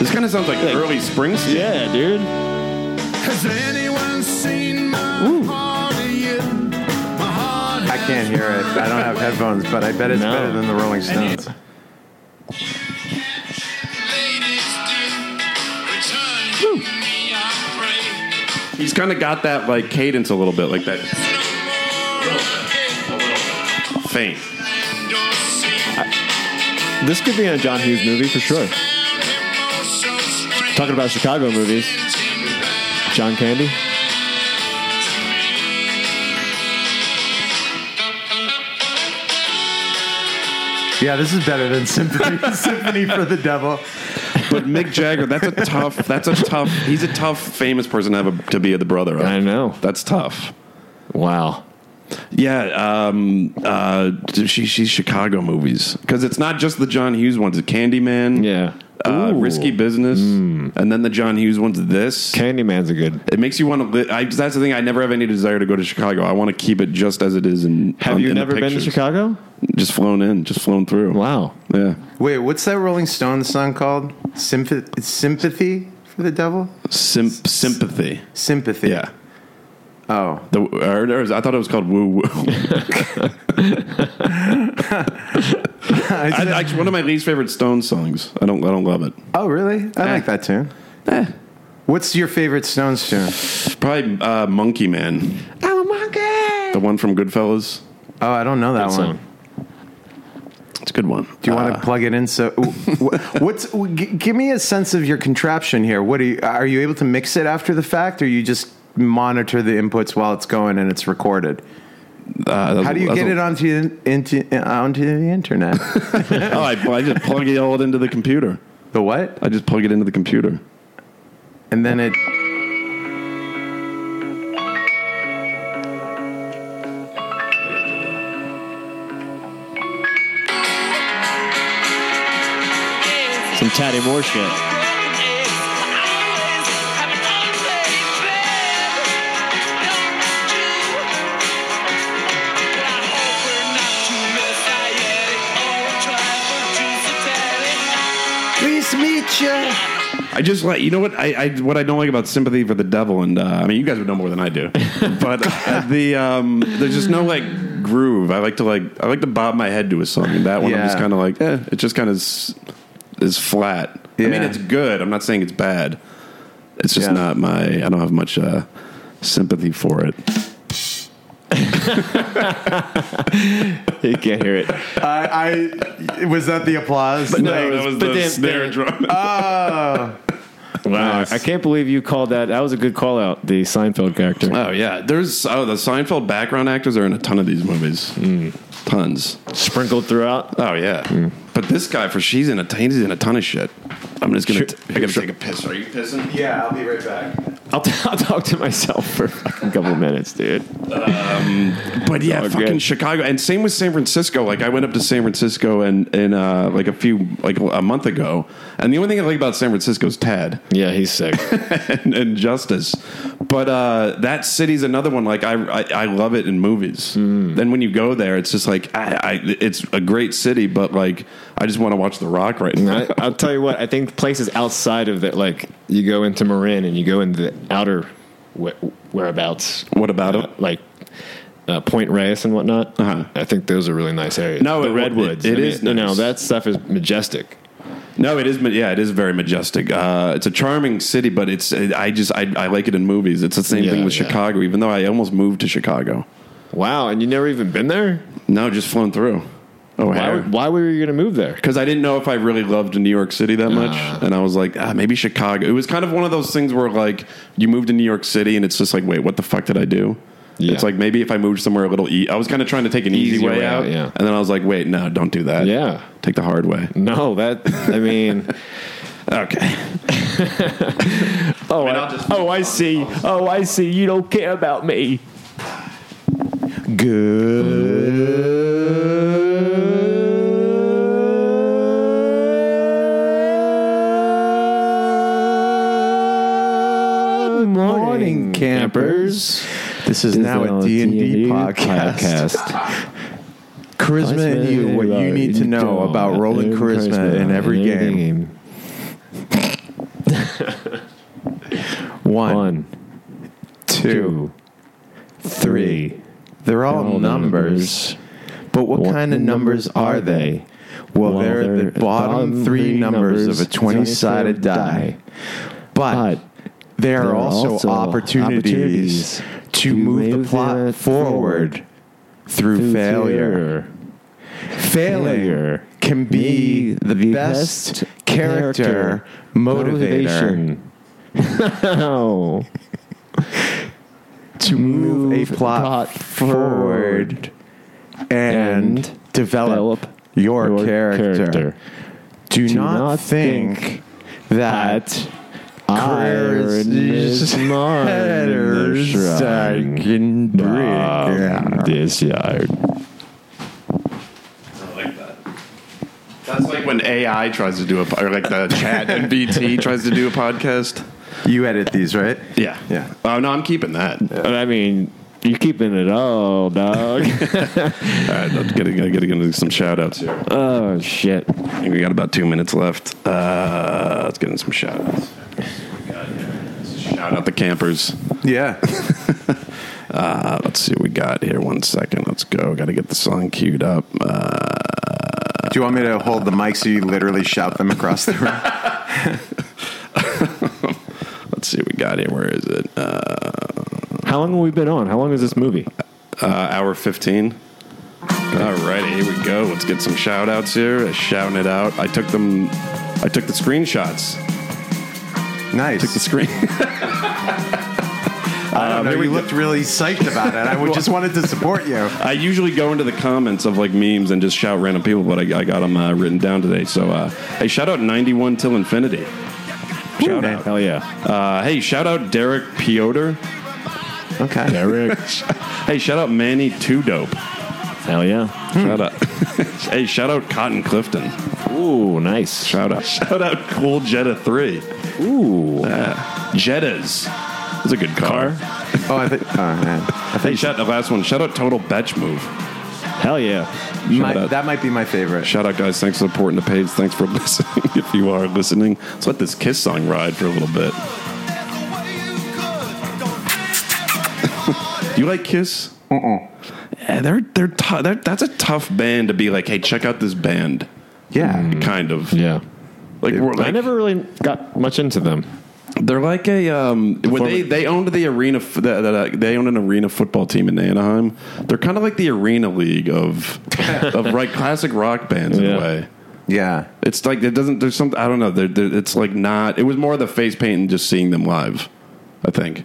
Speaker 2: This kind of sounds like,
Speaker 1: Like-
Speaker 2: early Springsteen.
Speaker 1: Yeah, dude.
Speaker 5: Has anyone seen my heart yet? My heart
Speaker 3: I can't hear it. I don't have headphones, but I bet it's
Speaker 1: No.
Speaker 3: better than the Rolling Stones.
Speaker 5: ladies do return to me, I pray.
Speaker 2: He's kind of got that like cadence a little bit, like that
Speaker 5: No more
Speaker 2: faint.
Speaker 5: endless
Speaker 1: This could be in a John Hughes movie for sure.
Speaker 5: emotions
Speaker 1: Talking about Chicago movies,
Speaker 5: sprinting back
Speaker 1: John Candy.
Speaker 5: to me.
Speaker 3: Yeah, this is better than Symphony, Symphony for the Devil.
Speaker 2: But Mick Jagger, that's a tough. That's a tough. He's a tough famous person to have a, to be the brother. Of.
Speaker 1: I know.
Speaker 2: That's tough.
Speaker 1: Wow.
Speaker 2: Yeah, um, uh, she, she's Chicago movies because it's not just the John Hughes ones. The Candyman,
Speaker 1: Yeah. Hmm.
Speaker 2: uh,
Speaker 1: Ooh.
Speaker 2: Risky Business, and then the John Hughes ones. This
Speaker 1: Candyman's a good.
Speaker 2: it makes you want to. Li- I, that's the thing. I never have any desire to go to Chicago. I want to keep it just as it is. um, And
Speaker 1: Have you never been to Chicago?
Speaker 2: Just flown in, just flown through.
Speaker 1: Wow.
Speaker 2: Yeah,
Speaker 3: Wait, what's that Rolling Stones song called? Sympathy, sympathy for the Devil?
Speaker 2: Symp- sympathy.
Speaker 3: Sympathy.
Speaker 2: Yeah.
Speaker 3: Oh,
Speaker 2: The, or, or- I thought it was called Woo Woo.
Speaker 3: I
Speaker 2: I,
Speaker 3: said-
Speaker 2: I, one of my least favorite Stone songs. I don't. I don't love it.
Speaker 3: oh, really? I like that tune. What's your favorite Stones tune?
Speaker 2: Probably uh, Monkey Man,
Speaker 1: I'm a monkey.
Speaker 2: the one from Goodfellas.
Speaker 3: Oh, I don't know that
Speaker 1: That
Speaker 3: one.
Speaker 1: song.
Speaker 2: It's a good one. Uh,
Speaker 3: Do you want to plug it in? So, wh- what's? wh- g- Give me a sense of your contraption here. What are you? Are you able to mix it after the fact, or you just monitor the inputs while it's going and it's recorded?
Speaker 2: Uh, that's-
Speaker 3: How do you
Speaker 2: that's
Speaker 3: get
Speaker 2: a-
Speaker 3: it onto the, into, uh, onto the internet?
Speaker 2: Oh, I, I just plug it all into the computer.
Speaker 3: the what?
Speaker 2: I just plug it into the computer.
Speaker 3: And then it.
Speaker 1: Some Taddy Moore shit.
Speaker 3: Please meet you.
Speaker 2: I just like you know what I, I what I don't like about sympathy for the devil, and uh, I mean you guys would know more than I do, but uh, the um, there's just no like groove. I like to like I like to bob my head to a song, and that one I'm
Speaker 3: Yeah.
Speaker 2: just kind of like eh, it just kind of is flat. I mean
Speaker 3: Yeah.
Speaker 2: it's good. I'm not saying it's bad. It's just
Speaker 3: Yeah.
Speaker 2: not my. I don't have much uh, sympathy for it.
Speaker 1: You can't hear it.
Speaker 3: I, I was that the applause.
Speaker 1: no,
Speaker 3: Like,
Speaker 1: it was- but then- uh, then-
Speaker 2: drum.
Speaker 1: Wow. I can't believe you called that. That was a good call out, the Seinfeld character.
Speaker 2: oh yeah, there's oh the Seinfeld background actors are in a ton of these movies.
Speaker 1: Hmm.
Speaker 2: Tons.
Speaker 1: Sprinkled throughout.
Speaker 2: Oh yeah. But this guy for she's in a he's in a ton of shit. I'm just gonna.
Speaker 1: Sure.
Speaker 2: T- I gotta take a piss. Are you pissing?
Speaker 3: yeah, I'll be right back.
Speaker 1: I'll, t- I'll talk to myself for a fucking couple minutes, dude.
Speaker 2: But yeah,
Speaker 1: all
Speaker 2: fucking
Speaker 1: good.
Speaker 2: Chicago, and same with San Francisco. Like I went up to San Francisco and and uh, like a few like a month ago, and the only thing I like about San Francisco is Tad
Speaker 1: Yeah, he's sick.
Speaker 2: and, and Justice. But uh, that city's another one. Like I I, I love it in movies. Then when you go there, it's just like I, I it's a great city, but like I just want to watch The Rock right now.
Speaker 1: I, I'll tell you what. I think places outside of that, like you go into Marin and you go into the outer wh- whereabouts,
Speaker 2: What about it?
Speaker 1: like uh, Point Reyes and whatnot.
Speaker 2: Uh-huh.
Speaker 1: I think those are really nice areas.
Speaker 2: No,
Speaker 1: the
Speaker 2: it-
Speaker 1: redwoods.
Speaker 2: it- it
Speaker 1: I
Speaker 2: is
Speaker 1: You know
Speaker 2: nice.
Speaker 1: that stuff is majestic.
Speaker 2: No, it is. ma- Yeah, it is very majestic. Uh, it's a charming city, but it's. I just I, I like it in movies. It's the same
Speaker 1: Yeah,
Speaker 2: thing with
Speaker 1: yeah.
Speaker 2: Chicago. Even though I almost moved to Chicago.
Speaker 1: Wow, and you never even been there.
Speaker 2: No, just flown through. Oh,
Speaker 1: Why, would- why were you going to move there?
Speaker 2: Because I didn't know if I really loved New York City
Speaker 1: Ah.
Speaker 2: that much, and I was like, ah, maybe Chicago. It was kind of one of those things where like you move to New York City, and it's just like, wait, what the fuck did I do?
Speaker 1: Yeah.
Speaker 2: It's like maybe if I moved somewhere a little, e- I was kind of trying to take an easy,
Speaker 1: Easy
Speaker 2: way,
Speaker 1: way
Speaker 2: out,
Speaker 1: out, yeah.
Speaker 2: and then I was like, wait, no, don't do that.
Speaker 1: Yeah.
Speaker 2: take the hard way.
Speaker 1: No, that I mean.
Speaker 2: Okay,
Speaker 1: Oh,
Speaker 2: mean,
Speaker 1: I,
Speaker 2: I'll just-
Speaker 1: oh, I see. Oh, I see. You don't care about me. Good
Speaker 3: morning, campers. This is now a D and D podcast. Charisma and you, what you need to know about rolling charisma in every game. One,
Speaker 1: One,
Speaker 3: two,
Speaker 1: two,
Speaker 3: three.
Speaker 1: three.
Speaker 3: They're all
Speaker 1: all
Speaker 3: numbers. But what kind of numbers are they? Well, they're the bottom three numbers of a 20 sided die. But
Speaker 1: But
Speaker 3: they are
Speaker 1: there are
Speaker 3: also
Speaker 1: also opportunities
Speaker 3: opportunities to
Speaker 1: to
Speaker 3: move the
Speaker 1: move
Speaker 3: plot
Speaker 1: that
Speaker 3: forward through failure. Failure
Speaker 1: Failure
Speaker 3: can be
Speaker 1: be
Speaker 3: the
Speaker 1: the
Speaker 3: best
Speaker 1: best
Speaker 3: character
Speaker 1: character
Speaker 3: motivator
Speaker 1: no.
Speaker 3: to move a
Speaker 1: move
Speaker 3: plot
Speaker 1: plot
Speaker 3: forward and
Speaker 1: and
Speaker 3: develop
Speaker 1: develop
Speaker 3: your character. Do not
Speaker 1: not
Speaker 3: think
Speaker 1: think
Speaker 3: that
Speaker 1: Iron
Speaker 3: careers
Speaker 1: is mine.
Speaker 3: matters I
Speaker 1: Shrine.
Speaker 3: can break.
Speaker 1: This yard.
Speaker 2: I like that. That's like when AI tries to do a or like the chat NBT tries to do a podcast.
Speaker 3: You edit these, right?
Speaker 2: Yeah,
Speaker 3: Yeah.
Speaker 2: Oh no, I'm keeping that.
Speaker 1: But I mean, you're keeping it all, dog.
Speaker 2: All right, I'm gonna, gonna, gonna, gonna do some shout outs here.
Speaker 1: oh shit.
Speaker 2: I think we got about two minutes left. Uh, let's get in some shout outs. Shout out the campers.
Speaker 3: Yeah.
Speaker 2: Uh, let's see what we got here. One second. Let's go. Got to get the song queued up. Uh,
Speaker 3: Do you want me to hold the mic so you literally shout them across the room?
Speaker 2: let's see what we got here. Where is it? Uh,
Speaker 1: How long have we been on? How long is this movie?
Speaker 2: uh, hour 15. All righty, here we go. Let's get some shout outs here. Shouting it out. I took them. I took the screenshots. Took the
Speaker 3: Nice.
Speaker 2: screen.
Speaker 3: I don't know, you looked really psyched about it. I would- just wanted to support you.
Speaker 2: I usually go into the comments of like memes and just shout random people, but I, I got them uh, written down today. So, uh, hey, shout out 91 till infinity. Shout out.
Speaker 1: Hell yeah.
Speaker 2: Uh, hey, shout out Derek Piotr.
Speaker 3: Okay.
Speaker 1: Eric.
Speaker 2: Hey, shout out Manny Two Dope.
Speaker 1: Hell yeah.
Speaker 2: Shout out. hey, shout out Cotton Clifton.
Speaker 1: Ooh, nice.
Speaker 2: Shout out. Shout out Cool Jetta Three. Uh,
Speaker 1: Ooh.
Speaker 2: Jettas. That's a good car.
Speaker 3: Oh, I think. Oh, man.
Speaker 2: Hey, shout the last one. Shout out Total Betch Move.
Speaker 1: Hell yeah.
Speaker 3: My-
Speaker 2: out.
Speaker 3: that might be my favorite.
Speaker 2: Shout out, guys. Thanks for supporting the page. Thanks for listening. if you are listening, let's let this Kiss song ride for a little bit. Do you like Kiss? Uh-uh. Yeah, they're they're, tou- they're that's a tough band to be like. Hey, check out this band.
Speaker 3: Yeah.
Speaker 2: Kind of
Speaker 1: Yeah.
Speaker 2: like we're like
Speaker 1: I never really got much into them.
Speaker 2: They're like a um, when
Speaker 4: former-
Speaker 2: they they owned the arena. f- The, the, the- they owned an arena football team in Anaheim. They're kind of like the arena league of of like classic rock bands in
Speaker 4: Yeah.
Speaker 2: a way.
Speaker 3: Yeah.
Speaker 2: It's like it doesn't. There's something I don't know. They're, they're, it's like not. It was more the face paint and just seeing them live. I think.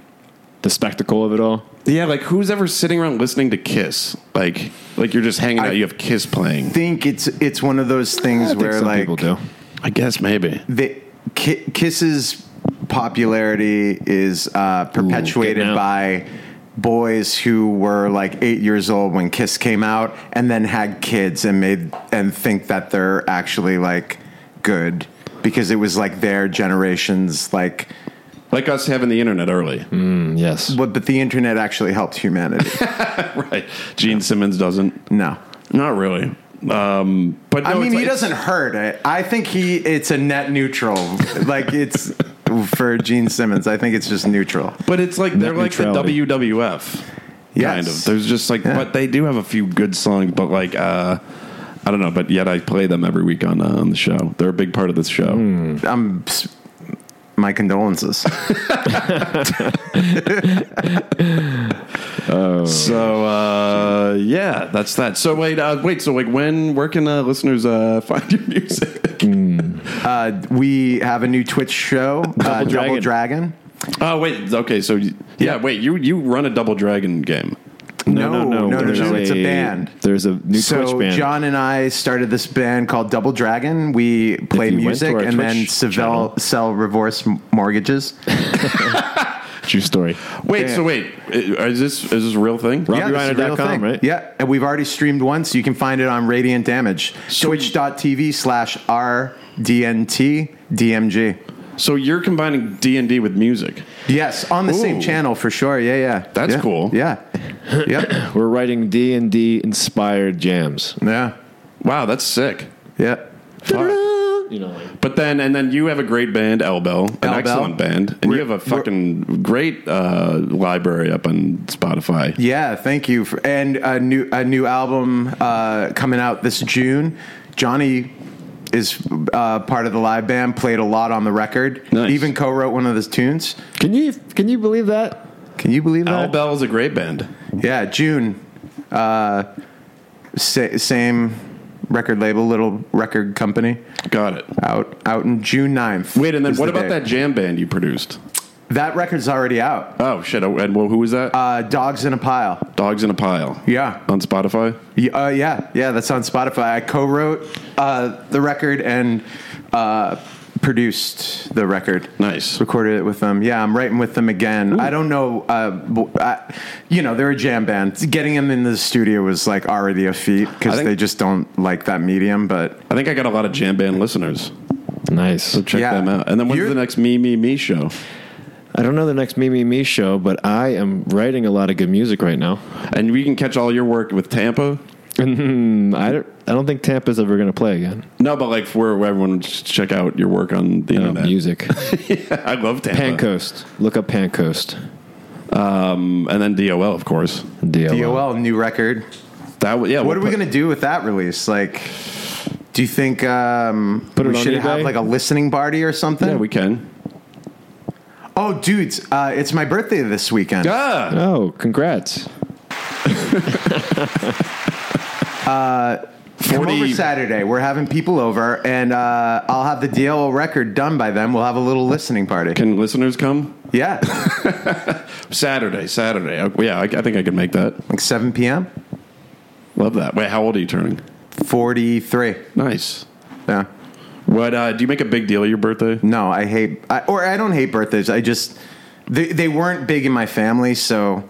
Speaker 4: The spectacle of it all.
Speaker 2: Yeah, like who's ever sitting around listening to Kiss? Like, like you're just hanging out. You have Kiss playing.
Speaker 3: think it's it's one of those things
Speaker 4: I think
Speaker 3: where
Speaker 4: some
Speaker 3: like
Speaker 4: people do.
Speaker 2: I guess maybe.
Speaker 3: the ki- kisses popularity is uh, perpetuated
Speaker 4: getting out.
Speaker 3: by boys who were like eight years old when Kiss came out, and then had kids and made and think that they're actually like good because it was like their generations like.
Speaker 2: Like us having the internet early,
Speaker 4: Mm, yes.
Speaker 3: But, but the internet actually helped humanity.
Speaker 2: right? Gene Simmons doesn't.
Speaker 3: No.
Speaker 2: Not really. Um, but
Speaker 3: I
Speaker 2: no,
Speaker 3: mean,
Speaker 2: it's
Speaker 3: he
Speaker 2: like-
Speaker 3: doesn't hurt it. I think he it's a net neutral. like it's for Gene Simmons. I think it's just neutral.
Speaker 2: But it's like they're like
Speaker 4: neutrality.
Speaker 2: the WWF.
Speaker 3: Yes.
Speaker 2: Kind of. There's just like,
Speaker 3: Yeah.
Speaker 2: but they do have a few good songs, but like, uh, I don't know, but yet I play them every week on uh, on the show. They're a big part of this show.
Speaker 3: I'm my condolences.
Speaker 2: So uh, yeah, that's that. So wait, uh, wait. So like, when where can uh, listeners uh, find your music?
Speaker 3: Uh, we have a new Twitch show, Double, uh,
Speaker 4: Dragon.
Speaker 3: Double Dragon.
Speaker 2: Oh wait, okay. So you- yeah, wait. You you run a Double Dragon game.
Speaker 3: No, no, no,
Speaker 4: There's
Speaker 3: no, it's a band.
Speaker 4: There's a new
Speaker 3: so
Speaker 4: Twitch band.
Speaker 3: John and I started this band called Double Dragon. We play
Speaker 4: you went
Speaker 3: music
Speaker 4: to our
Speaker 3: and then
Speaker 4: Twitch
Speaker 3: sell,
Speaker 4: channel.
Speaker 3: sell reverse m- mortgages.
Speaker 4: True story.
Speaker 2: Wait,
Speaker 3: Yeah.
Speaker 2: so wait, i- is this is this a real thing?
Speaker 4: Rob-
Speaker 3: this is a real
Speaker 4: RobbyReiner.com,
Speaker 3: thing.
Speaker 4: right?
Speaker 3: Yeah, and we've already streamed once. You can find it on Radiant Damage. Twitch.tv slash RDNT DMG.
Speaker 2: So you're combining D and D with music.
Speaker 3: Yes, on the same
Speaker 2: Ooh.
Speaker 3: channel for sure. Yeah, yeah.
Speaker 2: That's
Speaker 3: Yeah.
Speaker 2: cool.
Speaker 3: Yeah. Yep.
Speaker 4: We're writing D and D inspired jams.
Speaker 3: yeah.
Speaker 2: Wow, that's sick.
Speaker 3: Yeah.
Speaker 4: You know, like
Speaker 2: But then, and then you have a great band, Elbel, an
Speaker 3: Elbel.
Speaker 2: excellent band, and you have a fucking great uh, library up on Spotify.
Speaker 3: Yeah, thank you. For, and a new a new album uh, coming out this June. Johnny is uh, part of the live band. Played a lot on the record.
Speaker 2: Nice.
Speaker 3: Even co-wrote one of his tunes.
Speaker 4: Can you can you believe that?
Speaker 3: Can you believe that?
Speaker 2: Elbel is a great band.
Speaker 3: Yeah, June. Uh, sa- same record label, little record company.
Speaker 2: Got it.
Speaker 3: Out out in June 9th.
Speaker 2: Wait, and then
Speaker 3: is
Speaker 2: what
Speaker 3: the
Speaker 2: about
Speaker 3: date.
Speaker 2: that jam band you produced?
Speaker 3: That record's already out.
Speaker 2: Oh shit! oh, And well, who was that?
Speaker 3: Uh, Dogs in a pile.
Speaker 2: Dogs in a pile.
Speaker 3: Yeah.
Speaker 2: on Spotify.
Speaker 3: Yeah, uh, yeah, yeah. That's on Spotify. I co-wrote uh, the record and uh, produced the record.
Speaker 2: Nice.
Speaker 3: Recorded it with them. Yeah, I'm writing with them again. I don't know. Uh, b- I- you know, they're a jam band. Getting them in the studio was like already a feat
Speaker 2: I
Speaker 3: because
Speaker 2: think-
Speaker 3: they just don't like that medium. But
Speaker 2: I think I got a lot of jam band listeners.
Speaker 4: Nice.
Speaker 2: Check
Speaker 3: Yeah.
Speaker 2: them out. And then when's
Speaker 3: You're-
Speaker 2: the next Me Me Me show?
Speaker 4: I don't know the next Me Me Me show, but I am writing a lot of good music right now.
Speaker 2: And we can catch all your work with Tampa.
Speaker 4: Mm, I don't, I don't think Tampa's ever going to play again.
Speaker 2: No, but like where where everyone should check out your work on the
Speaker 4: No,
Speaker 2: internet.
Speaker 4: music.
Speaker 2: I love Tampa.
Speaker 4: Pancoast. Look up Pancoast.
Speaker 2: Um, and then DOL, of course.
Speaker 4: DOL.
Speaker 1: Oh,
Speaker 3: DOL new record.
Speaker 2: That w- yeah.
Speaker 3: What are we gonna do with that release? Like, do you think um,
Speaker 4: Put it
Speaker 3: we
Speaker 4: on
Speaker 3: should have
Speaker 4: eBay?
Speaker 3: like a listening party or something?
Speaker 2: Yeah, we can.
Speaker 3: oh, dudes, uh, it's my birthday this weekend.
Speaker 2: Ah,
Speaker 4: Oh, congrats.
Speaker 3: Come
Speaker 2: 40
Speaker 3: over Saturday. We're having people over, and uh, I'll have the DLO record done by then. We'll have a little listening party.
Speaker 2: can listeners come
Speaker 3: yeah,
Speaker 2: Saturday? Saturday. Oh, Yeah, I, I think I can make that.
Speaker 3: like 7 p.m.
Speaker 2: Love that. Wait, how old are you turning?
Speaker 3: 43.
Speaker 2: Nice.
Speaker 3: Yeah.
Speaker 2: What uh, do you make a big deal of your birthday?
Speaker 3: No, I hate, I, or I don't hate birthdays. I just, they, they weren't big in my family, so,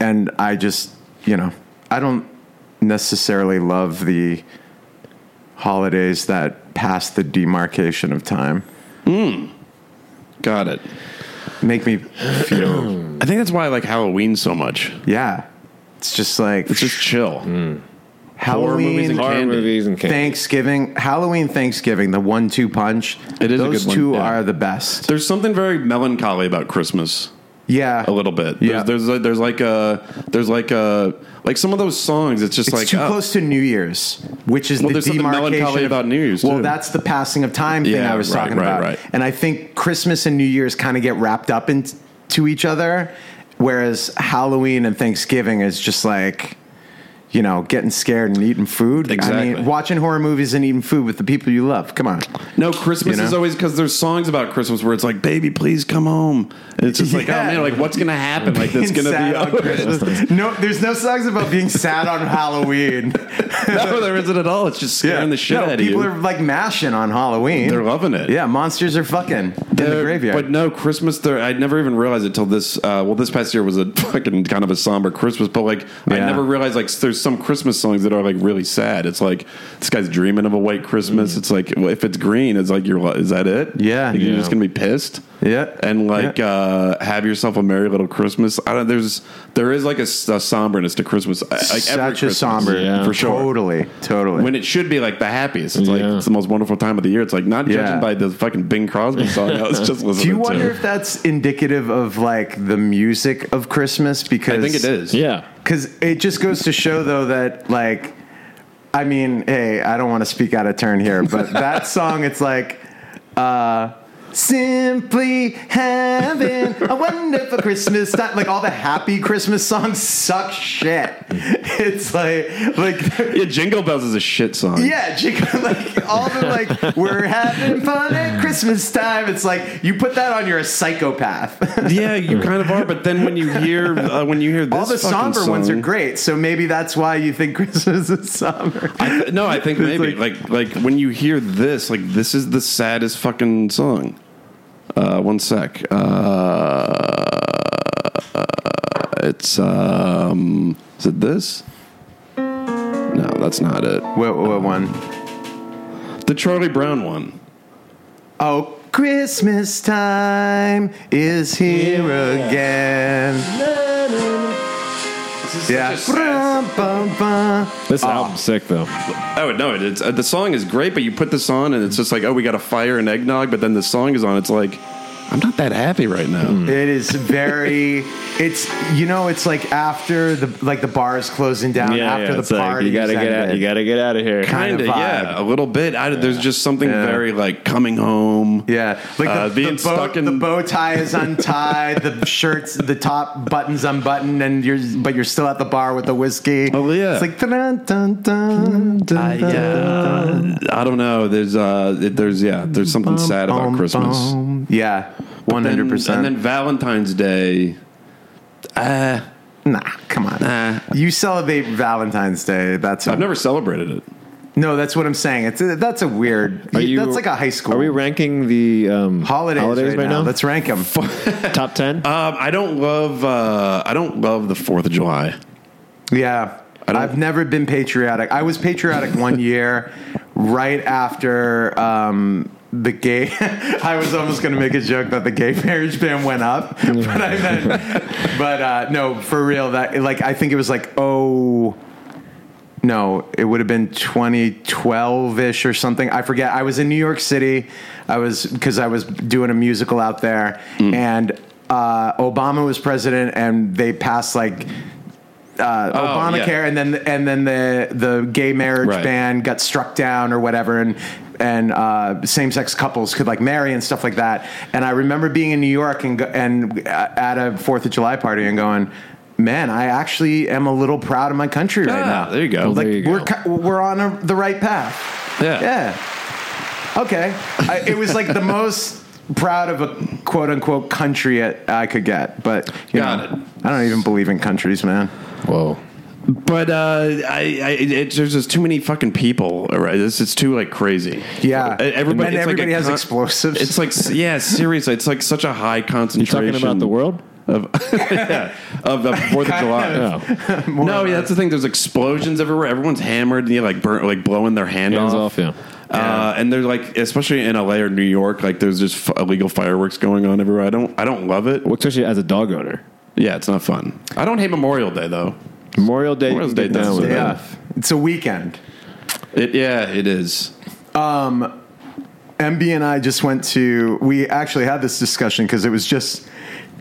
Speaker 3: and I just, you know, I don't necessarily love the holidays that pass the demarcation of time.
Speaker 2: Got it.
Speaker 3: Make me feel,
Speaker 2: I think that's why I like Halloween so much.
Speaker 3: yeah. It's just like
Speaker 2: It's just chill.
Speaker 3: Mm. Halloween.
Speaker 2: movies and
Speaker 4: Horror
Speaker 2: Candy.
Speaker 4: movies and candy.
Speaker 3: Thanksgiving, Halloween, Thanksgiving, the one-two punch.
Speaker 2: It is a
Speaker 3: those
Speaker 2: good one,
Speaker 3: two
Speaker 2: yeah.
Speaker 3: are the best.
Speaker 2: There's something very melancholy about Christmas.
Speaker 3: Yeah,
Speaker 2: a little bit.
Speaker 3: Yeah.
Speaker 2: There's, there's there's like a there's like a Like some of those songs, it's just
Speaker 3: It's
Speaker 2: like
Speaker 3: too
Speaker 2: oh,
Speaker 3: close to New Year's, which is
Speaker 2: Well,
Speaker 3: the
Speaker 2: there's something
Speaker 3: demarcation
Speaker 2: melancholy
Speaker 3: of-
Speaker 2: about New Year's,
Speaker 3: Well,
Speaker 2: too.
Speaker 3: that's the passing of time thing
Speaker 2: Yeah,
Speaker 3: I was
Speaker 2: right,
Speaker 3: talking
Speaker 2: right,
Speaker 3: about,
Speaker 2: right.
Speaker 3: and I think Christmas and New Year's kind of get wrapped up into each other, whereas Halloween and Thanksgiving is just like. You know, getting scared and eating food. I
Speaker 4: Exactly.
Speaker 3: mean, watching horror movies and eating food with the people you love. Come on.
Speaker 2: No, Christmas
Speaker 3: You know?
Speaker 2: is always because there's songs about Christmas where it's like, "Baby, please come home." And it's just like, "Oh
Speaker 3: Yeah.
Speaker 2: man, like what's gonna happen? Like that's
Speaker 3: Being
Speaker 2: gonna
Speaker 3: sad
Speaker 2: be."
Speaker 3: on Christmas. No, there's no songs about being sad on Halloween.
Speaker 2: no, there isn't at all. It's just scaring the shit
Speaker 3: No,
Speaker 2: out of
Speaker 3: people
Speaker 2: you.
Speaker 3: are like mashing on Halloween.
Speaker 2: They're loving it.
Speaker 3: Yeah, monsters are fucking in the
Speaker 2: They're-
Speaker 3: graveyard.
Speaker 2: But no, Christmas. There, I never even realized it till this. Uh, well, this past year was a fucking kind of a somber Christmas. But like, I
Speaker 3: Yeah.
Speaker 2: never realized like there's some Christmas songs that are like really sad. It's like this guy's dreaming of a white Christmas. It's like well, if it's green, it's like you're. li- Is that it?
Speaker 3: Yeah.
Speaker 2: Like, you're
Speaker 3: Yeah.
Speaker 2: just gonna be pissed.
Speaker 3: Yeah.
Speaker 2: and like
Speaker 3: Yeah.
Speaker 2: uh, have yourself a merry little Christmas. I don't. There's there is like a, s- a somberness to Christmas. I- Like every
Speaker 3: such a
Speaker 2: Christmas.
Speaker 3: somber,
Speaker 4: Yeah.
Speaker 2: for sure.
Speaker 3: Totally, totally.
Speaker 2: When it should be like the happiest, it's like
Speaker 4: Yeah.
Speaker 2: it's the most wonderful time of the year. It's like not
Speaker 3: Yeah.
Speaker 2: judging by the fucking Bing Crosby song. I was just listening.
Speaker 3: Do you
Speaker 2: to.
Speaker 3: wonder if that's indicative of like the music of Christmas? Because
Speaker 2: I think it is.
Speaker 4: Yeah.
Speaker 3: Because it just goes to show, though, that like, I mean, hey, I don't want to speak out of turn here, but that song, it's like, uh, simply having a wonderful Christmas time. Like all the happy Christmas songs suck shit.
Speaker 2: Mm-hmm.
Speaker 3: It's like, like.
Speaker 2: Yeah, Jingle Bells is a shit song.
Speaker 3: Yeah, Jacob, like all the like, we're having fun at Christmas time. It's like you put that on, you're a psychopath.
Speaker 2: yeah, you kind of are. But then when you hear uh, when you hear this
Speaker 3: All the
Speaker 2: fucking
Speaker 3: somber ones
Speaker 2: song-
Speaker 3: are great, so maybe that's why you think Christmas is somber.
Speaker 2: I th- no, I think
Speaker 3: It's
Speaker 2: maybe like, like when you hear this, like this is the saddest fucking song. Uh, one sec. Uh, it's um, is it this? No, that's not it.
Speaker 3: What, what one?
Speaker 2: The Charlie Brown one.
Speaker 3: Oh, Christmas time is here again. Yeah. Brum, bum, bum.
Speaker 4: This album's sick though.
Speaker 2: Oh no! It, it's uh, the song is great, but you put this on and it's just like, oh, we got a fire and eggnog. But then the song is on. It's like, I'm not that happy right now.
Speaker 3: It is very. It's you know it's like after the like the bar is closing down after the
Speaker 4: it's like,
Speaker 3: party.
Speaker 4: you gotta get out. You gotta get out of here.
Speaker 3: Kind
Speaker 2: Kind
Speaker 3: of
Speaker 2: of, yeah, a little bit. I, There's just something
Speaker 3: Yeah.
Speaker 2: very like coming home.
Speaker 3: Yeah, like the,
Speaker 2: Uh,
Speaker 3: the
Speaker 2: being
Speaker 3: bow,
Speaker 2: stuck in-
Speaker 3: the bow tie is untied, the shirts, the top buttons unbuttoned, and you're but you're still at the bar with the whiskey.
Speaker 2: Oh, yeah.
Speaker 3: it's like dun dun dun dun.
Speaker 4: Ah,
Speaker 2: I, uh, I don't know. There's uh, it- there's yeah, there's something sad about
Speaker 3: Bum,
Speaker 2: Christmas.
Speaker 3: bum. Yeah, one
Speaker 2: Then-
Speaker 3: hundred
Speaker 2: And then
Speaker 3: percent.
Speaker 2: Valentine's Day. Uh,
Speaker 3: Nah, come on.
Speaker 2: Nah.
Speaker 3: You celebrate Valentine's Day. That's
Speaker 2: I've never celebrated it.
Speaker 3: no. That's what I'm saying. It's a, that's a weird.
Speaker 4: Are you-
Speaker 3: that's like a high school.
Speaker 4: Are we ranking the um,
Speaker 3: holidays, right, now. Uh,
Speaker 4: now?
Speaker 3: Let's rank them.
Speaker 4: top ten.
Speaker 2: Um, I don't love. Uh, I don't love the Fourth of July.
Speaker 3: Yeah.
Speaker 2: don't-
Speaker 3: I've never been patriotic. I was patriotic one year right after um, the gay. I was almost going to make a joke that the gay marriage ban went up, but I meant, but uh, no, for real. That like I think it was like oh. No, it would have been 2012 ish or something. I forget. I was in New York City. I was because I was doing a musical out there,
Speaker 2: Mm.
Speaker 3: and uh, Obama was president, and they passed like uh,
Speaker 2: Oh,
Speaker 3: Obamacare,
Speaker 2: yeah.
Speaker 3: and then and then the the gay marriage
Speaker 2: Right.
Speaker 3: ban got struck down or whatever, and and uh, same sex couples could like marry and stuff like that. And I remember being in New York and go- and uh, at a Fourth of July party and going. Man, I actually am a little proud of my country right
Speaker 2: Ah,
Speaker 3: now.
Speaker 2: there you go.
Speaker 3: Like
Speaker 4: There you go.
Speaker 3: we're ki- we're on a, the right path.
Speaker 2: Yeah.
Speaker 3: Yeah. Okay. I, it was like the most proud of a quote unquote country it, I could get, but you
Speaker 2: Got
Speaker 3: know,
Speaker 2: it.
Speaker 3: I don't even believe in countries, man.
Speaker 4: Whoa.
Speaker 2: But uh, I, I it, it- there's just too many fucking people. Right, it's, it's too like crazy.
Speaker 3: Yeah.
Speaker 2: Uh, everybody.
Speaker 3: And
Speaker 2: it's like
Speaker 3: everybody
Speaker 2: a
Speaker 3: has explosives.
Speaker 2: It's like s- yeah, seriously, it's like such a high
Speaker 4: You
Speaker 2: concentration.
Speaker 4: talking about the world?
Speaker 2: of yeah, of the Fourth of July.
Speaker 4: No.
Speaker 2: No, yeah, that's the thing. There's explosions everywhere. Everyone's hammered, and you like burn, like blowing their hand
Speaker 4: Hands off,
Speaker 2: off.
Speaker 4: yeah.
Speaker 2: Uh, and they're like, especially in LA or New York, like there's just f- illegal fireworks going on everywhere. I don't, I don't love it.
Speaker 4: Well, especially as a dog owner.
Speaker 2: Yeah, it's not fun. I don't hate Memorial Day though.
Speaker 4: Memorial Day.
Speaker 2: Memorial Day
Speaker 4: no,
Speaker 2: does-
Speaker 4: no.
Speaker 3: yeah. It's a weekend.
Speaker 2: It, yeah, it is.
Speaker 3: MB and I just went to, we actually had this discussion because it was just,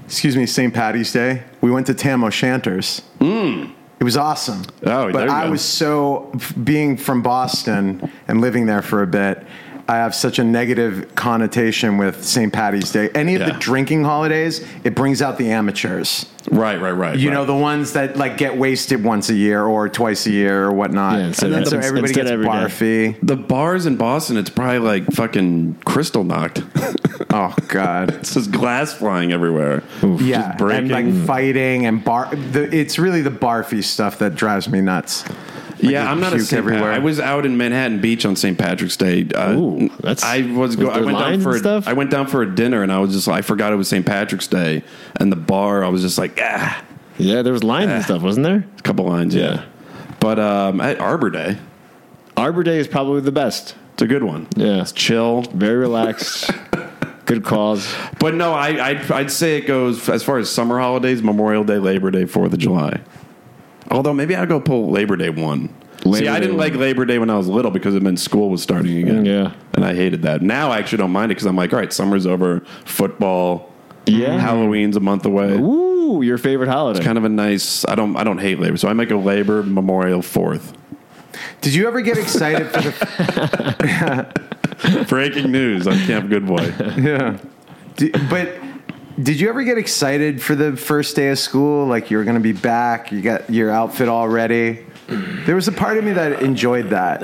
Speaker 3: excuse me, St. Patty's Day. We went to Tam O'Shanter's. It was awesome.
Speaker 2: Hmm. Oh,
Speaker 3: but
Speaker 2: there you
Speaker 3: I
Speaker 2: go.
Speaker 3: was so being from Boston and living there for a bit. I have such a negative connotation with St. Patty's Day. Any of
Speaker 2: Yeah.
Speaker 3: the drinking holidays, it brings out the amateurs.
Speaker 2: Right, right, right.
Speaker 3: You
Speaker 2: right.
Speaker 3: know, the ones that like get wasted once a year or twice a year or whatnot.
Speaker 4: Yeah, instead
Speaker 3: and then
Speaker 4: of-
Speaker 3: so everybody
Speaker 4: instead
Speaker 3: gets
Speaker 4: of every
Speaker 3: barfy.
Speaker 2: the bars in Boston, it's probably like fucking crystal knocked.
Speaker 3: Oh God.
Speaker 2: it's just glass flying everywhere.
Speaker 3: yeah,
Speaker 2: Just breaking.
Speaker 3: and like fighting and bar. The, it's really the barfy stuff that drives me nuts.
Speaker 2: yeah, I'm not a
Speaker 3: puke
Speaker 2: St. Pat-
Speaker 3: everywhere.
Speaker 2: I was out in Manhattan Beach on St. Patrick's Day. Uh,
Speaker 4: Ooh, that's-
Speaker 2: I
Speaker 4: was
Speaker 2: was. Go- I
Speaker 4: there
Speaker 2: went down
Speaker 4: lines
Speaker 2: for.
Speaker 4: and stuff?
Speaker 2: A, I went down for a dinner, and I was just. I forgot it was St. Patrick's Day, and the bar. I was just like, ah,
Speaker 4: Yeah, there was lines and stuff, wasn't there?
Speaker 2: a couple lines. Yeah, but um, at Arbor Day,
Speaker 4: Arbor Day is probably the best.
Speaker 2: it's a good one.
Speaker 4: Yeah.
Speaker 2: it's chill.
Speaker 4: Very relaxed. Good cause.
Speaker 2: But no, I, I'd, I'd say it goes as far as summer holidays: Memorial Day, Labor Day, Fourth of July. Although maybe I'd go pull Labor Day one. See,
Speaker 4: Labor
Speaker 2: I
Speaker 4: Day
Speaker 2: didn't
Speaker 4: one. Mm,
Speaker 2: like Labor Day when I was little because it meant school was starting again.
Speaker 4: Yeah.
Speaker 2: and I hated that. Now I actually don't mind it because I'm like, all right, summer's over. Football,
Speaker 4: Yeah.
Speaker 2: Halloween's a month away.
Speaker 4: Mm-hmm. Ooh, your favorite holiday.
Speaker 2: Kind of a nice. I don't. I don't hate Labor, so I make a Labor Memorial Fourth.
Speaker 3: Did you ever get excited for the?
Speaker 2: Breaking news on Camp Goodboy.
Speaker 3: yeah, D but did you ever get excited for the first day of school? Like you were going to be back, you got your outfit all ready. There was a part of me that enjoyed that,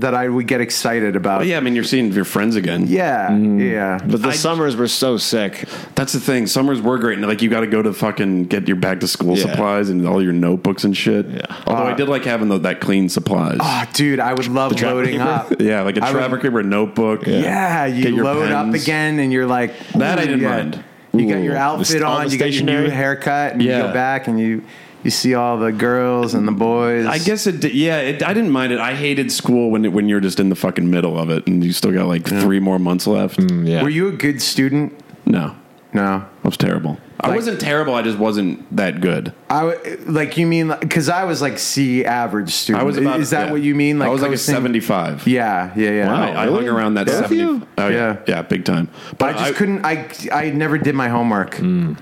Speaker 3: that I would get excited about.
Speaker 2: But yeah, Mm-hmm. I mean, you're seeing your friends again.
Speaker 3: yeah, yeah.
Speaker 4: but the summers were so sick.
Speaker 2: That's the thing. Summers were great, and like you got to go to fucking get your back to school
Speaker 4: Yeah.
Speaker 2: supplies and all your notebooks and shit. Yeah. Although
Speaker 3: Ah.
Speaker 2: I did like having the, that clean supplies.
Speaker 3: Oh, dude, I would love loading up.
Speaker 2: yeah, like a
Speaker 3: I would-
Speaker 2: trapper keeper notebook.
Speaker 3: Yeah,
Speaker 2: Get
Speaker 3: you
Speaker 2: your
Speaker 3: load up
Speaker 2: pens.
Speaker 3: again, and you're like
Speaker 2: That I
Speaker 3: ooh,
Speaker 2: didn't
Speaker 3: yeah.
Speaker 2: mind.
Speaker 3: You got your
Speaker 4: Ooh,
Speaker 3: outfit
Speaker 4: the- all
Speaker 3: on,
Speaker 4: the
Speaker 3: you get your new
Speaker 4: stationery?
Speaker 3: haircut, and you
Speaker 2: Yeah.
Speaker 3: go back and you you see all the girls and the boys.
Speaker 2: I guess it. Did, yeah, it, I didn't mind it. I hated school when it, when you're just in the fucking middle of it and you still got like three more months left.
Speaker 4: Yeah.
Speaker 3: Were you a good student?
Speaker 2: No,
Speaker 3: No,
Speaker 2: I was terrible. I
Speaker 3: Like-
Speaker 2: wasn't terrible. I just wasn't that good.
Speaker 3: I w- like you mean because I was like C average student.
Speaker 2: I was. About,
Speaker 3: Is that
Speaker 2: yeah.
Speaker 3: what you mean?
Speaker 2: I was like a
Speaker 3: coasting?
Speaker 2: seventy-five.
Speaker 3: Yeah, yeah, yeah.
Speaker 2: I, I hung around that
Speaker 4: Both of
Speaker 2: seventy.
Speaker 4: you?
Speaker 2: Oh
Speaker 3: Yeah.
Speaker 2: yeah, yeah, big time.
Speaker 3: I just couldn't. I I never did my homework.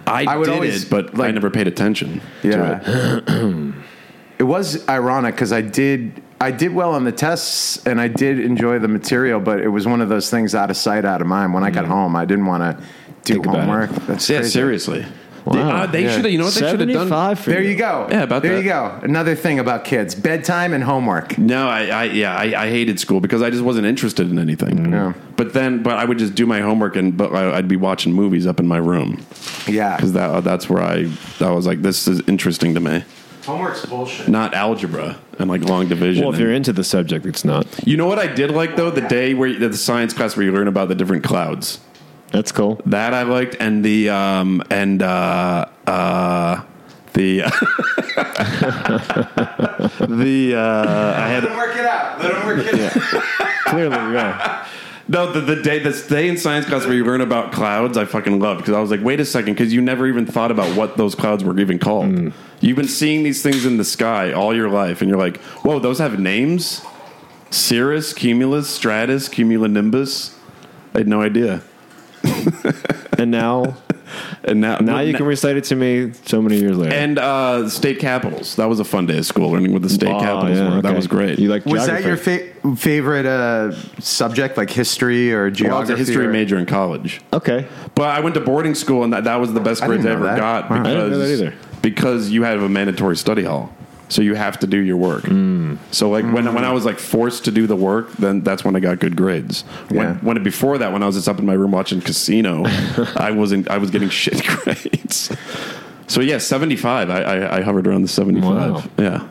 Speaker 2: I,
Speaker 3: I would
Speaker 2: did
Speaker 3: always,
Speaker 2: it, but I
Speaker 3: like-
Speaker 2: never paid attention. To it.
Speaker 3: Yeah. it was ironic because I did I did well on the tests and I did enjoy the material, but it was one of those things out of sight, out of mind. When I
Speaker 2: Mm.
Speaker 3: got home, I didn't want to do
Speaker 4: about it.
Speaker 3: homework. That's
Speaker 2: Yeah,
Speaker 3: crazy.
Speaker 2: seriously. They,
Speaker 4: Wow.
Speaker 2: uh, they should have. You know what they should have done?
Speaker 4: 75 for
Speaker 3: There you go.
Speaker 2: Yeah, about
Speaker 3: there
Speaker 2: that.
Speaker 3: you go. Another thing about kids: bedtime and homework.
Speaker 2: No, I, I yeah, I, I hated school because I just wasn't interested in anything.
Speaker 3: Yeah.
Speaker 2: But then, but I would just do my homework and but I, I'd be watching movies up in my room
Speaker 3: Yeah,
Speaker 2: because that uh, that's where I I was like, this is interesting to me.
Speaker 3: homework's bullshit.
Speaker 2: Not algebra and like long division.
Speaker 4: Well, if
Speaker 2: and-
Speaker 4: you're into the subject, it's not.
Speaker 2: you know what I did like though the day where you, the science class where you learn about the different clouds.
Speaker 4: That's cool.
Speaker 2: That I liked, and the um, and uh, uh, the the uh, I had
Speaker 3: Work it out. Let them work it out.
Speaker 4: Clearly, yeah.
Speaker 2: no the, the day the day in science class where you learn about clouds. I fucking loved because I was like, wait a second, because you never even thought about what those clouds were even called.
Speaker 4: Hmm.
Speaker 2: You've been seeing these things in the sky all your life, and you're like, whoa, those have names: cirrus, cumulus, stratus, cumulonimbus. I had no idea,
Speaker 4: And now,
Speaker 2: and now
Speaker 4: now you
Speaker 2: now-
Speaker 4: can recite it to me so many years later.
Speaker 2: And uh, state capitals. That was a fun day of school, learning what the state
Speaker 4: Oh,
Speaker 2: capitals
Speaker 4: yeah,
Speaker 2: were. That
Speaker 4: okay.
Speaker 2: was great.
Speaker 4: You like
Speaker 3: Was that
Speaker 4: geography.
Speaker 3: your fa- favorite uh, subject, like history or
Speaker 2: Well, I
Speaker 3: geography?
Speaker 2: was a history
Speaker 3: or-
Speaker 2: major in college,
Speaker 4: Okay.
Speaker 2: but I went to boarding school, and that, that was the best
Speaker 3: I
Speaker 2: grades I
Speaker 3: didn't
Speaker 2: ever
Speaker 3: know that.
Speaker 2: got
Speaker 3: Wow.
Speaker 2: because
Speaker 4: I didn't know that either.
Speaker 2: because you had a mandatory study hall, so you have to do your work.
Speaker 4: Hmm.
Speaker 2: So like when when I was like forced to do the work, then that's when I got good grades. When
Speaker 3: Yeah.
Speaker 2: when before that, when I was just up in my room watching Casino, I wasn't. I was getting shit grades. So yeah, seventy five. I, I I hovered around the seventy five.
Speaker 4: Wow.
Speaker 2: Yeah.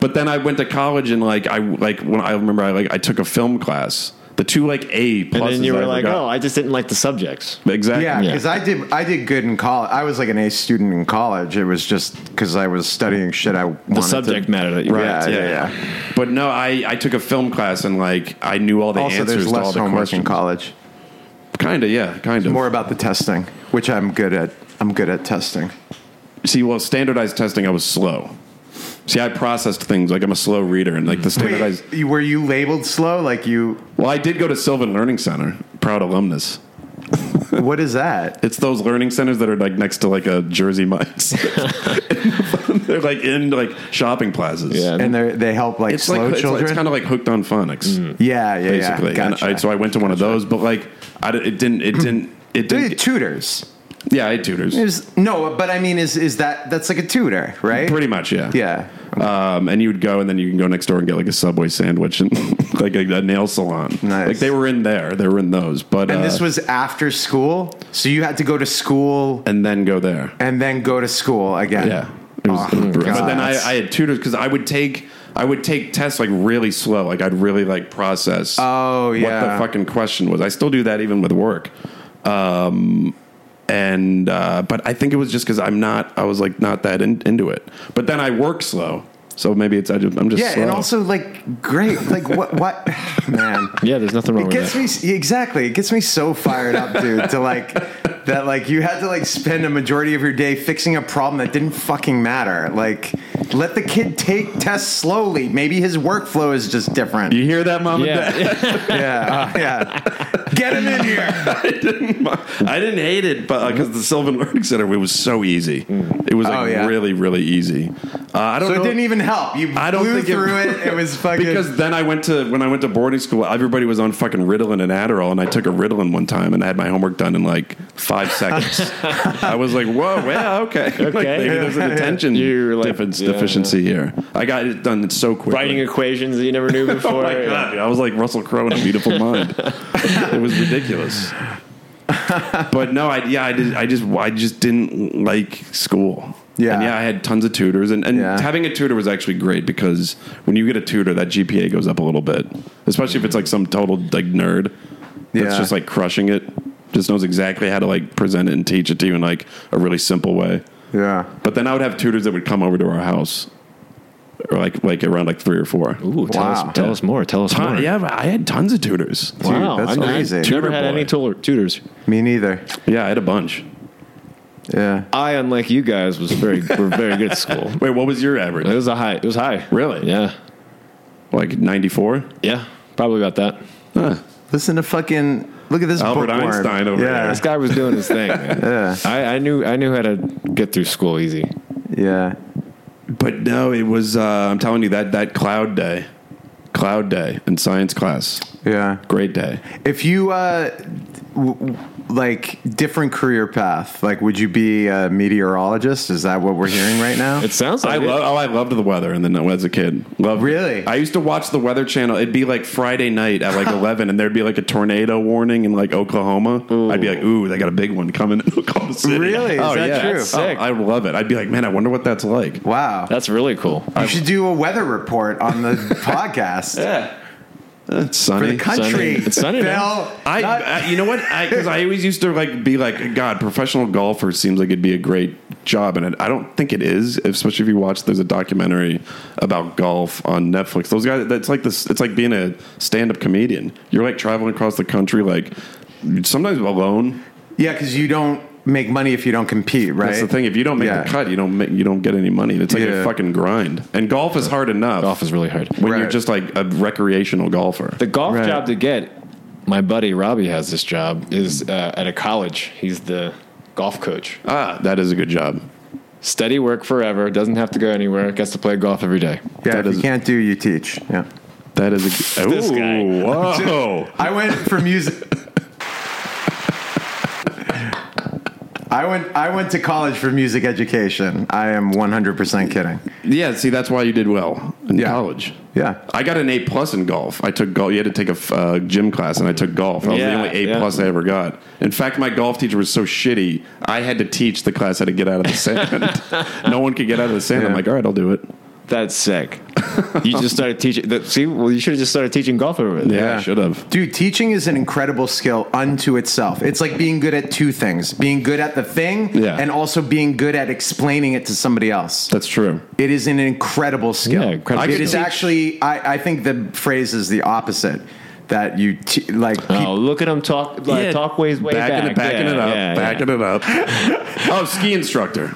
Speaker 2: But then I went to college and like I like when I remember I like I took a film class. The two like A pluses.
Speaker 4: And then you
Speaker 2: I
Speaker 4: were
Speaker 2: ever
Speaker 4: like,
Speaker 2: got.
Speaker 4: oh, I just didn't like the subjects.
Speaker 2: exactly.
Speaker 3: Yeah,
Speaker 4: Yeah.
Speaker 3: because I did. I did good in college. I was like an A student in college. It was just because I was studying shit. I wanted
Speaker 4: The subject
Speaker 3: To,
Speaker 4: matter that you
Speaker 3: Right.
Speaker 4: were
Speaker 3: Yeah,
Speaker 4: into.
Speaker 3: yeah,
Speaker 2: But no, I I took a film class and like I knew all the
Speaker 3: also,
Speaker 2: answers
Speaker 3: there's
Speaker 2: to all
Speaker 3: less
Speaker 2: the
Speaker 3: homework
Speaker 2: questions.
Speaker 3: in college.
Speaker 2: Kind of, yeah, kind of.
Speaker 3: More about the testing, which I'm good at. I'm good at testing.
Speaker 2: See, well, standardized testing, I was slow. See, I processed things like I'm a slow reader, and like the standardized.
Speaker 3: you- were you labeled slow? Like you?
Speaker 2: Well, I did go to Sylvan Learning Center, proud alumnus.
Speaker 3: What is that?
Speaker 2: It's those learning centers that are like next to like a Jersey Mike's. They're like in like shopping plazas.
Speaker 4: Yeah.
Speaker 3: and they they help like
Speaker 2: It's
Speaker 3: slow
Speaker 2: like it's,
Speaker 3: children.
Speaker 2: kind of like hooked on phonics,
Speaker 3: yeah, yeah, yeah.
Speaker 2: basically. And
Speaker 3: Gotcha.
Speaker 2: I, so I went to one of those, but like I, di- it didn't, it didn't, it
Speaker 3: They're
Speaker 2: didn't.
Speaker 3: tutors.
Speaker 2: Yeah, I had tutors.
Speaker 3: There's, no, but I mean, is is that that's like a tutor, right?
Speaker 2: Pretty much, yeah.
Speaker 3: Yeah.
Speaker 2: Um, and you would go, and then you can go next door and get like a Subway sandwich and like a, a nail salon.
Speaker 3: Nice.
Speaker 2: Like they were in there, they were in those. But
Speaker 3: And this
Speaker 2: uh,
Speaker 3: was after school, so you had to go to school
Speaker 2: and then go there.
Speaker 3: and then go to school again.
Speaker 2: Yeah. It was,
Speaker 3: Oh,
Speaker 2: it was brutal.
Speaker 3: God.
Speaker 2: But then I, I had tutors because I would take I would take tests like really slow. Like I'd really like process.
Speaker 3: Oh,
Speaker 2: what
Speaker 3: yeah.
Speaker 2: the fucking question was. I still do that even with work. Um, and uh, but I think it was just because I'm not. I was like not that in, into it. But then I work slow, so maybe it's I just, I'm just
Speaker 3: Yeah,
Speaker 2: slow.
Speaker 3: and also like great, like what what man.
Speaker 4: Yeah, there's nothing wrong
Speaker 3: It
Speaker 4: with
Speaker 3: gets
Speaker 4: that.
Speaker 3: me yeah, exactly. It gets me so fired up, dude. To like that, like you had to like spend a majority of your day fixing a problem that didn't fucking matter. Like, let the kid take tests slowly. Maybe his workflow is just different.
Speaker 2: you hear that, mom and dad?
Speaker 4: yeah.
Speaker 3: Yeah, yeah. Get him in here.
Speaker 2: I didn't. mi- I didn't hate it, but because the Sylvan Learning Center, it was so easy. It was like
Speaker 3: Oh, yeah.
Speaker 2: really, really easy. Uh, I don't.
Speaker 3: So
Speaker 2: know.
Speaker 3: it didn't even help. You
Speaker 2: I don't
Speaker 3: blew
Speaker 2: think
Speaker 3: through it, it. was fucking
Speaker 2: because then I went to when I went to boarding school, everybody was on fucking Ritalin and Adderall, and I took a Ritalin one time, and I had my homework done in like five seconds. I was like, "Whoa, well, okay, okay."
Speaker 4: Okay.
Speaker 2: maybe there's an attention
Speaker 4: You're like,
Speaker 2: defi-
Speaker 4: yeah.
Speaker 2: deficiency here. I got it done so quick.
Speaker 4: Writing equations that you never knew before.
Speaker 2: Oh my god! dude, I was like Russell Crowe in A Beautiful Mind. it was ridiculous. but no, I yeah, I did. I just I just didn't like school.
Speaker 3: Yeah.
Speaker 2: and yeah, I had tons of tutors, and, and
Speaker 3: Yeah.
Speaker 2: having a tutor was actually great because when you get a tutor, that GPA goes up a little bit, especially if it's like some total like nerd that's
Speaker 3: Yeah.
Speaker 2: just like crushing it, just knows exactly how to like present it and teach it to you in like a really simple way.
Speaker 3: yeah.
Speaker 2: But then I would have tutors that would come over to our house, or like like around like three or four.
Speaker 4: Ooh, tell,
Speaker 3: Wow.
Speaker 4: us, tell us more. Tell us
Speaker 2: Ton-
Speaker 4: more.
Speaker 2: yeah, but I had tons of tutors.
Speaker 4: Wow,
Speaker 3: Dude, that's
Speaker 4: I- I
Speaker 3: crazy.
Speaker 4: Never
Speaker 2: Tutor
Speaker 4: had
Speaker 2: boy.
Speaker 4: any tutor- tutors.
Speaker 3: Me neither.
Speaker 2: Yeah, I had a bunch.
Speaker 3: Yeah.
Speaker 4: I, unlike you guys, was very were very good at school.
Speaker 2: Wait, what was your
Speaker 4: It
Speaker 2: average?
Speaker 4: was a high. It was high.
Speaker 2: Really?
Speaker 4: Yeah.
Speaker 2: Like 94?
Speaker 4: Yeah. Probably about that.
Speaker 3: Listen to fucking look at this
Speaker 2: Albert
Speaker 3: bookworm.
Speaker 2: Einstein over
Speaker 3: yeah,
Speaker 4: This guy was doing his thing. Man. I, I knew I knew how to get through school easy.
Speaker 3: Yeah.
Speaker 2: But no, it was, uh, I'm telling you, that, that cloud day, cloud day in science class,
Speaker 3: Yeah.
Speaker 2: great day.
Speaker 3: If you uh w- w- like different career path, like would you be a meteorologist? Is that what we're hearing right now?
Speaker 4: It sounds like
Speaker 2: I
Speaker 4: it.
Speaker 2: love. Oh, I loved the weather, and then as a kid, loved. it.
Speaker 3: Really?
Speaker 2: I used to watch the Weather Channel. It'd be like Friday night at like eleven, and there'd be like a tornado warning in like Oklahoma. I'd be like, "Ooh, they got a big one coming in Oklahoma City."
Speaker 3: Really? Is
Speaker 2: oh
Speaker 3: that
Speaker 2: yeah,
Speaker 3: true?
Speaker 2: That's sick. Oh, I love it. I'd be like, "Man, I wonder what that's like."
Speaker 3: wow.
Speaker 4: That's really cool.
Speaker 3: you should do a weather report on the podcast.
Speaker 2: It's
Speaker 3: For
Speaker 2: sunny.
Speaker 3: the country.
Speaker 4: Sunny. It's sunny now.
Speaker 3: Phil,
Speaker 2: I,
Speaker 3: not-
Speaker 2: I you know what? Because I, always used to like be like, God, professional golfer seems like it'd be a great job, and it, I don't think it is, especially if you watch. There's a documentary about golf on Netflix. Those guys, that's like this. It's like being a stand-up comedian. You're like traveling across the country, like sometimes alone.
Speaker 3: yeah, because you don't make money if you don't compete, right?
Speaker 2: That's the thing. If you don't make
Speaker 3: Yeah.
Speaker 2: the cut, you don't make, you don't get any money. It's like
Speaker 3: Yeah.
Speaker 2: a fucking grind. And golf is hard enough
Speaker 4: Golf is really hard.
Speaker 2: when you're
Speaker 3: Right.
Speaker 2: just like a recreational golfer.
Speaker 4: The golf
Speaker 3: Right.
Speaker 4: job to get, my buddy Robbie has this job, is uh, at a college. He's the golf coach.
Speaker 2: ah, that is a good job.
Speaker 4: Steady work forever, doesn't have to go anywhere, gets to play golf every day.
Speaker 3: Yeah,
Speaker 2: That
Speaker 3: if you
Speaker 2: is-
Speaker 3: can't do, you teach. Yeah.
Speaker 2: That is a good
Speaker 4: This guy.
Speaker 2: Ooh, Whoa.
Speaker 3: I went for music. I went. I went to college for music education. I am one hundred percent kidding.
Speaker 2: Yeah, see, that's why you did well in
Speaker 3: Yeah.
Speaker 2: college.
Speaker 3: Yeah.
Speaker 2: I got an A plus in golf. I took golf. You had to take a f- uh, gym class, and I took golf. That was
Speaker 4: Yeah,
Speaker 2: the only A
Speaker 4: yeah.
Speaker 2: plus I ever got. In fact, my golf teacher was so shitty, I had to teach the class how to get out of the sand. no one could get out of the sand. I'm
Speaker 3: Yeah.
Speaker 2: like, all right, I'll do it.
Speaker 4: That's sick. you just started teaching. That, see, well, you should have just started teaching golf over there.
Speaker 2: Yeah, I should have.
Speaker 3: Dude, teaching is an incredible skill unto itself. It's like being good at two things: being good at the thing,
Speaker 2: Yeah.
Speaker 3: and also being good at explaining it to somebody else.
Speaker 2: That's true.
Speaker 3: It is an incredible skill.
Speaker 4: Yeah, incredible
Speaker 3: It is
Speaker 4: skill.
Speaker 3: actually. I, I think the phrase is the opposite. That you te- like.
Speaker 4: Oh, look at him talk. Like, Talk ways way back.
Speaker 2: Backing it, backing
Speaker 4: Yeah,
Speaker 2: it up,
Speaker 4: yeah,
Speaker 2: backing it up. oh, ski instructor.
Speaker 4: yeah.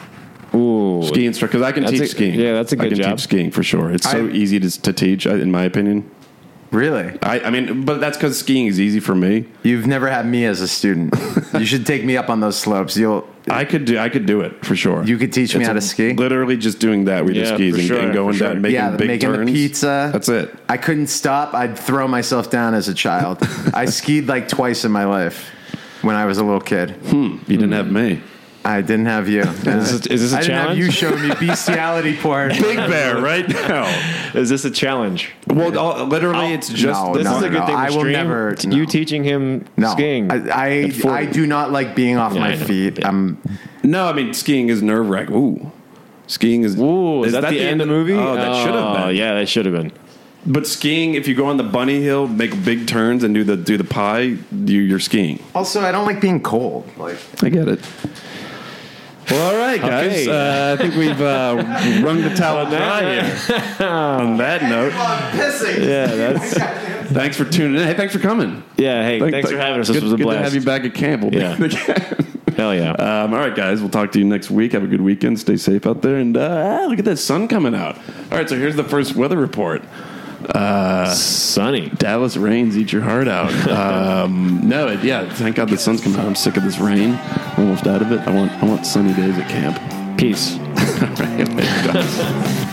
Speaker 4: Ooh,
Speaker 2: Ski instructor. Because I can
Speaker 4: That's
Speaker 2: teach
Speaker 4: a-
Speaker 2: skiing.
Speaker 4: yeah, that's a
Speaker 2: I
Speaker 4: good
Speaker 2: can
Speaker 4: job.
Speaker 2: teach skiing for sure. It's so
Speaker 3: I-
Speaker 2: easy to, to teach, I- in my opinion.
Speaker 3: Really?
Speaker 2: I, I mean, but that's because skiing is easy for me.
Speaker 3: You've never had me as a student. you should take me up on those slopes. You'll
Speaker 2: I could do I could do it for sure.
Speaker 3: you could teach me how to ski.
Speaker 2: Literally, just doing that with
Speaker 4: Yeah,
Speaker 2: the skis
Speaker 4: for
Speaker 2: and,
Speaker 4: sure,
Speaker 2: and going
Speaker 4: for
Speaker 2: down,
Speaker 4: sure.
Speaker 2: making
Speaker 3: yeah,
Speaker 2: big
Speaker 3: making
Speaker 2: turns.
Speaker 3: the pizza.
Speaker 2: That's it.
Speaker 3: I couldn't stop. I'd throw myself down as a child. I skied like twice in my life when I was a little kid.
Speaker 2: You didn't have me.
Speaker 3: I didn't have you. Is
Speaker 4: this a- is this a
Speaker 3: I didn't have
Speaker 4: challenge?
Speaker 3: you show me bestiality porn.
Speaker 2: Big Bear, right now.
Speaker 4: Is this a challenge?
Speaker 2: Well, all, literally, it's just
Speaker 3: no,
Speaker 2: this
Speaker 4: This
Speaker 3: no,
Speaker 4: is a
Speaker 2: is
Speaker 4: good
Speaker 3: no.
Speaker 4: thing.
Speaker 3: I
Speaker 4: with
Speaker 3: will
Speaker 4: stream.
Speaker 3: never-
Speaker 4: It's
Speaker 3: no.
Speaker 4: You teaching him
Speaker 3: No,
Speaker 4: skiing.
Speaker 3: I
Speaker 4: at
Speaker 3: I,
Speaker 4: 40.
Speaker 3: I do not like being off
Speaker 4: Yeah, I
Speaker 3: my
Speaker 4: know.
Speaker 3: feet.
Speaker 4: Yeah.
Speaker 3: I'm
Speaker 2: a, no. I mean, skiing is nerve wracking. Ooh, skiing is.
Speaker 4: Ooh, is, that, the end of the movie?
Speaker 2: Oh, that should have
Speaker 4: Oh,
Speaker 2: been.
Speaker 4: Yeah, that should have been.
Speaker 2: But skiing, if you go on the bunny hill, make big turns and do the do the pie, you, you're skiing.
Speaker 3: also I don't like being cold. Like
Speaker 2: I get it. Well, all right, guys.
Speaker 4: Okay.
Speaker 2: Uh, I think we've uh, rung the towel dry here. on that note,
Speaker 3: I'm pissing.
Speaker 4: Yeah, that's.
Speaker 2: thanks for tuning in. Hey, thanks for coming.
Speaker 4: Yeah, hey,
Speaker 2: Thank-
Speaker 4: thanks
Speaker 2: thank-
Speaker 4: for having us.
Speaker 2: Good,
Speaker 4: This was a
Speaker 2: good
Speaker 4: blast.
Speaker 2: to have you back at camp. We'll be
Speaker 4: Yeah.
Speaker 2: in again.
Speaker 4: Hell yeah.
Speaker 2: Um, all right, guys. We'll talk to you next week. Have a good weekend. Stay safe out there. And uh, ah, look at that sun coming out. All right, so here's the first weather report.
Speaker 4: Sunny.
Speaker 2: Dallas rains, eat your heart out. Um, no, it, yeah, thank God the sun's coming out. I'm sick of this rain. I'm almost out of it. I want, I want sunny days at camp.
Speaker 4: Peace.
Speaker 2: All right, guys.